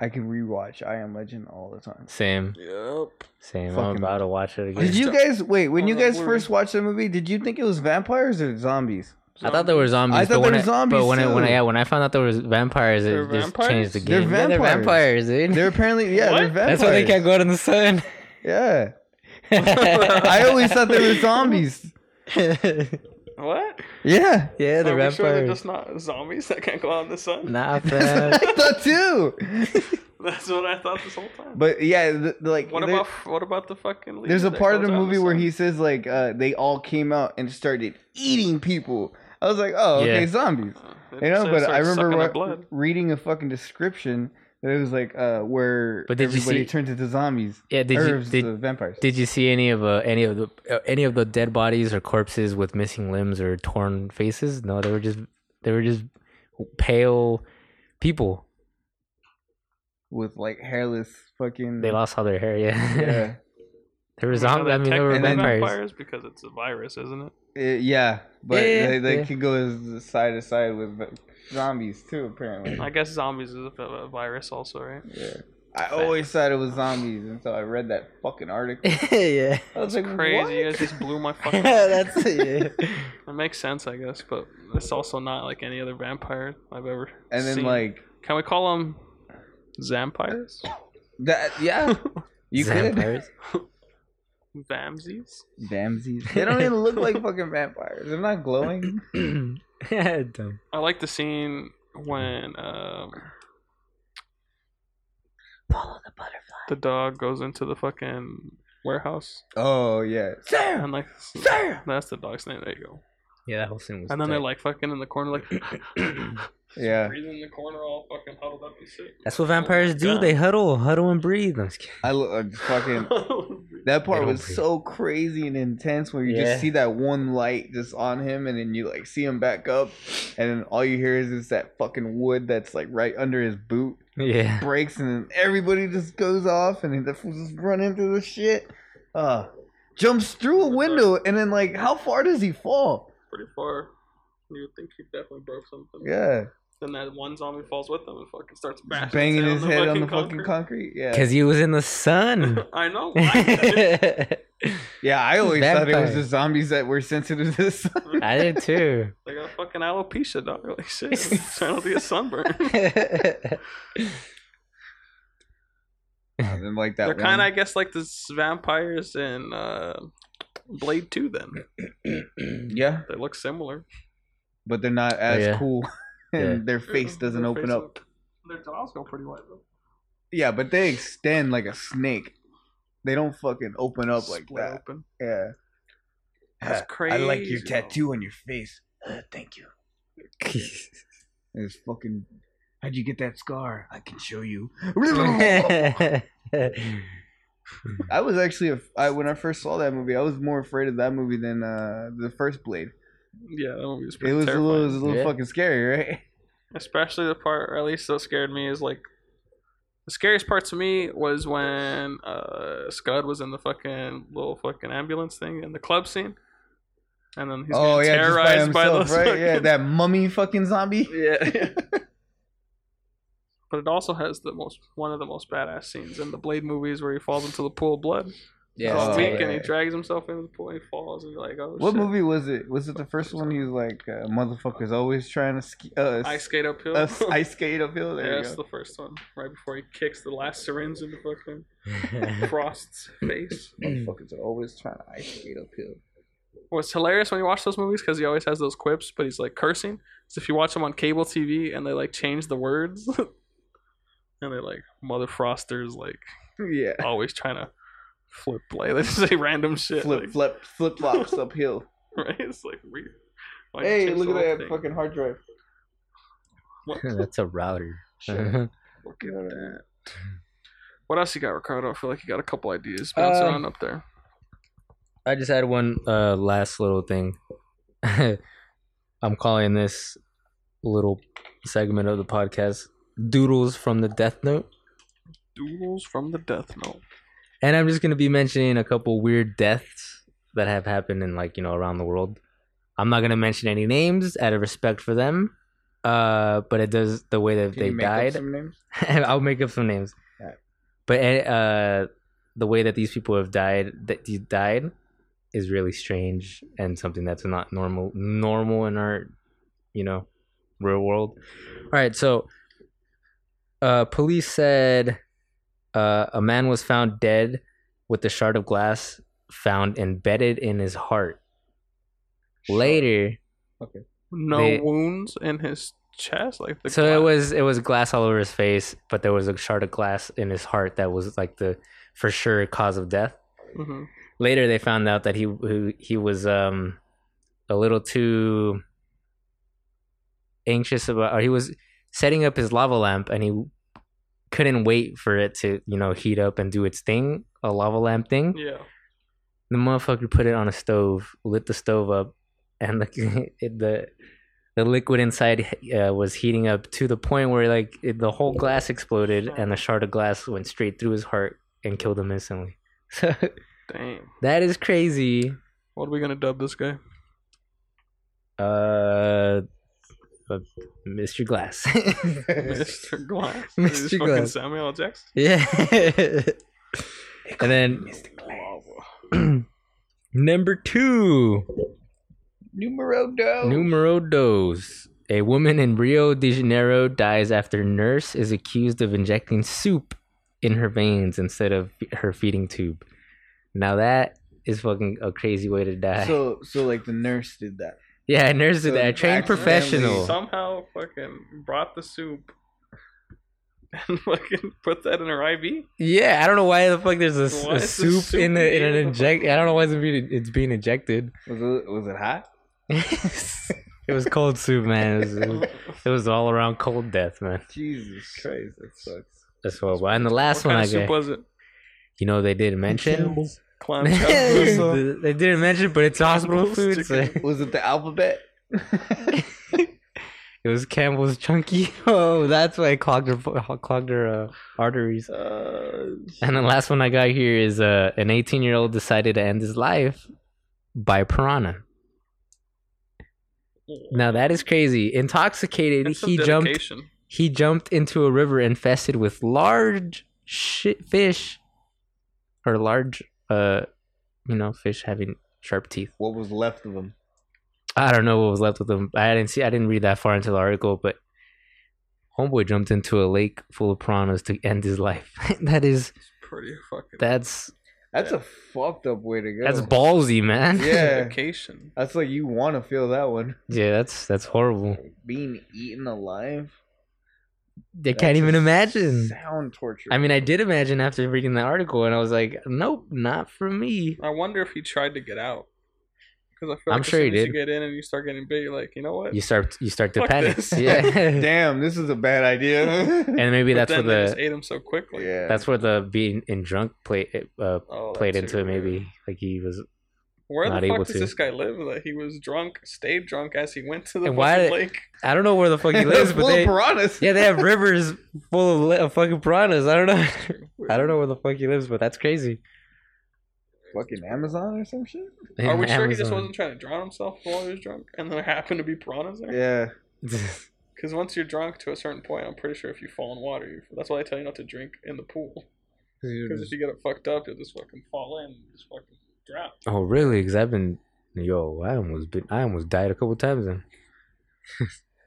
Speaker 5: I can rewatch I Am Legend all the time.
Speaker 3: same,
Speaker 2: yep.
Speaker 3: same. I'm
Speaker 5: Fucking-
Speaker 3: about to watch it again.
Speaker 5: Did you guys wait when
Speaker 2: On
Speaker 5: you
Speaker 2: the
Speaker 5: guys
Speaker 2: blue.
Speaker 5: first watched the movie? Did you think it was vampires or zombies?
Speaker 3: I thought there were zombies.
Speaker 5: I thought
Speaker 3: but when
Speaker 5: there were
Speaker 3: But when I,
Speaker 5: zombies,
Speaker 3: when I,
Speaker 5: too.
Speaker 3: yeah, when I found out there was vampires, it
Speaker 2: There were
Speaker 3: just changed the
Speaker 5: vampires?
Speaker 3: game.
Speaker 5: They're
Speaker 3: Yeah, they're
Speaker 5: vampires.
Speaker 3: vampires, dude.
Speaker 5: They're apparently yeah,
Speaker 2: [LAUGHS]
Speaker 5: they're
Speaker 2: What?
Speaker 5: vampires.
Speaker 3: That's why they can't go out in the sun.
Speaker 5: Yeah, I
Speaker 3: [LAUGHS]
Speaker 5: always thought they
Speaker 2: [LAUGHS]
Speaker 5: were zombies.
Speaker 2: What?
Speaker 5: Yeah, [LAUGHS]
Speaker 3: yeah,
Speaker 2: Are
Speaker 3: they're
Speaker 2: we sure they're
Speaker 3: vampires.
Speaker 2: just not zombies that can't go out in the sun?
Speaker 3: Nah,
Speaker 5: I
Speaker 3: fam.
Speaker 5: thought too.
Speaker 2: [LAUGHS] That's what I thought this whole time.
Speaker 5: But yeah, the, the, like
Speaker 2: what
Speaker 5: there-
Speaker 2: about what about the fucking? leader
Speaker 5: There's a
Speaker 2: that
Speaker 5: part of
Speaker 2: goes
Speaker 5: the
Speaker 2: out in
Speaker 5: movie where
Speaker 2: sun?
Speaker 5: he says like uh, they all came out and started eating people. I was like, oh, okay,
Speaker 3: Yeah.
Speaker 5: zombies.
Speaker 2: Uh,
Speaker 5: You know,
Speaker 2: so it
Speaker 5: but I
Speaker 2: starts
Speaker 5: remember
Speaker 2: sucking their
Speaker 5: re-
Speaker 2: blood.
Speaker 5: reading a fucking description that it was like uh, where
Speaker 3: But did you
Speaker 5: everybody
Speaker 3: see-
Speaker 5: turns into zombies.
Speaker 3: [LAUGHS] Yeah, did
Speaker 5: or
Speaker 3: you-
Speaker 5: it was
Speaker 3: did-
Speaker 5: the vampires?
Speaker 3: Did you see any of uh, any of the uh, any of the dead bodies or corpses with missing limbs or torn faces? No, they were just they were just pale people.
Speaker 5: With like hairless fucking.
Speaker 3: They lost all their hair. Yeah,
Speaker 5: [LAUGHS]
Speaker 3: [LAUGHS]
Speaker 5: Yeah,
Speaker 3: they were
Speaker 2: Which are
Speaker 3: zombies. I mean, they were
Speaker 2: technically
Speaker 3: vampires.
Speaker 2: because it's a virus, isn't it?
Speaker 5: Uh, yeah, but
Speaker 3: Yeah,
Speaker 5: they, they
Speaker 3: Eh, yeah.
Speaker 5: could go as side to side with the zombies too.
Speaker 3: [CLEARS THROAT]
Speaker 5: Apparently,
Speaker 2: I guess zombies is a, a virus also, right?
Speaker 5: yeah. I always thought it was zombies until I read that fucking article.
Speaker 3: [LAUGHS] yeah,
Speaker 5: I was like,
Speaker 2: Crazy.
Speaker 5: what?
Speaker 2: You guys just blew
Speaker 5: [LAUGHS]
Speaker 2: my fucking.
Speaker 3: that's it. yeah.
Speaker 2: [LAUGHS] It makes sense, I guess, but it's also not like any other vampire I've ever.
Speaker 5: And then
Speaker 2: seen.
Speaker 5: like
Speaker 2: can we call them vampires?
Speaker 5: that, yeah. You could.
Speaker 3: Vampires.
Speaker 2: Vamsies?
Speaker 5: Damsies. They don't even look [LAUGHS] like fucking vampires. They're not glowing.
Speaker 3: yeah, [LAUGHS] dumb.
Speaker 2: I like the scene when um,
Speaker 6: Follow the butterfly.
Speaker 2: the dog goes into the fucking warehouse
Speaker 5: Oh yeah.
Speaker 2: and like
Speaker 5: Sarah!
Speaker 2: that's the dog's name. There you go.
Speaker 3: Yeah, that whole scene was.
Speaker 2: And then
Speaker 3: tight.
Speaker 2: they're like fucking in the corner, like
Speaker 5: Yeah.
Speaker 2: breathing in the corner, all fucking huddled up and shit. Oh
Speaker 3: That's what vampires do.
Speaker 2: God.
Speaker 5: [LAUGHS]
Speaker 3: They huddle, huddle and breathe. I'm just kidding.
Speaker 5: I lo- uh,
Speaker 2: [LAUGHS]
Speaker 5: fucking. That
Speaker 3: They
Speaker 5: part
Speaker 3: don't
Speaker 5: was
Speaker 3: breathe.
Speaker 5: so crazy and intense where you
Speaker 3: Yeah.
Speaker 5: just see that one light just on him and then you like see him back up and then all you hear is, is that fucking wood that's like right under his boot
Speaker 3: [LAUGHS] Yeah,
Speaker 5: breaks and then everybody just goes off and then the fools just run into the shit. Uh jumps through a window and then like how far does he fall?
Speaker 2: Pretty far. You would think he definitely broke something.
Speaker 5: Yeah.
Speaker 2: Then that one zombie falls with him and fucking starts bashing
Speaker 5: Banging his head on the fucking
Speaker 2: fucking concrete.
Speaker 5: concrete. Yeah.
Speaker 3: because he was in the sun.
Speaker 2: [LAUGHS] I know. why?
Speaker 3: [LAUGHS] I
Speaker 5: Yeah, I always thought it was
Speaker 3: Vampire.
Speaker 5: the zombies that were sensitive to the sun. [LAUGHS]
Speaker 3: did too.
Speaker 2: they got fucking alopecia, dog. [LAUGHS] Like shit, I'm trying not to get
Speaker 5: [LAUGHS]
Speaker 2: sunburned.
Speaker 5: And then, like that
Speaker 2: They're
Speaker 5: one-
Speaker 2: kind of, I guess, like the s- vampires in uh, Blade Two. Then
Speaker 5: [CLEARS THROAT] yeah,
Speaker 2: they look similar.
Speaker 5: but they're not as
Speaker 3: yeah.
Speaker 5: cool, [LAUGHS] and
Speaker 3: Yeah.
Speaker 5: their face doesn't
Speaker 2: Their
Speaker 5: open
Speaker 2: face
Speaker 5: up.
Speaker 2: look- Their jaws go pretty wide though.
Speaker 5: Yeah, but they extend like a snake. They don't fucking open up like
Speaker 2: Split
Speaker 5: that.
Speaker 2: open.
Speaker 5: Yeah,
Speaker 2: That's crazy.
Speaker 5: I like your
Speaker 2: bro.
Speaker 5: tattoo on your face. Uh, thank you. And [LAUGHS] It's fucking. How'd you get that scar? I can show [LAUGHS] you. I was actually a, I, when I first saw that movie, I was more afraid of that movie than uh, the first Blade.
Speaker 2: Yeah, that movie was
Speaker 5: It
Speaker 2: pretty
Speaker 5: was a
Speaker 2: terrifying.
Speaker 5: little, it was a little
Speaker 3: Yeah.
Speaker 5: fucking scary, right?
Speaker 2: Especially the part, or at least that scared me, is like the scariest part to me was when uh, Scud was in the fucking little fucking ambulance thing in the club scene, and then he's
Speaker 5: oh
Speaker 2: getting
Speaker 5: yeah, just by
Speaker 2: terrorized by,
Speaker 5: himself,
Speaker 2: those
Speaker 5: right?
Speaker 2: fucking-
Speaker 5: Yeah, that mummy fucking zombie.
Speaker 2: [LAUGHS] Yeah. but it also has the most one of the most badass scenes in the Blade movies where he falls into the pool of blood.
Speaker 3: yeah,
Speaker 2: He's
Speaker 5: Oh,
Speaker 2: weak
Speaker 5: yeah.
Speaker 2: and he drags himself into the pool and he falls and you're like, oh
Speaker 5: What
Speaker 2: shit.
Speaker 5: movie was it? Was it the first one? He was like, uh, "Motherfuckers always trying to ski, uh,
Speaker 2: Ice skate uphill.
Speaker 5: uh,
Speaker 2: [LAUGHS]
Speaker 5: [LAUGHS] ice skate uphill." There
Speaker 2: yeah,
Speaker 5: you
Speaker 2: that's
Speaker 5: go.
Speaker 2: the first one. Right before he kicks the last syringe into fucking
Speaker 5: [LAUGHS]
Speaker 2: Frost's face.
Speaker 5: [CLEARS THROAT] Motherfuckers are always trying to ice skate uphill.
Speaker 2: What's hilarious when you watch those movies because he always has those quips, but he's like cursing. So if you watch them on cable TV and they like change the words, [LAUGHS] and they're like Mother Froster's like
Speaker 5: Yeah,
Speaker 2: always trying to flip play. [LAUGHS] They just say random Oh, shit.
Speaker 5: flip,
Speaker 2: like,
Speaker 5: flip, flip flops uphill.
Speaker 2: [LAUGHS] Right? It's [LAUGHS] like weird. Why you
Speaker 5: Hey,
Speaker 2: change
Speaker 5: look
Speaker 2: the
Speaker 5: at
Speaker 2: whole
Speaker 5: that
Speaker 2: thing?
Speaker 5: fucking hard drive.
Speaker 2: What?
Speaker 3: [LAUGHS] that's a router.
Speaker 2: Look at that. What else you got, Ricardo? I feel like you got a couple ideas bouncing
Speaker 3: Uh,
Speaker 2: around up there.
Speaker 3: [LAUGHS] I just had one uh, last little thing. [LAUGHS] I'm calling this little segment of the podcast "Doodles from the Death Note."
Speaker 2: Duels from the Death Note.
Speaker 3: And I'm just gonna be mentioning a couple weird deaths that have happened in like you know around the world. I'm not gonna mention any names out of respect for them, uh, but it does the way that
Speaker 5: Can
Speaker 3: they
Speaker 5: you make up
Speaker 3: died.
Speaker 5: some names?
Speaker 3: [LAUGHS] I'll make up some names,
Speaker 5: Alright.
Speaker 3: but uh, the way that these people have died that these died is really strange and something that's not normal normal in our you know real world. All right, so uh, police said uh, a man was found dead with a shard of glass found embedded in his heart. Later,
Speaker 2: No
Speaker 3: They-
Speaker 2: wounds in his chest, like the
Speaker 3: so it
Speaker 2: glass-
Speaker 3: was it was glass all over his face, but there was a shard of glass in his heart that was like the for sure cause of death.
Speaker 2: Mhm.
Speaker 3: Later, they found out that he who- he was um a little too anxious about, or he was setting up his lava lamp, and he couldn't wait for it to you know heat up and do its thing, a lava lamp thing.
Speaker 2: Yeah.
Speaker 3: The motherfucker put it on a stove, lit the stove up, and the [LAUGHS] it- the the liquid inside uh, was heating up to the point where like it, the whole glass exploded and the shard of glass went straight through his heart and killed him instantly. [LAUGHS] So
Speaker 2: Damn.
Speaker 3: that is crazy.
Speaker 2: What are we gonna dub this guy?
Speaker 3: Uh, uh, Mr. Glass. [LAUGHS]
Speaker 2: Mr. Glass.
Speaker 3: Mr.
Speaker 2: Is this fucking
Speaker 3: Glass.
Speaker 2: Samuel L. Jackson.
Speaker 3: yeah. [LAUGHS] and then [CLEARS THROAT] number two.
Speaker 5: Numero dos.
Speaker 3: Numero dos. A woman in Rio de Janeiro dies after nurse is accused of injecting soup in her veins instead of her feeding tube. Now that is fucking a crazy way to die.
Speaker 5: so so like the nurse did that.
Speaker 3: [LAUGHS] yeah, nurse is
Speaker 5: so
Speaker 3: a trained
Speaker 5: accidentally-
Speaker 3: professional.
Speaker 2: Somehow fucking brought the soup [LAUGHS] and fucking put that in her IV.
Speaker 3: Yeah, I don't know why the fuck there's a, s-
Speaker 2: Why
Speaker 3: a
Speaker 2: is the
Speaker 3: soup,
Speaker 2: soup
Speaker 3: in, the, in
Speaker 2: in
Speaker 3: an
Speaker 2: the
Speaker 3: inject. I don't know why it's being, it's
Speaker 2: [LAUGHS]
Speaker 3: being injected.
Speaker 5: Was it was it hot?
Speaker 3: it was cold soup, man. It was, it was, it was all around cold death, man.
Speaker 5: [LAUGHS] Jesus Christ, that sucks.
Speaker 3: That's what. And the last
Speaker 2: what
Speaker 3: one
Speaker 2: kind
Speaker 3: I
Speaker 2: of soup
Speaker 3: got,
Speaker 2: was it?
Speaker 3: you know, they didn't mention.
Speaker 1: Campbell's.
Speaker 3: [LAUGHS]
Speaker 2: Clam [LAUGHS] chowder.
Speaker 3: they didn't mention, but it's hospital food. so-
Speaker 2: Chicken.
Speaker 5: Was it the alphabet?
Speaker 3: [LAUGHS] it was Campbell's chunky. [LAUGHS] Oh, that's why it clogged her clogged her uh, arteries.
Speaker 5: Uh,
Speaker 3: and the last one I got here is uh, an 18 year old decided to end his life by piranha. Now that is crazy. Intoxicated,
Speaker 2: That's some
Speaker 3: he jumped.
Speaker 2: dedication.
Speaker 3: He jumped into a river infested with large shit fish, or large, uh, you know, fish having sharp teeth.
Speaker 5: What was left of them?
Speaker 3: I don't know what was left with him. I didn't see. I didn't read that far into the article, but homeboy jumped into a lake full of piranhas to end his life. [LAUGHS] that is.
Speaker 2: It's pretty fucking [LAUGHS]
Speaker 3: That's
Speaker 5: That's a fucked up way to go.
Speaker 3: that's ballsy, man.
Speaker 5: yeah.
Speaker 2: dedication.
Speaker 5: That's like you want to feel that one.
Speaker 3: Yeah, that's that's horrible.
Speaker 5: Being eaten alive.
Speaker 3: They can't even imagine.
Speaker 5: Sound torture.
Speaker 3: I
Speaker 5: [LAUGHS]
Speaker 3: mean, I did imagine after reading the article, and I was like, nope, not for me.
Speaker 2: I wonder if he tried to get out. Because I feel
Speaker 3: I'm
Speaker 2: like as
Speaker 3: sure
Speaker 2: soon
Speaker 3: he
Speaker 2: as
Speaker 3: did.
Speaker 2: you get in and you start getting bit, you're like, you know what?
Speaker 3: You start you start to
Speaker 2: Fuck
Speaker 3: panic.
Speaker 2: this.
Speaker 3: [LAUGHS]
Speaker 2: [LAUGHS]
Speaker 3: Yeah, and
Speaker 5: damn, this is a bad idea.
Speaker 3: maybe
Speaker 2: But
Speaker 3: that's where
Speaker 2: then they just
Speaker 3: the
Speaker 2: ate him so quickly.
Speaker 5: yeah.
Speaker 3: that's where the being in drunk play uh,
Speaker 2: Oh,
Speaker 3: played
Speaker 2: that's
Speaker 3: into it.
Speaker 2: weird.
Speaker 3: Maybe like he was.
Speaker 2: Where
Speaker 3: Not
Speaker 2: the
Speaker 3: able
Speaker 2: fuck does
Speaker 3: to.
Speaker 2: this guy live? That he was drunk, stayed drunk as he went to the
Speaker 3: And why-
Speaker 2: fucking lake.
Speaker 3: I don't know where the
Speaker 2: [LAUGHS]
Speaker 3: fuck he
Speaker 5: [LAUGHS]
Speaker 3: lives, but
Speaker 5: full
Speaker 3: they
Speaker 5: of piranhas.
Speaker 3: eh? Yeah, they have rivers full of, li- of fucking piranhas. I don't know. [LAUGHS] I don't know where the fuck he lives, but that's crazy.
Speaker 5: Fucking Amazon or some shit.
Speaker 2: Are we sure he just
Speaker 3: Amazon.
Speaker 2: wasn't trying to drown himself while he was drunk, and there happened to be piranhas there?
Speaker 5: Yeah.
Speaker 3: [LAUGHS]
Speaker 2: Because once you're drunk to a certain point, I'm pretty sure if you fall in water, you, that's why I tell you not to drink in the pool.
Speaker 5: Mm.
Speaker 2: Because if you get it fucked up, you'll just fucking fall in, just fucking drown.
Speaker 3: oh, really? Because I've been, yo, I almost been, I almost died a couple times. Then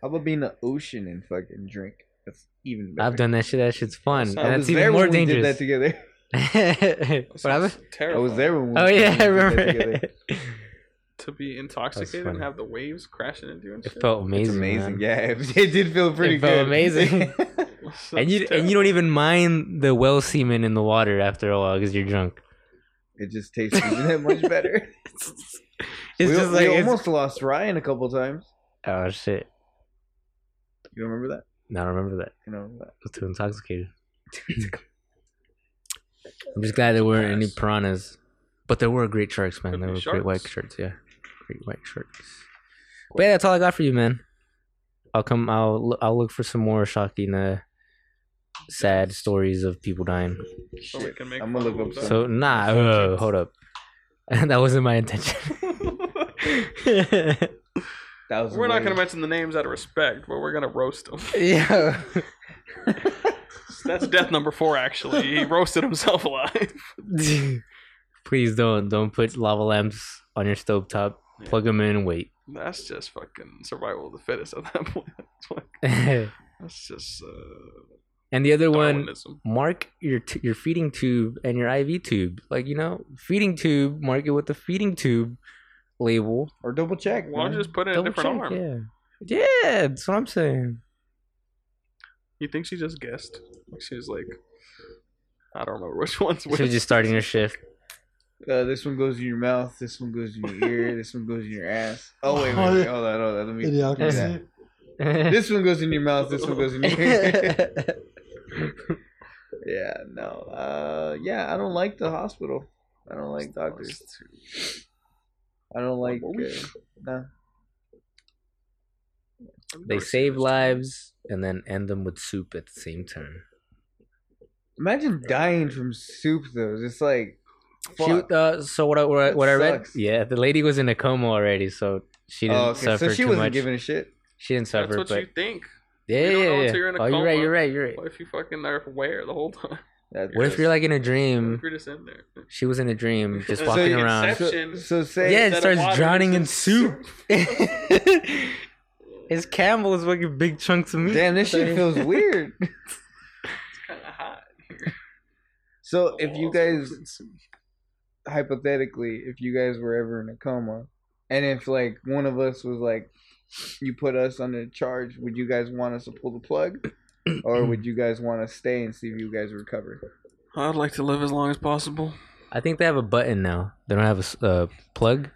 Speaker 5: How about being in the ocean and fucking drink? That's even better.
Speaker 3: I've done that shit. That shit's fun,
Speaker 2: I
Speaker 5: I
Speaker 3: and
Speaker 5: was
Speaker 3: that's even
Speaker 5: there
Speaker 3: more
Speaker 5: when we did
Speaker 3: dangerous.
Speaker 5: that together.
Speaker 3: [LAUGHS]
Speaker 5: [LAUGHS]
Speaker 3: But I was-
Speaker 5: I
Speaker 2: terrible.
Speaker 5: was there when we
Speaker 3: oh yeah, I
Speaker 5: did that
Speaker 3: remember.
Speaker 5: together.
Speaker 2: to be intoxicated
Speaker 3: funny.
Speaker 2: and have the waves crashing into you and shit.
Speaker 3: [LAUGHS]
Speaker 2: [LAUGHS]
Speaker 3: It felt amazing.
Speaker 5: It's amazing.
Speaker 3: man.
Speaker 5: Yeah, [LAUGHS] it, it did feel pretty
Speaker 3: It felt
Speaker 5: good.
Speaker 3: amazing.
Speaker 2: That's
Speaker 3: and you and
Speaker 2: terrible.
Speaker 3: you don't even mind the well semen in the water after a while because you're drunk.
Speaker 5: [LAUGHS]
Speaker 3: [LAUGHS]
Speaker 5: it just tastes even that much better.
Speaker 3: It's
Speaker 5: we,
Speaker 3: just
Speaker 5: we
Speaker 3: like it's-
Speaker 5: almost lost Ryan a couple times.
Speaker 3: oh shit.
Speaker 5: You remember that?
Speaker 3: I don't remember that.
Speaker 5: You know that?
Speaker 3: was too intoxicated. [LAUGHS] I'm just glad there weren't any piranhas, but there were great sharks, man.
Speaker 2: Could
Speaker 3: There
Speaker 2: be
Speaker 3: were great white
Speaker 2: sharks.
Speaker 3: sharks, yeah, great white sharks. But yeah, that's all I got for you, man. I'll come. I'll l- I'll look for some more shocking uh, sad stories of people dying.
Speaker 2: So we can make
Speaker 5: I'm gonna
Speaker 2: fun
Speaker 5: look
Speaker 2: of
Speaker 5: up
Speaker 2: that.
Speaker 3: So nah, uh, hold up. [LAUGHS] that wasn't my intention. [LAUGHS]
Speaker 5: That was
Speaker 2: We're not gonna mention the names out of respect, but we're gonna roast them.
Speaker 5: Yeah.
Speaker 2: [LAUGHS] That's death number four. Actually, he roasted himself [LAUGHS] alive.
Speaker 3: Please don't don't put lava lamps on your stove top.
Speaker 2: Yeah.
Speaker 3: Plug them in and wait.
Speaker 2: That's just fucking survival of the fittest at that [LAUGHS] point. It's like,
Speaker 3: [LAUGHS] and
Speaker 2: That's just uh,
Speaker 3: the other one,
Speaker 2: Darwinism.
Speaker 3: mark your t- your feeding tube and your IV tube. Like you know, feeding tube. Mark it with the feeding tube label.
Speaker 5: or double check.
Speaker 2: Why don't
Speaker 5: man.
Speaker 2: you just put in a
Speaker 3: Double
Speaker 2: different
Speaker 3: check,
Speaker 2: arm?
Speaker 3: Yeah, yeah. That's what I'm saying.
Speaker 2: You think she just guessed? Like she was like, I don't remember which [LAUGHS] one's
Speaker 3: So
Speaker 2: which.
Speaker 3: just starting your shift.
Speaker 5: Uh, this one goes in your mouth. This one goes in
Speaker 3: [LAUGHS]
Speaker 5: your ear. this one goes in your ass. Oh wait, wait, wait. Hold on, hold on. Let me. do that.
Speaker 1: Idiocracy.
Speaker 3: [LAUGHS]
Speaker 5: This one goes in your mouth. This one goes in your ear. yeah. No. Uh. Yeah. I don't like the hospital. I don't like doctors. I don't like. Uh, nah.
Speaker 3: they save lives and then end them with soup at the same time.
Speaker 5: Imagine dying from soup though. It's like. Fuck.
Speaker 3: She, uh, so what I what, I-
Speaker 5: That
Speaker 3: what I read?
Speaker 5: sucks.
Speaker 3: Yeah, the lady was in a coma already, so she didn't
Speaker 5: oh, okay.
Speaker 3: suffer
Speaker 5: So she
Speaker 3: too
Speaker 5: wasn't
Speaker 3: much.
Speaker 5: giving a shit.
Speaker 3: she didn't
Speaker 2: That's
Speaker 3: suffer,
Speaker 2: what
Speaker 3: but
Speaker 2: you think.
Speaker 3: yeah,
Speaker 2: You don't know
Speaker 3: yeah, yeah.
Speaker 2: until you're in a
Speaker 3: oh, you're right,
Speaker 2: coma.
Speaker 3: you're right, you're right.
Speaker 2: What if you fucking are aware the whole
Speaker 3: [LAUGHS]
Speaker 2: time?
Speaker 5: That's
Speaker 3: What if you're like in a
Speaker 2: What
Speaker 3: dream?
Speaker 2: if you're just in there?
Speaker 3: She was in a dream, just
Speaker 2: So
Speaker 3: walking
Speaker 5: you-
Speaker 3: around.
Speaker 5: so,
Speaker 2: Inception.
Speaker 5: so say
Speaker 3: Yeah,
Speaker 2: Instead
Speaker 3: it
Speaker 2: of
Speaker 3: starts
Speaker 2: water,
Speaker 3: drowning in
Speaker 2: it's
Speaker 3: soup. [LAUGHS] It's Campbell's fucking big chunks of meat.
Speaker 5: Damn, this shit feels weird.
Speaker 2: It's kind of hot.
Speaker 5: So if you
Speaker 2: Walls are
Speaker 5: guys hypothetically, if you guys were ever in a coma, and if like one of us was like, you put us under charge, would you guys want us to pull the plug, or would you guys want to stay and see if you guys recover? [LAUGHS]
Speaker 2: I'd like to live as long as possible.
Speaker 3: I think they have a button now. They don't have a s- uh, plug.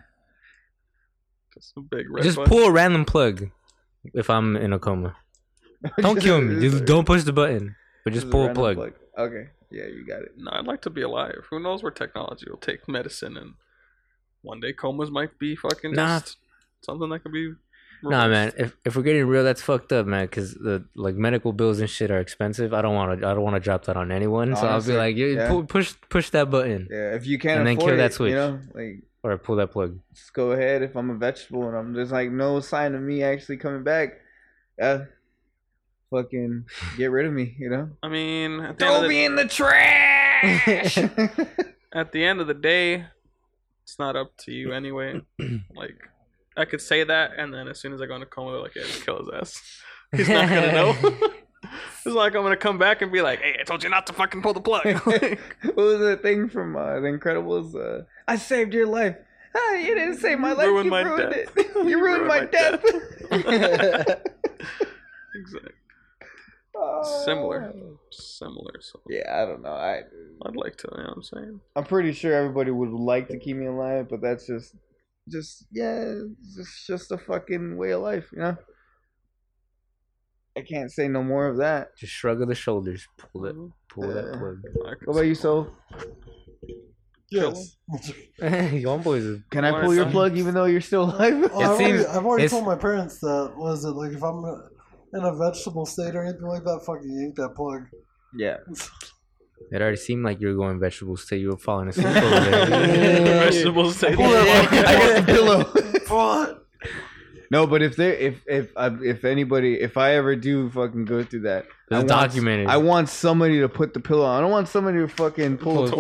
Speaker 2: That's a big red
Speaker 3: just
Speaker 2: button.
Speaker 3: pull a random plug if I'm in a coma. Don't kill me. [LAUGHS] Just don't push the button, but just
Speaker 5: a
Speaker 3: pull a
Speaker 5: random
Speaker 3: plug.
Speaker 5: Okay. Yeah, you got it.
Speaker 2: No, I'd like to be alive. Who knows where technology will take medicine and one day comas might be fucking
Speaker 3: Nah.
Speaker 2: just something that could be.
Speaker 3: Nah, man.
Speaker 2: reversed.
Speaker 3: If if we're getting real, that's fucked up, man. Because the like medical bills and shit are expensive. I don't want to. I don't want to drop that on anyone. so I'll be
Speaker 5: Honestly,
Speaker 3: like, you
Speaker 5: yeah.
Speaker 3: pu- push push that button
Speaker 5: Yeah, if you can't
Speaker 3: And then
Speaker 5: afford
Speaker 3: kill that
Speaker 5: it,
Speaker 3: switch.
Speaker 5: you know, like
Speaker 3: or pull that plug.
Speaker 5: just go ahead. If I'm a vegetable and I'm there's like no sign of me actually coming back, uh, fucking get rid of me. You know,
Speaker 2: I mean, at the, end
Speaker 5: throw
Speaker 2: of the,
Speaker 5: me in the trash. [LAUGHS]
Speaker 2: at the end of the day, it's not up to you
Speaker 5: [CLEARS THROAT]
Speaker 2: anyway. like, I could say that, and then as soon as I go into coma, they're like, "Yeah, just kill his ass." [LAUGHS]
Speaker 3: [LAUGHS]
Speaker 2: He's not gonna
Speaker 5: [LAUGHS]
Speaker 2: know. it's like I'm gonna come back and be like, "Hey, I told you not to fucking pull the plug." Like,
Speaker 5: [LAUGHS] what was that thing from uh, The Incredibles? Uh, I saved your life. Ah, you didn't save my
Speaker 2: You
Speaker 5: life.
Speaker 2: ruined
Speaker 5: you
Speaker 2: my
Speaker 5: ruined
Speaker 2: death.
Speaker 5: it. [LAUGHS] You, ruined, my, death. [LAUGHS]
Speaker 2: exactly.
Speaker 5: Oh.
Speaker 2: Similar. Similar. So
Speaker 5: Yeah, I don't know. I
Speaker 2: I'd like to. You know what I'm saying?
Speaker 5: I'm pretty sure everybody would like to keep me alive, but that's just, just yeah, it's just just a fucking way of life, you know. I can't say no more of that.
Speaker 3: Just shrug of the shoulders. Pull that pull
Speaker 5: Yeah.
Speaker 3: that [LAUGHS] plug.
Speaker 2: I could
Speaker 5: What about you, Soul?
Speaker 1: Yes.
Speaker 3: Yon boys. is-
Speaker 5: Can I
Speaker 2: Wanna
Speaker 5: pull your
Speaker 2: sign?
Speaker 5: plug even though you're still
Speaker 2: [LAUGHS]
Speaker 5: alive? [LAUGHS]
Speaker 1: Oh, I've,
Speaker 3: seems-
Speaker 1: already, I've already
Speaker 3: it's-
Speaker 1: told my parents that. Was it like if I'm in a vegetable state or anything like that? Fucking yank that
Speaker 5: [LAUGHS]
Speaker 1: plug.
Speaker 5: yeah.
Speaker 3: It already seemed like you were going vegetables till you were falling [LAUGHS] asleep over there.
Speaker 2: [LAUGHS] Vegetables take [LAUGHS]
Speaker 5: I got the pillow.
Speaker 1: What?
Speaker 5: No, but if they if if I- if anybody if I ever do fucking go through that, I
Speaker 3: It's
Speaker 5: want-
Speaker 3: documented. [LAUGHS]
Speaker 5: I want somebody to put the pillow. on. I don't want somebody to fucking pull the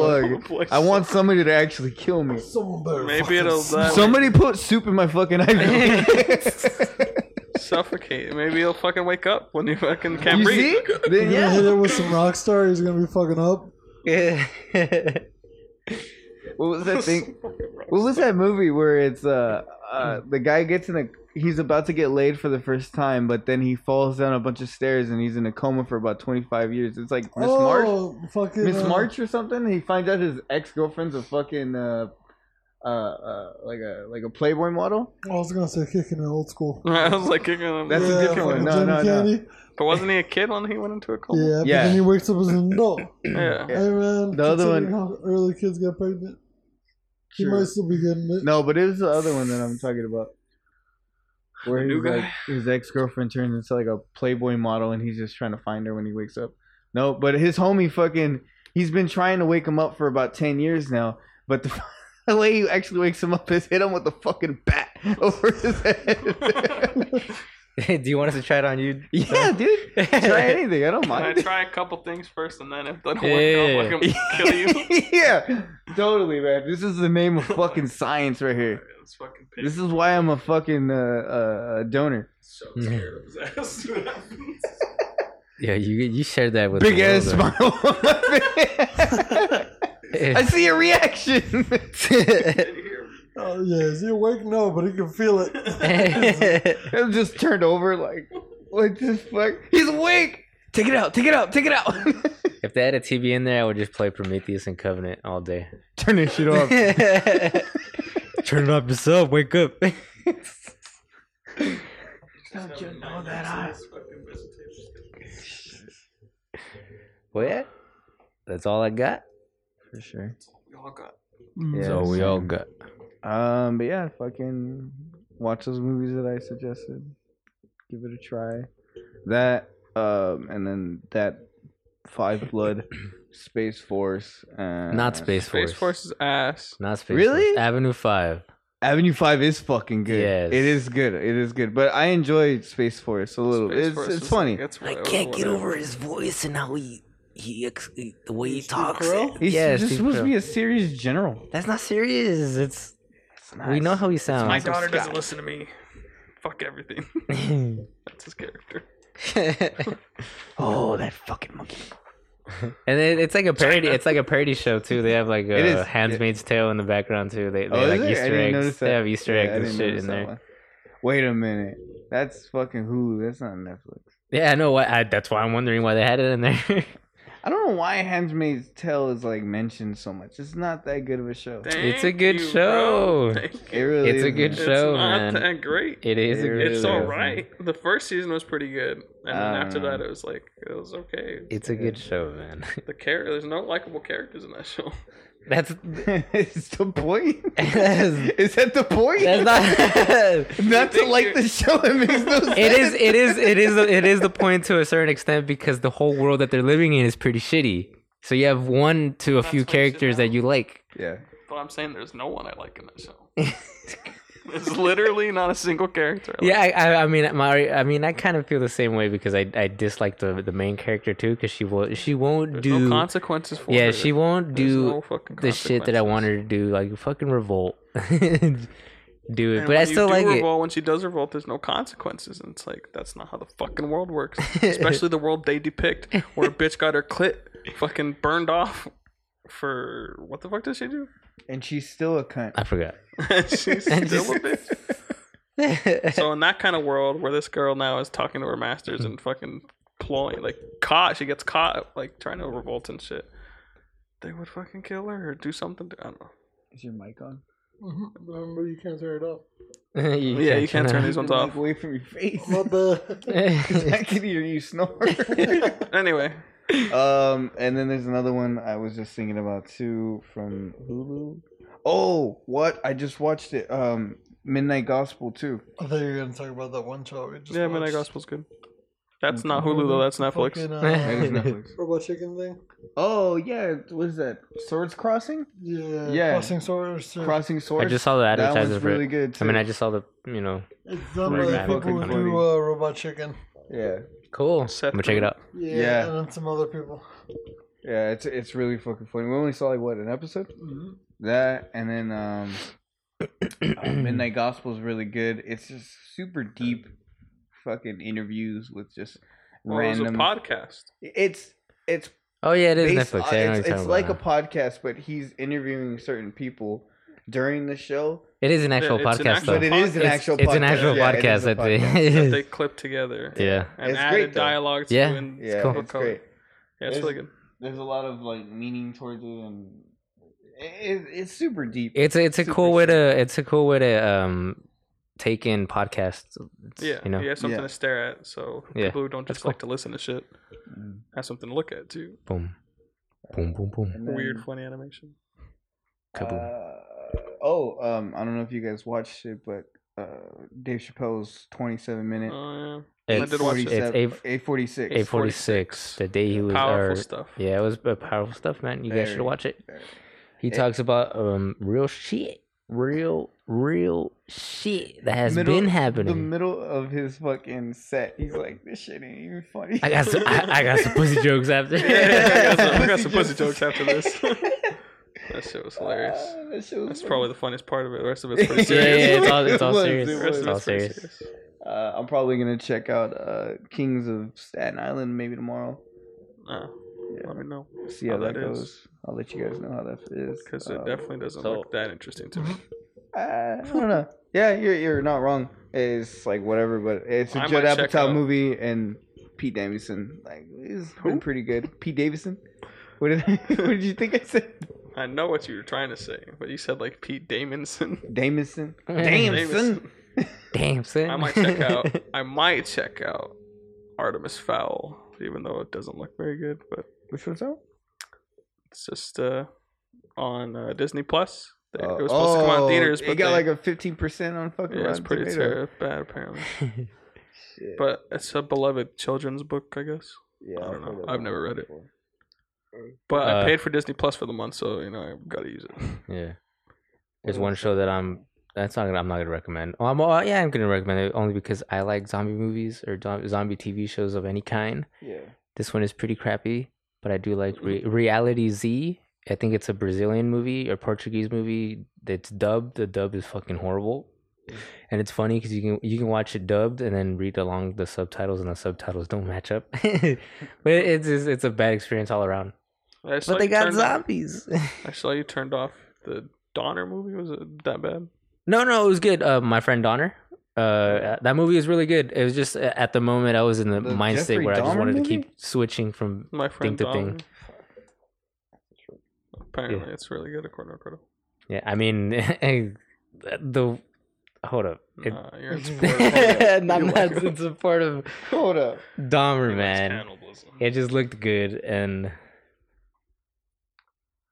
Speaker 5: plug. I want somebody to actually kill me.
Speaker 1: Someone better.
Speaker 2: Maybe
Speaker 1: fucking
Speaker 2: it'll die.
Speaker 5: Somebody put soup in my [LAUGHS] fucking IV.
Speaker 2: suffocate. Maybe he'll fucking wake up when you fucking can't
Speaker 5: you
Speaker 2: breathe.
Speaker 5: see?
Speaker 1: You're gonna
Speaker 5: Then
Speaker 1: hit
Speaker 5: yeah.
Speaker 1: it
Speaker 5: [LAUGHS]
Speaker 1: with some rock star. He's gonna be fucking up.
Speaker 5: What was that thing? What was that movie where it's uh, uh the guy gets in a he's about to get laid for the first time, but then he falls down a bunch of stairs and he's in a coma for about twenty five years. It's like Miss March.
Speaker 1: Oh, fucking
Speaker 5: Miss
Speaker 1: uh,
Speaker 5: March or something. He finds out his ex girlfriend's a fucking uh, uh, uh, like a like a Playboy model.
Speaker 1: I was gonna say kicking it old school.
Speaker 2: [LAUGHS] I was like kicking him.
Speaker 5: That's a
Speaker 1: yeah,
Speaker 5: different
Speaker 1: fucking
Speaker 5: one. No,
Speaker 1: Jenny
Speaker 5: no, no.
Speaker 1: Candy.
Speaker 2: But wasn't he a kid when he went into a coma?
Speaker 1: Yeah,
Speaker 5: Yeah.
Speaker 1: but then he wakes up and says,
Speaker 5: [LAUGHS]
Speaker 1: "No,
Speaker 2: Yeah.
Speaker 1: hey man."
Speaker 5: The other
Speaker 1: considering how early kids get pregnant. He
Speaker 5: Sure.
Speaker 1: might still be getting it.
Speaker 5: No, but it was the other one that I'm talking about. Where
Speaker 2: The new
Speaker 5: his,
Speaker 2: guy?
Speaker 5: like, his ex girlfriend turns into like a Playboy model, and he's just trying to find her when he wakes up. No, but his homie fucking he's been trying to wake him up for about ten years now. But the, [LAUGHS] the way he actually wakes him up is hit him with a fucking bat [LAUGHS] over
Speaker 2: [LAUGHS]
Speaker 5: his head.
Speaker 3: Do you want us to try it on you? Uh,
Speaker 5: yeah, dude.
Speaker 3: [LAUGHS]
Speaker 5: Try anything. I don't
Speaker 2: Can I
Speaker 5: mind.
Speaker 2: try a couple things first, and then if they don't work, I'll
Speaker 3: Yeah.
Speaker 2: fucking kill
Speaker 5: [LAUGHS]
Speaker 2: you.
Speaker 5: yeah, totally, man. This is the name of fucking science right here.
Speaker 2: Alright, Let's fucking pick.
Speaker 5: This is why I'm a fucking uh, uh, uh, donor.
Speaker 2: so
Speaker 3: [LAUGHS]
Speaker 2: scared of his [LAUGHS] ass.
Speaker 3: yeah, you you shared that with
Speaker 5: Big
Speaker 3: the
Speaker 5: ass
Speaker 3: world,
Speaker 5: smile on my
Speaker 3: [LAUGHS]
Speaker 5: face. I
Speaker 3: though.
Speaker 5: see a reaction. [LAUGHS]
Speaker 1: Oh yeah, is he awake? No, but he can feel it.
Speaker 5: [LAUGHS]
Speaker 1: [LAUGHS]
Speaker 5: I'm just turned over like, what the fuck? He's awake. Take it out. Take it out. Take it out.
Speaker 3: [LAUGHS]
Speaker 5: [LAUGHS]
Speaker 3: if they had a TV in there, I would just play Prometheus and Covenant all day.
Speaker 5: Turn this shit [LAUGHS] off.
Speaker 3: [LAUGHS] Turn it off yourself. Wake up.
Speaker 2: Don't you know that I? Fucking visitation.
Speaker 3: [LAUGHS] well, yeah, that's all I got.
Speaker 5: For sure.
Speaker 2: We all got.
Speaker 3: Yeah, so we all got.
Speaker 5: Um, but yeah, fucking watch those movies that I suggested. Give it a try. That, um, and then that
Speaker 3: [COUGHS]
Speaker 5: Five Blood, Space Force, and
Speaker 3: Not Space Force.
Speaker 2: Space Force is ass.
Speaker 3: Not Space
Speaker 5: Uh, Really?
Speaker 3: Force. Avenue Five.
Speaker 5: Avenue Five is fucking good.
Speaker 3: Yes.
Speaker 5: It is good. It is good. But I enjoy Space Force a little.
Speaker 2: Space
Speaker 5: it's
Speaker 2: Force
Speaker 5: it's
Speaker 2: is
Speaker 5: funny.
Speaker 2: like, it's
Speaker 3: I
Speaker 2: whatever-
Speaker 3: can't get
Speaker 2: whatever.
Speaker 3: over his voice and how he he ex- the way he
Speaker 1: Steve
Speaker 3: talks.
Speaker 1: Carell?
Speaker 5: He's
Speaker 3: yeah,
Speaker 5: just
Speaker 3: Steve
Speaker 5: supposed to
Speaker 3: Carell.
Speaker 5: be a serious general.
Speaker 3: That's not serious. It's we know how he sounds.
Speaker 2: My daughter doesn't listen to me. Fuck everything. [LAUGHS]
Speaker 3: [LAUGHS]
Speaker 2: That's his character.
Speaker 5: Oh, that fucking monkey.
Speaker 3: and it, it's like a parody. It's like a parody show too. They have like
Speaker 5: It
Speaker 3: a
Speaker 5: is.
Speaker 3: Handmaid's Tale in the background too. They, they
Speaker 5: Oh, is
Speaker 3: like
Speaker 5: there? I
Speaker 3: Easter
Speaker 5: didn't
Speaker 3: eggs.
Speaker 5: notice
Speaker 3: They
Speaker 5: that.
Speaker 3: have Easter
Speaker 5: Yeah, I
Speaker 3: eggs
Speaker 5: didn't
Speaker 3: and shit
Speaker 5: notice
Speaker 3: in
Speaker 5: that
Speaker 3: there.
Speaker 5: one. Wait a minute. That's fucking Hulu. That's not Netflix.
Speaker 3: Yeah, I know. Why, I, that's why I'm wondering why they had it in there. [LAUGHS]
Speaker 5: I don't know why Handmaid's Tale is like mentioned so much. It's not that good of a show.
Speaker 3: It's a
Speaker 2: Thank
Speaker 3: good
Speaker 2: you, bro.
Speaker 3: show.
Speaker 2: Thank you.
Speaker 5: It really
Speaker 3: It's a
Speaker 5: isn't.
Speaker 3: good
Speaker 2: It's
Speaker 3: show.
Speaker 2: not
Speaker 3: man.
Speaker 2: that great.
Speaker 3: it is. a
Speaker 5: It
Speaker 3: good
Speaker 5: really
Speaker 2: It's
Speaker 3: show.
Speaker 2: all right. The first season was pretty good, and then
Speaker 5: I
Speaker 2: after
Speaker 5: don't know.
Speaker 3: Um,
Speaker 2: that, it was like it was okay.
Speaker 3: It's a good show, man. [LAUGHS]
Speaker 2: The character, there's no likable characters in that show. [LAUGHS]
Speaker 5: [LAUGHS]
Speaker 3: That's
Speaker 5: it's the point.
Speaker 3: that's
Speaker 5: is that the point?
Speaker 3: not.
Speaker 5: [LAUGHS] not to
Speaker 2: think
Speaker 5: like
Speaker 2: you're-
Speaker 5: the show. It makes no
Speaker 3: [LAUGHS]
Speaker 5: sense.
Speaker 3: it is it is it is it is the point to a certain extent because the whole world that they're living in is pretty shitty so you have one to a
Speaker 2: That's what
Speaker 3: few
Speaker 2: you
Speaker 3: characters that
Speaker 2: know.
Speaker 3: you like
Speaker 5: Yeah.
Speaker 2: But I'm saying there's no one I like in that show.
Speaker 3: [LAUGHS]
Speaker 2: There's literally not a single character. I like.
Speaker 3: yeah i i, I mean Mari, i mean i kind of feel the same way because i i dislike the the main character too because she will she won't
Speaker 2: There's
Speaker 3: do
Speaker 2: no consequences for
Speaker 3: yeah
Speaker 2: her.
Speaker 3: she won't
Speaker 2: There's
Speaker 3: do
Speaker 2: no fucking
Speaker 3: the shit that i want her to do like fucking revolt [LAUGHS] do it
Speaker 2: And
Speaker 3: but
Speaker 2: when
Speaker 3: i
Speaker 2: you
Speaker 3: still
Speaker 2: do
Speaker 3: like it
Speaker 2: revolt, When she does revolt, there's no consequences, and it's like that's not how the fucking world works. Especially the world they depict, where a bitch got her clit fucking burned off for what the fuck did she do?
Speaker 5: And she's still a cunt.
Speaker 3: i forgot
Speaker 2: She's still
Speaker 3: And
Speaker 2: a bitch. So in that kind of world, where this girl now is talking to her masters and fucking ploying, like caught, she gets caught like trying to revolt and shit. They would fucking kill her or do something. To, I don't know.
Speaker 5: Is your mic on?
Speaker 1: Remember, you can't turn it off.
Speaker 3: [LAUGHS] You
Speaker 2: yeah, you can't turn these ones
Speaker 5: Get the mic
Speaker 2: off.
Speaker 5: away from your face.
Speaker 1: What the?
Speaker 5: [LAUGHS] I can hear you snore.
Speaker 2: Anyway,
Speaker 5: um, and then there's another one I was just thinking about too from Hulu. Oh, what? I just watched it. Um, Midnight Gospel too.
Speaker 1: I thought you were gonna talk about that one show we just
Speaker 2: yeah, Midnight
Speaker 1: watched.
Speaker 2: Gospel's good. That's not Hulu though. That's Netflix.
Speaker 1: Fucking,
Speaker 5: [LAUGHS]
Speaker 1: uh,
Speaker 3: [LAUGHS]
Speaker 5: That is Netflix.
Speaker 1: robot chicken thing.
Speaker 5: Oh yeah, what is that? Swords Crossing?
Speaker 1: Yeah.
Speaker 5: Yeah.
Speaker 1: Crossing swords. or-
Speaker 3: [LAUGHS]
Speaker 5: Crossing
Speaker 3: Hmm. i
Speaker 5: Swords.
Speaker 3: just saw the
Speaker 5: that
Speaker 3: advertisement
Speaker 5: one's
Speaker 3: for it.
Speaker 5: really good.
Speaker 3: i mean
Speaker 5: too.
Speaker 3: i just saw the you know
Speaker 1: It's done by
Speaker 5: Really
Speaker 1: the people
Speaker 5: fucking
Speaker 1: who do
Speaker 5: funny.
Speaker 1: uh, robot chicken.
Speaker 5: yeah,
Speaker 3: Cool.
Speaker 2: Seth
Speaker 3: I'm gonna check it
Speaker 2: Rogen.
Speaker 3: out.
Speaker 1: Yeah,
Speaker 5: Yeah.
Speaker 1: And then some other people.
Speaker 5: yeah. It's it's really fucking funny. We only saw like what an episode. That and then um,
Speaker 3: [CLEARS THROAT]
Speaker 5: uh, [CLEARS THROAT] Midnight Gospel is really good. It's just super deep, fucking interviews with just
Speaker 2: Well, Oh, it was a
Speaker 5: random.
Speaker 2: podcast.
Speaker 5: it's it's
Speaker 3: Oh yeah, it is
Speaker 5: based
Speaker 3: Netflix.
Speaker 5: on-
Speaker 3: Yeah, I know what
Speaker 5: it's,
Speaker 3: you're
Speaker 5: it's
Speaker 3: talking
Speaker 5: like a
Speaker 3: about.
Speaker 5: podcast, but he's interviewing certain people during the show.
Speaker 3: It is an actual
Speaker 2: it's an
Speaker 3: podcast
Speaker 2: actual
Speaker 3: though.
Speaker 5: But it is an
Speaker 3: it's,
Speaker 5: actual.
Speaker 3: it's
Speaker 5: podcast.
Speaker 3: an actual
Speaker 5: Yeah, it
Speaker 3: podcast.
Speaker 5: is a
Speaker 3: that they- [LAUGHS]
Speaker 5: [LAUGHS]
Speaker 2: that they clip together.
Speaker 3: yeah.
Speaker 2: And
Speaker 5: It's
Speaker 2: added
Speaker 5: great, though.
Speaker 2: dialogue to
Speaker 3: Yeah.
Speaker 2: and
Speaker 5: Yeah,
Speaker 2: color
Speaker 5: it's
Speaker 2: code.
Speaker 5: great.
Speaker 2: Yeah, it's
Speaker 5: It's-
Speaker 2: really good.
Speaker 5: There's a lot of like meaning towards it, and it, it, it's super deep.
Speaker 3: It's a, it's a
Speaker 5: Super
Speaker 3: cool way
Speaker 5: sick.
Speaker 3: to it's a cool way to um take in podcasts. It's,
Speaker 2: Yeah,
Speaker 3: You know.
Speaker 2: you have something
Speaker 5: Yeah.
Speaker 2: to stare at, so
Speaker 3: Yeah,
Speaker 2: people who don't
Speaker 3: that's
Speaker 2: just like to listen to shit have something to look at too.
Speaker 3: Boom. Boom. Boom. Boom.
Speaker 5: And then,
Speaker 2: Weird, funny animation.
Speaker 3: Kaboom.
Speaker 5: uh, oh, um, I don't know if you guys watched it, but uh, Dave Chappelle's 27 minute
Speaker 2: Oh
Speaker 3: It's,
Speaker 2: I did watch it.
Speaker 3: it's eight
Speaker 5: eight forty six.
Speaker 3: eight forty six. The day he was,
Speaker 2: Powerful
Speaker 3: or,
Speaker 2: stuff.
Speaker 3: yeah, it was uh, powerful stuff, man. You guys should
Speaker 5: Very,
Speaker 3: watch it.
Speaker 5: very.
Speaker 3: He talks about um real shit, real real shit that has
Speaker 5: Middle-
Speaker 3: been
Speaker 5: The
Speaker 3: happening.
Speaker 5: middle of his fucking set, he's like, "This shit ain't even funny."
Speaker 3: I got some, I, I got some
Speaker 5: [LAUGHS]
Speaker 3: pussy jokes after. [LAUGHS]
Speaker 2: Yeah, [LAUGHS] I got some- I got some
Speaker 5: Pussy
Speaker 2: pussy jokes after
Speaker 5: [LAUGHS]
Speaker 2: this.
Speaker 5: Uh,
Speaker 2: That shit was hilarious.
Speaker 5: Ah, that shit was
Speaker 2: That's
Speaker 5: funny.
Speaker 2: probably the funniest part of it. The rest of
Speaker 3: [LAUGHS]
Speaker 2: it's pretty
Speaker 5: Yeah,
Speaker 3: Yeah, yeah,
Speaker 2: serious.
Speaker 3: it's all it's
Speaker 5: It
Speaker 3: all
Speaker 5: was,
Speaker 3: serious.
Speaker 2: [LAUGHS]
Speaker 5: it
Speaker 2: The rest
Speaker 3: It's
Speaker 2: of
Speaker 3: all
Speaker 2: it's pretty
Speaker 3: serious.
Speaker 2: serious.
Speaker 5: Uh, I'm probably gonna check out uh, Kings of Staten Island maybe tomorrow.
Speaker 2: Nah, let me know
Speaker 5: See how
Speaker 2: How
Speaker 5: that,
Speaker 2: that
Speaker 5: goes.
Speaker 2: is.
Speaker 5: I'll let you guys know how that is.
Speaker 2: because
Speaker 5: Um,
Speaker 2: it definitely doesn't
Speaker 3: so-
Speaker 2: look that interesting to
Speaker 3: [LAUGHS]
Speaker 2: me.
Speaker 5: Uh, I don't know. Yeah, you're you're not wrong. It's like whatever, but it's a
Speaker 2: I
Speaker 5: Judd
Speaker 2: might check
Speaker 5: Apatow
Speaker 2: out-
Speaker 5: movie and Pete Davidson. Like, it's
Speaker 2: Who?
Speaker 5: been pretty good. Pete Davidson. What did I, [LAUGHS] what did you think I said?
Speaker 2: I know what you were trying to say, but you said like Pete
Speaker 3: [LAUGHS]
Speaker 2: Damonson.
Speaker 5: Davidson.
Speaker 2: Davidson.
Speaker 5: Davidson.
Speaker 3: Damn, son.
Speaker 2: I might check
Speaker 3: [LAUGHS]
Speaker 2: out. I might check out Artemis Fowl, even though it doesn't look very good. But
Speaker 5: Which one's that?
Speaker 2: it's just uh, on uh, Disney Plus. They- It was supposed to come out in theaters, but
Speaker 5: Uh, Oh, it got
Speaker 2: they-
Speaker 5: like a fifteen percent on fucking.
Speaker 2: yeah, it's
Speaker 5: Rotten
Speaker 2: pretty
Speaker 5: Tomato.
Speaker 2: ter- bad apparently.
Speaker 3: [LAUGHS]
Speaker 5: Shit.
Speaker 2: But it's a beloved children's book, I guess.
Speaker 5: yeah,
Speaker 2: I don't know.
Speaker 5: heard of
Speaker 2: I've
Speaker 5: that
Speaker 2: never read it.
Speaker 5: before.
Speaker 2: But
Speaker 3: Uh,
Speaker 2: I paid for Disney Plus for the month, so you know I've got to use it.
Speaker 3: Yeah. There's one show that I'm that's not gonna, I'm not gonna recommend. Oh, I'm, oh, yeah, I'm gonna recommend it only because I like zombie movies or zo- zombie TV shows of any kind.
Speaker 5: Yeah.
Speaker 3: This one is pretty crappy, but I do
Speaker 2: Mm-hmm.
Speaker 3: like re- Reality Z. I think it's a Brazilian movie or Portuguese movie that's dubbed. The dub is fucking horrible,
Speaker 2: Mm-hmm.
Speaker 3: and it's funny because you can you can watch it dubbed and then read along the subtitles, and the subtitles don't match up. [LAUGHS] but it, it's just- it's a bad experience all around.
Speaker 2: I saw
Speaker 3: But they
Speaker 2: you
Speaker 3: got
Speaker 2: turned-
Speaker 3: zombies.
Speaker 2: I saw you turned off the Donner movie. Was it that bad?
Speaker 3: No, no, it was good. Uh, my friend Donner. Uh, that movie was really good. It was just uh, at the moment I was in the,
Speaker 5: The
Speaker 3: mind state
Speaker 5: Jeffrey
Speaker 3: where I just
Speaker 5: Dahmer
Speaker 3: wanted to
Speaker 5: movie?
Speaker 3: keep switching from.
Speaker 2: My friend
Speaker 3: to
Speaker 2: Donner.
Speaker 3: think.
Speaker 2: Apparently, it's really good according to Critical.
Speaker 3: Yeah, I mean, [LAUGHS] the hold up. It,
Speaker 2: Nah, you're
Speaker 3: [LAUGHS]
Speaker 2: in support. [LAUGHS]
Speaker 3: I'm not in support of
Speaker 5: Hold up.
Speaker 3: Dahmer, man.
Speaker 2: Cannibalism.
Speaker 3: It just looked good, and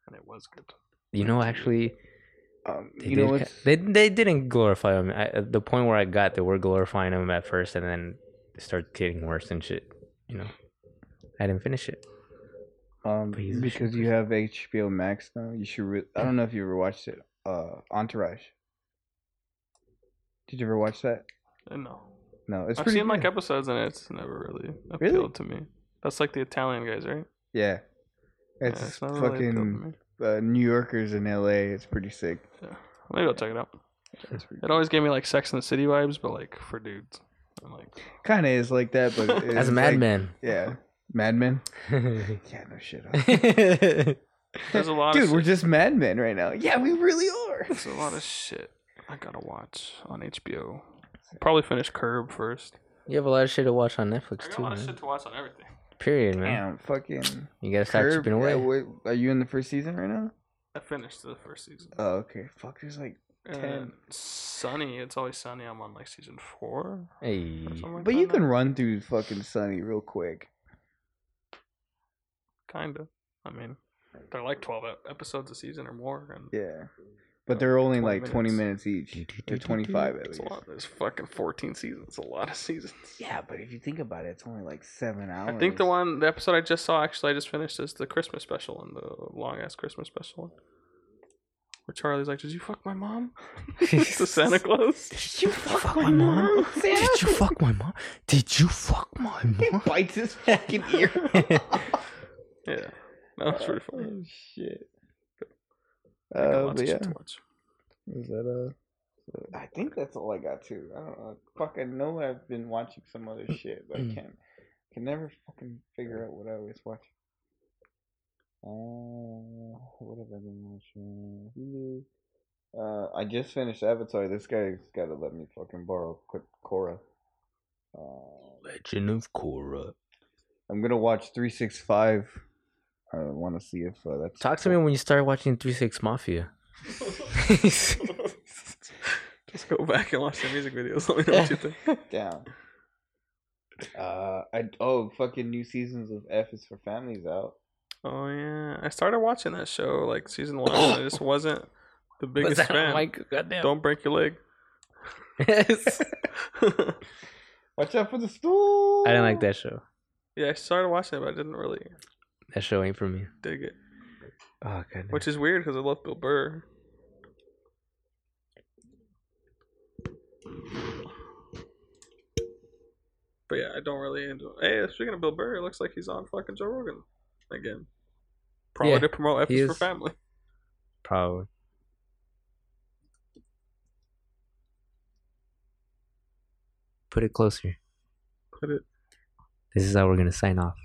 Speaker 2: And it was good.
Speaker 3: you know, actually,
Speaker 5: Um,
Speaker 3: they
Speaker 5: you know
Speaker 3: did,
Speaker 5: what?
Speaker 3: ki- they they didn't glorify him. I, the point where I got, they were glorifying him at first, and then it started getting worse and shit. You know, I didn't finish it.
Speaker 5: Um,
Speaker 3: But he's a
Speaker 5: because you have HBO Max now, you should. Re- I don't know if you ever watched it. Uh, Entourage. Did you ever watch that?
Speaker 2: And no,
Speaker 5: No, it's
Speaker 2: I've
Speaker 5: pretty.
Speaker 2: seen like
Speaker 5: good.
Speaker 2: episodes, and it's never really appealed
Speaker 5: Really?
Speaker 2: to me. That's like the Italian guys, right?
Speaker 5: yeah, it's,
Speaker 2: Yeah,
Speaker 5: just
Speaker 2: not really appealed to
Speaker 5: fucking
Speaker 2: me.
Speaker 5: uh, New Yorkers in LA. It's pretty sick.
Speaker 2: Maybe I'll check it out. [LAUGHS]
Speaker 5: It's pretty,
Speaker 2: It always gave me like Sex and the City vibes, but like for dudes. I'm like,
Speaker 5: kind of is like that, but
Speaker 2: [LAUGHS]
Speaker 5: it's
Speaker 3: As a
Speaker 5: like-
Speaker 3: madman.
Speaker 5: Yeah, madmen.
Speaker 3: [LAUGHS]
Speaker 5: Yeah, no
Speaker 2: [LAUGHS]
Speaker 5: shit.
Speaker 2: there's
Speaker 5: [LAUGHS]
Speaker 2: a lot.
Speaker 5: Dude,
Speaker 2: of
Speaker 5: we're
Speaker 2: shit.
Speaker 5: just madmen right now. Yeah, we really are.
Speaker 2: There's a lot of shit I gotta watch on HBO. Probably finish Curb first.
Speaker 3: You have a lot of shit to watch on Netflix too, man.
Speaker 2: to watch on everything.
Speaker 3: Period, man.
Speaker 5: Damn, fucking.
Speaker 3: You gotta start
Speaker 5: Curb-
Speaker 3: chipping
Speaker 5: yeah,
Speaker 3: away.
Speaker 5: wait, are you in the first season right now?
Speaker 2: I finished the first season.
Speaker 5: Oh, okay. Fuck, there's like
Speaker 2: And
Speaker 5: ten.
Speaker 2: Sunny, it's always Sunny. I'm on like season four.
Speaker 3: Hey,
Speaker 2: Or something like
Speaker 5: But
Speaker 2: that
Speaker 5: you
Speaker 2: now.
Speaker 5: can run through fucking Sunny real quick.
Speaker 2: kinda. I mean, they're like twelve ep- episodes a season or more, and
Speaker 5: Yeah. But they're only
Speaker 2: 20
Speaker 5: like 20 minutes
Speaker 3: Do,
Speaker 5: each.
Speaker 3: do, do, do,
Speaker 5: Or 25 at
Speaker 2: it's
Speaker 5: least.
Speaker 2: a lot. There's fucking fourteen seasons. It's a lot of seasons.
Speaker 5: Yeah, but if you think about it, it's only like 7 hours.
Speaker 2: I think the one, the episode I just saw, actually, I just finished is the Christmas special and the long ass Christmas special one. Where Charlie's like, "Did you fuck my mom?" [LAUGHS]
Speaker 3: [LAUGHS]
Speaker 2: to
Speaker 5: [LAUGHS]
Speaker 2: Santa Claus.
Speaker 3: Did you fuck my mom? Did you fuck my mom? Did you fuck my mom?
Speaker 5: bites his fucking ear.
Speaker 2: Yeah, no, that's pretty funny.
Speaker 5: Oh, shit.
Speaker 2: I got
Speaker 5: Uh,
Speaker 2: lots
Speaker 5: but
Speaker 2: of
Speaker 5: yeah.
Speaker 2: shit to watch.
Speaker 5: Is that, uh, I think that's all I got too. I don't know. Fuck, I know I've been watching some [CLEARS THROAT] other shit, but I can't. Can never fucking figure out what I was watching. Uh, what have I been watching? Hulu. Uh, I just finished Avatar. This guy's got to let me fucking borrow quick Korra. Uh,
Speaker 3: Legend of Korra.
Speaker 5: I'm gonna watch Three Six Five. I want to see if uh, that's
Speaker 3: Talk to me when you start watching Three Six [LAUGHS] Mafia. [LAUGHS]
Speaker 2: Just go back and watch the music videos. [LAUGHS] Let me know what you
Speaker 5: [LAUGHS]
Speaker 2: think.
Speaker 5: down. Uh, I oh fucking new seasons of F is for Families out.
Speaker 2: Oh yeah, I started watching that show like season one. and I
Speaker 5: [COUGHS]
Speaker 2: just wasn't the biggest
Speaker 3: oh
Speaker 2: fan.
Speaker 3: [LAUGHS] Mike, goddamn.
Speaker 2: Don't break your leg.
Speaker 5: Watch out for the stool.
Speaker 3: I didn't like that show.
Speaker 2: Yeah, I started watching it, but I didn't really
Speaker 3: That show ain't for me.
Speaker 2: dig it,
Speaker 3: Oh goodness.
Speaker 2: which is weird because I love Bill Burr. But yeah, I don't really enjoy. Hey, speaking of Bill Burr, it looks like he's on fucking Joe Rogan again, probably
Speaker 3: Yeah,
Speaker 2: to promote
Speaker 3: he
Speaker 2: F's for
Speaker 3: is.
Speaker 2: Family.
Speaker 3: probably. Put it closer.
Speaker 2: Put it.
Speaker 3: This is how we're gonna sign off.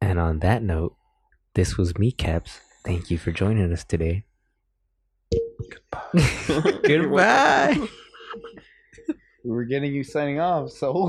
Speaker 3: And on that note, this was me, Caps. Thank you for joining us today. [LAUGHS] Goodbye.
Speaker 5: [LAUGHS] We were getting you signing off, so.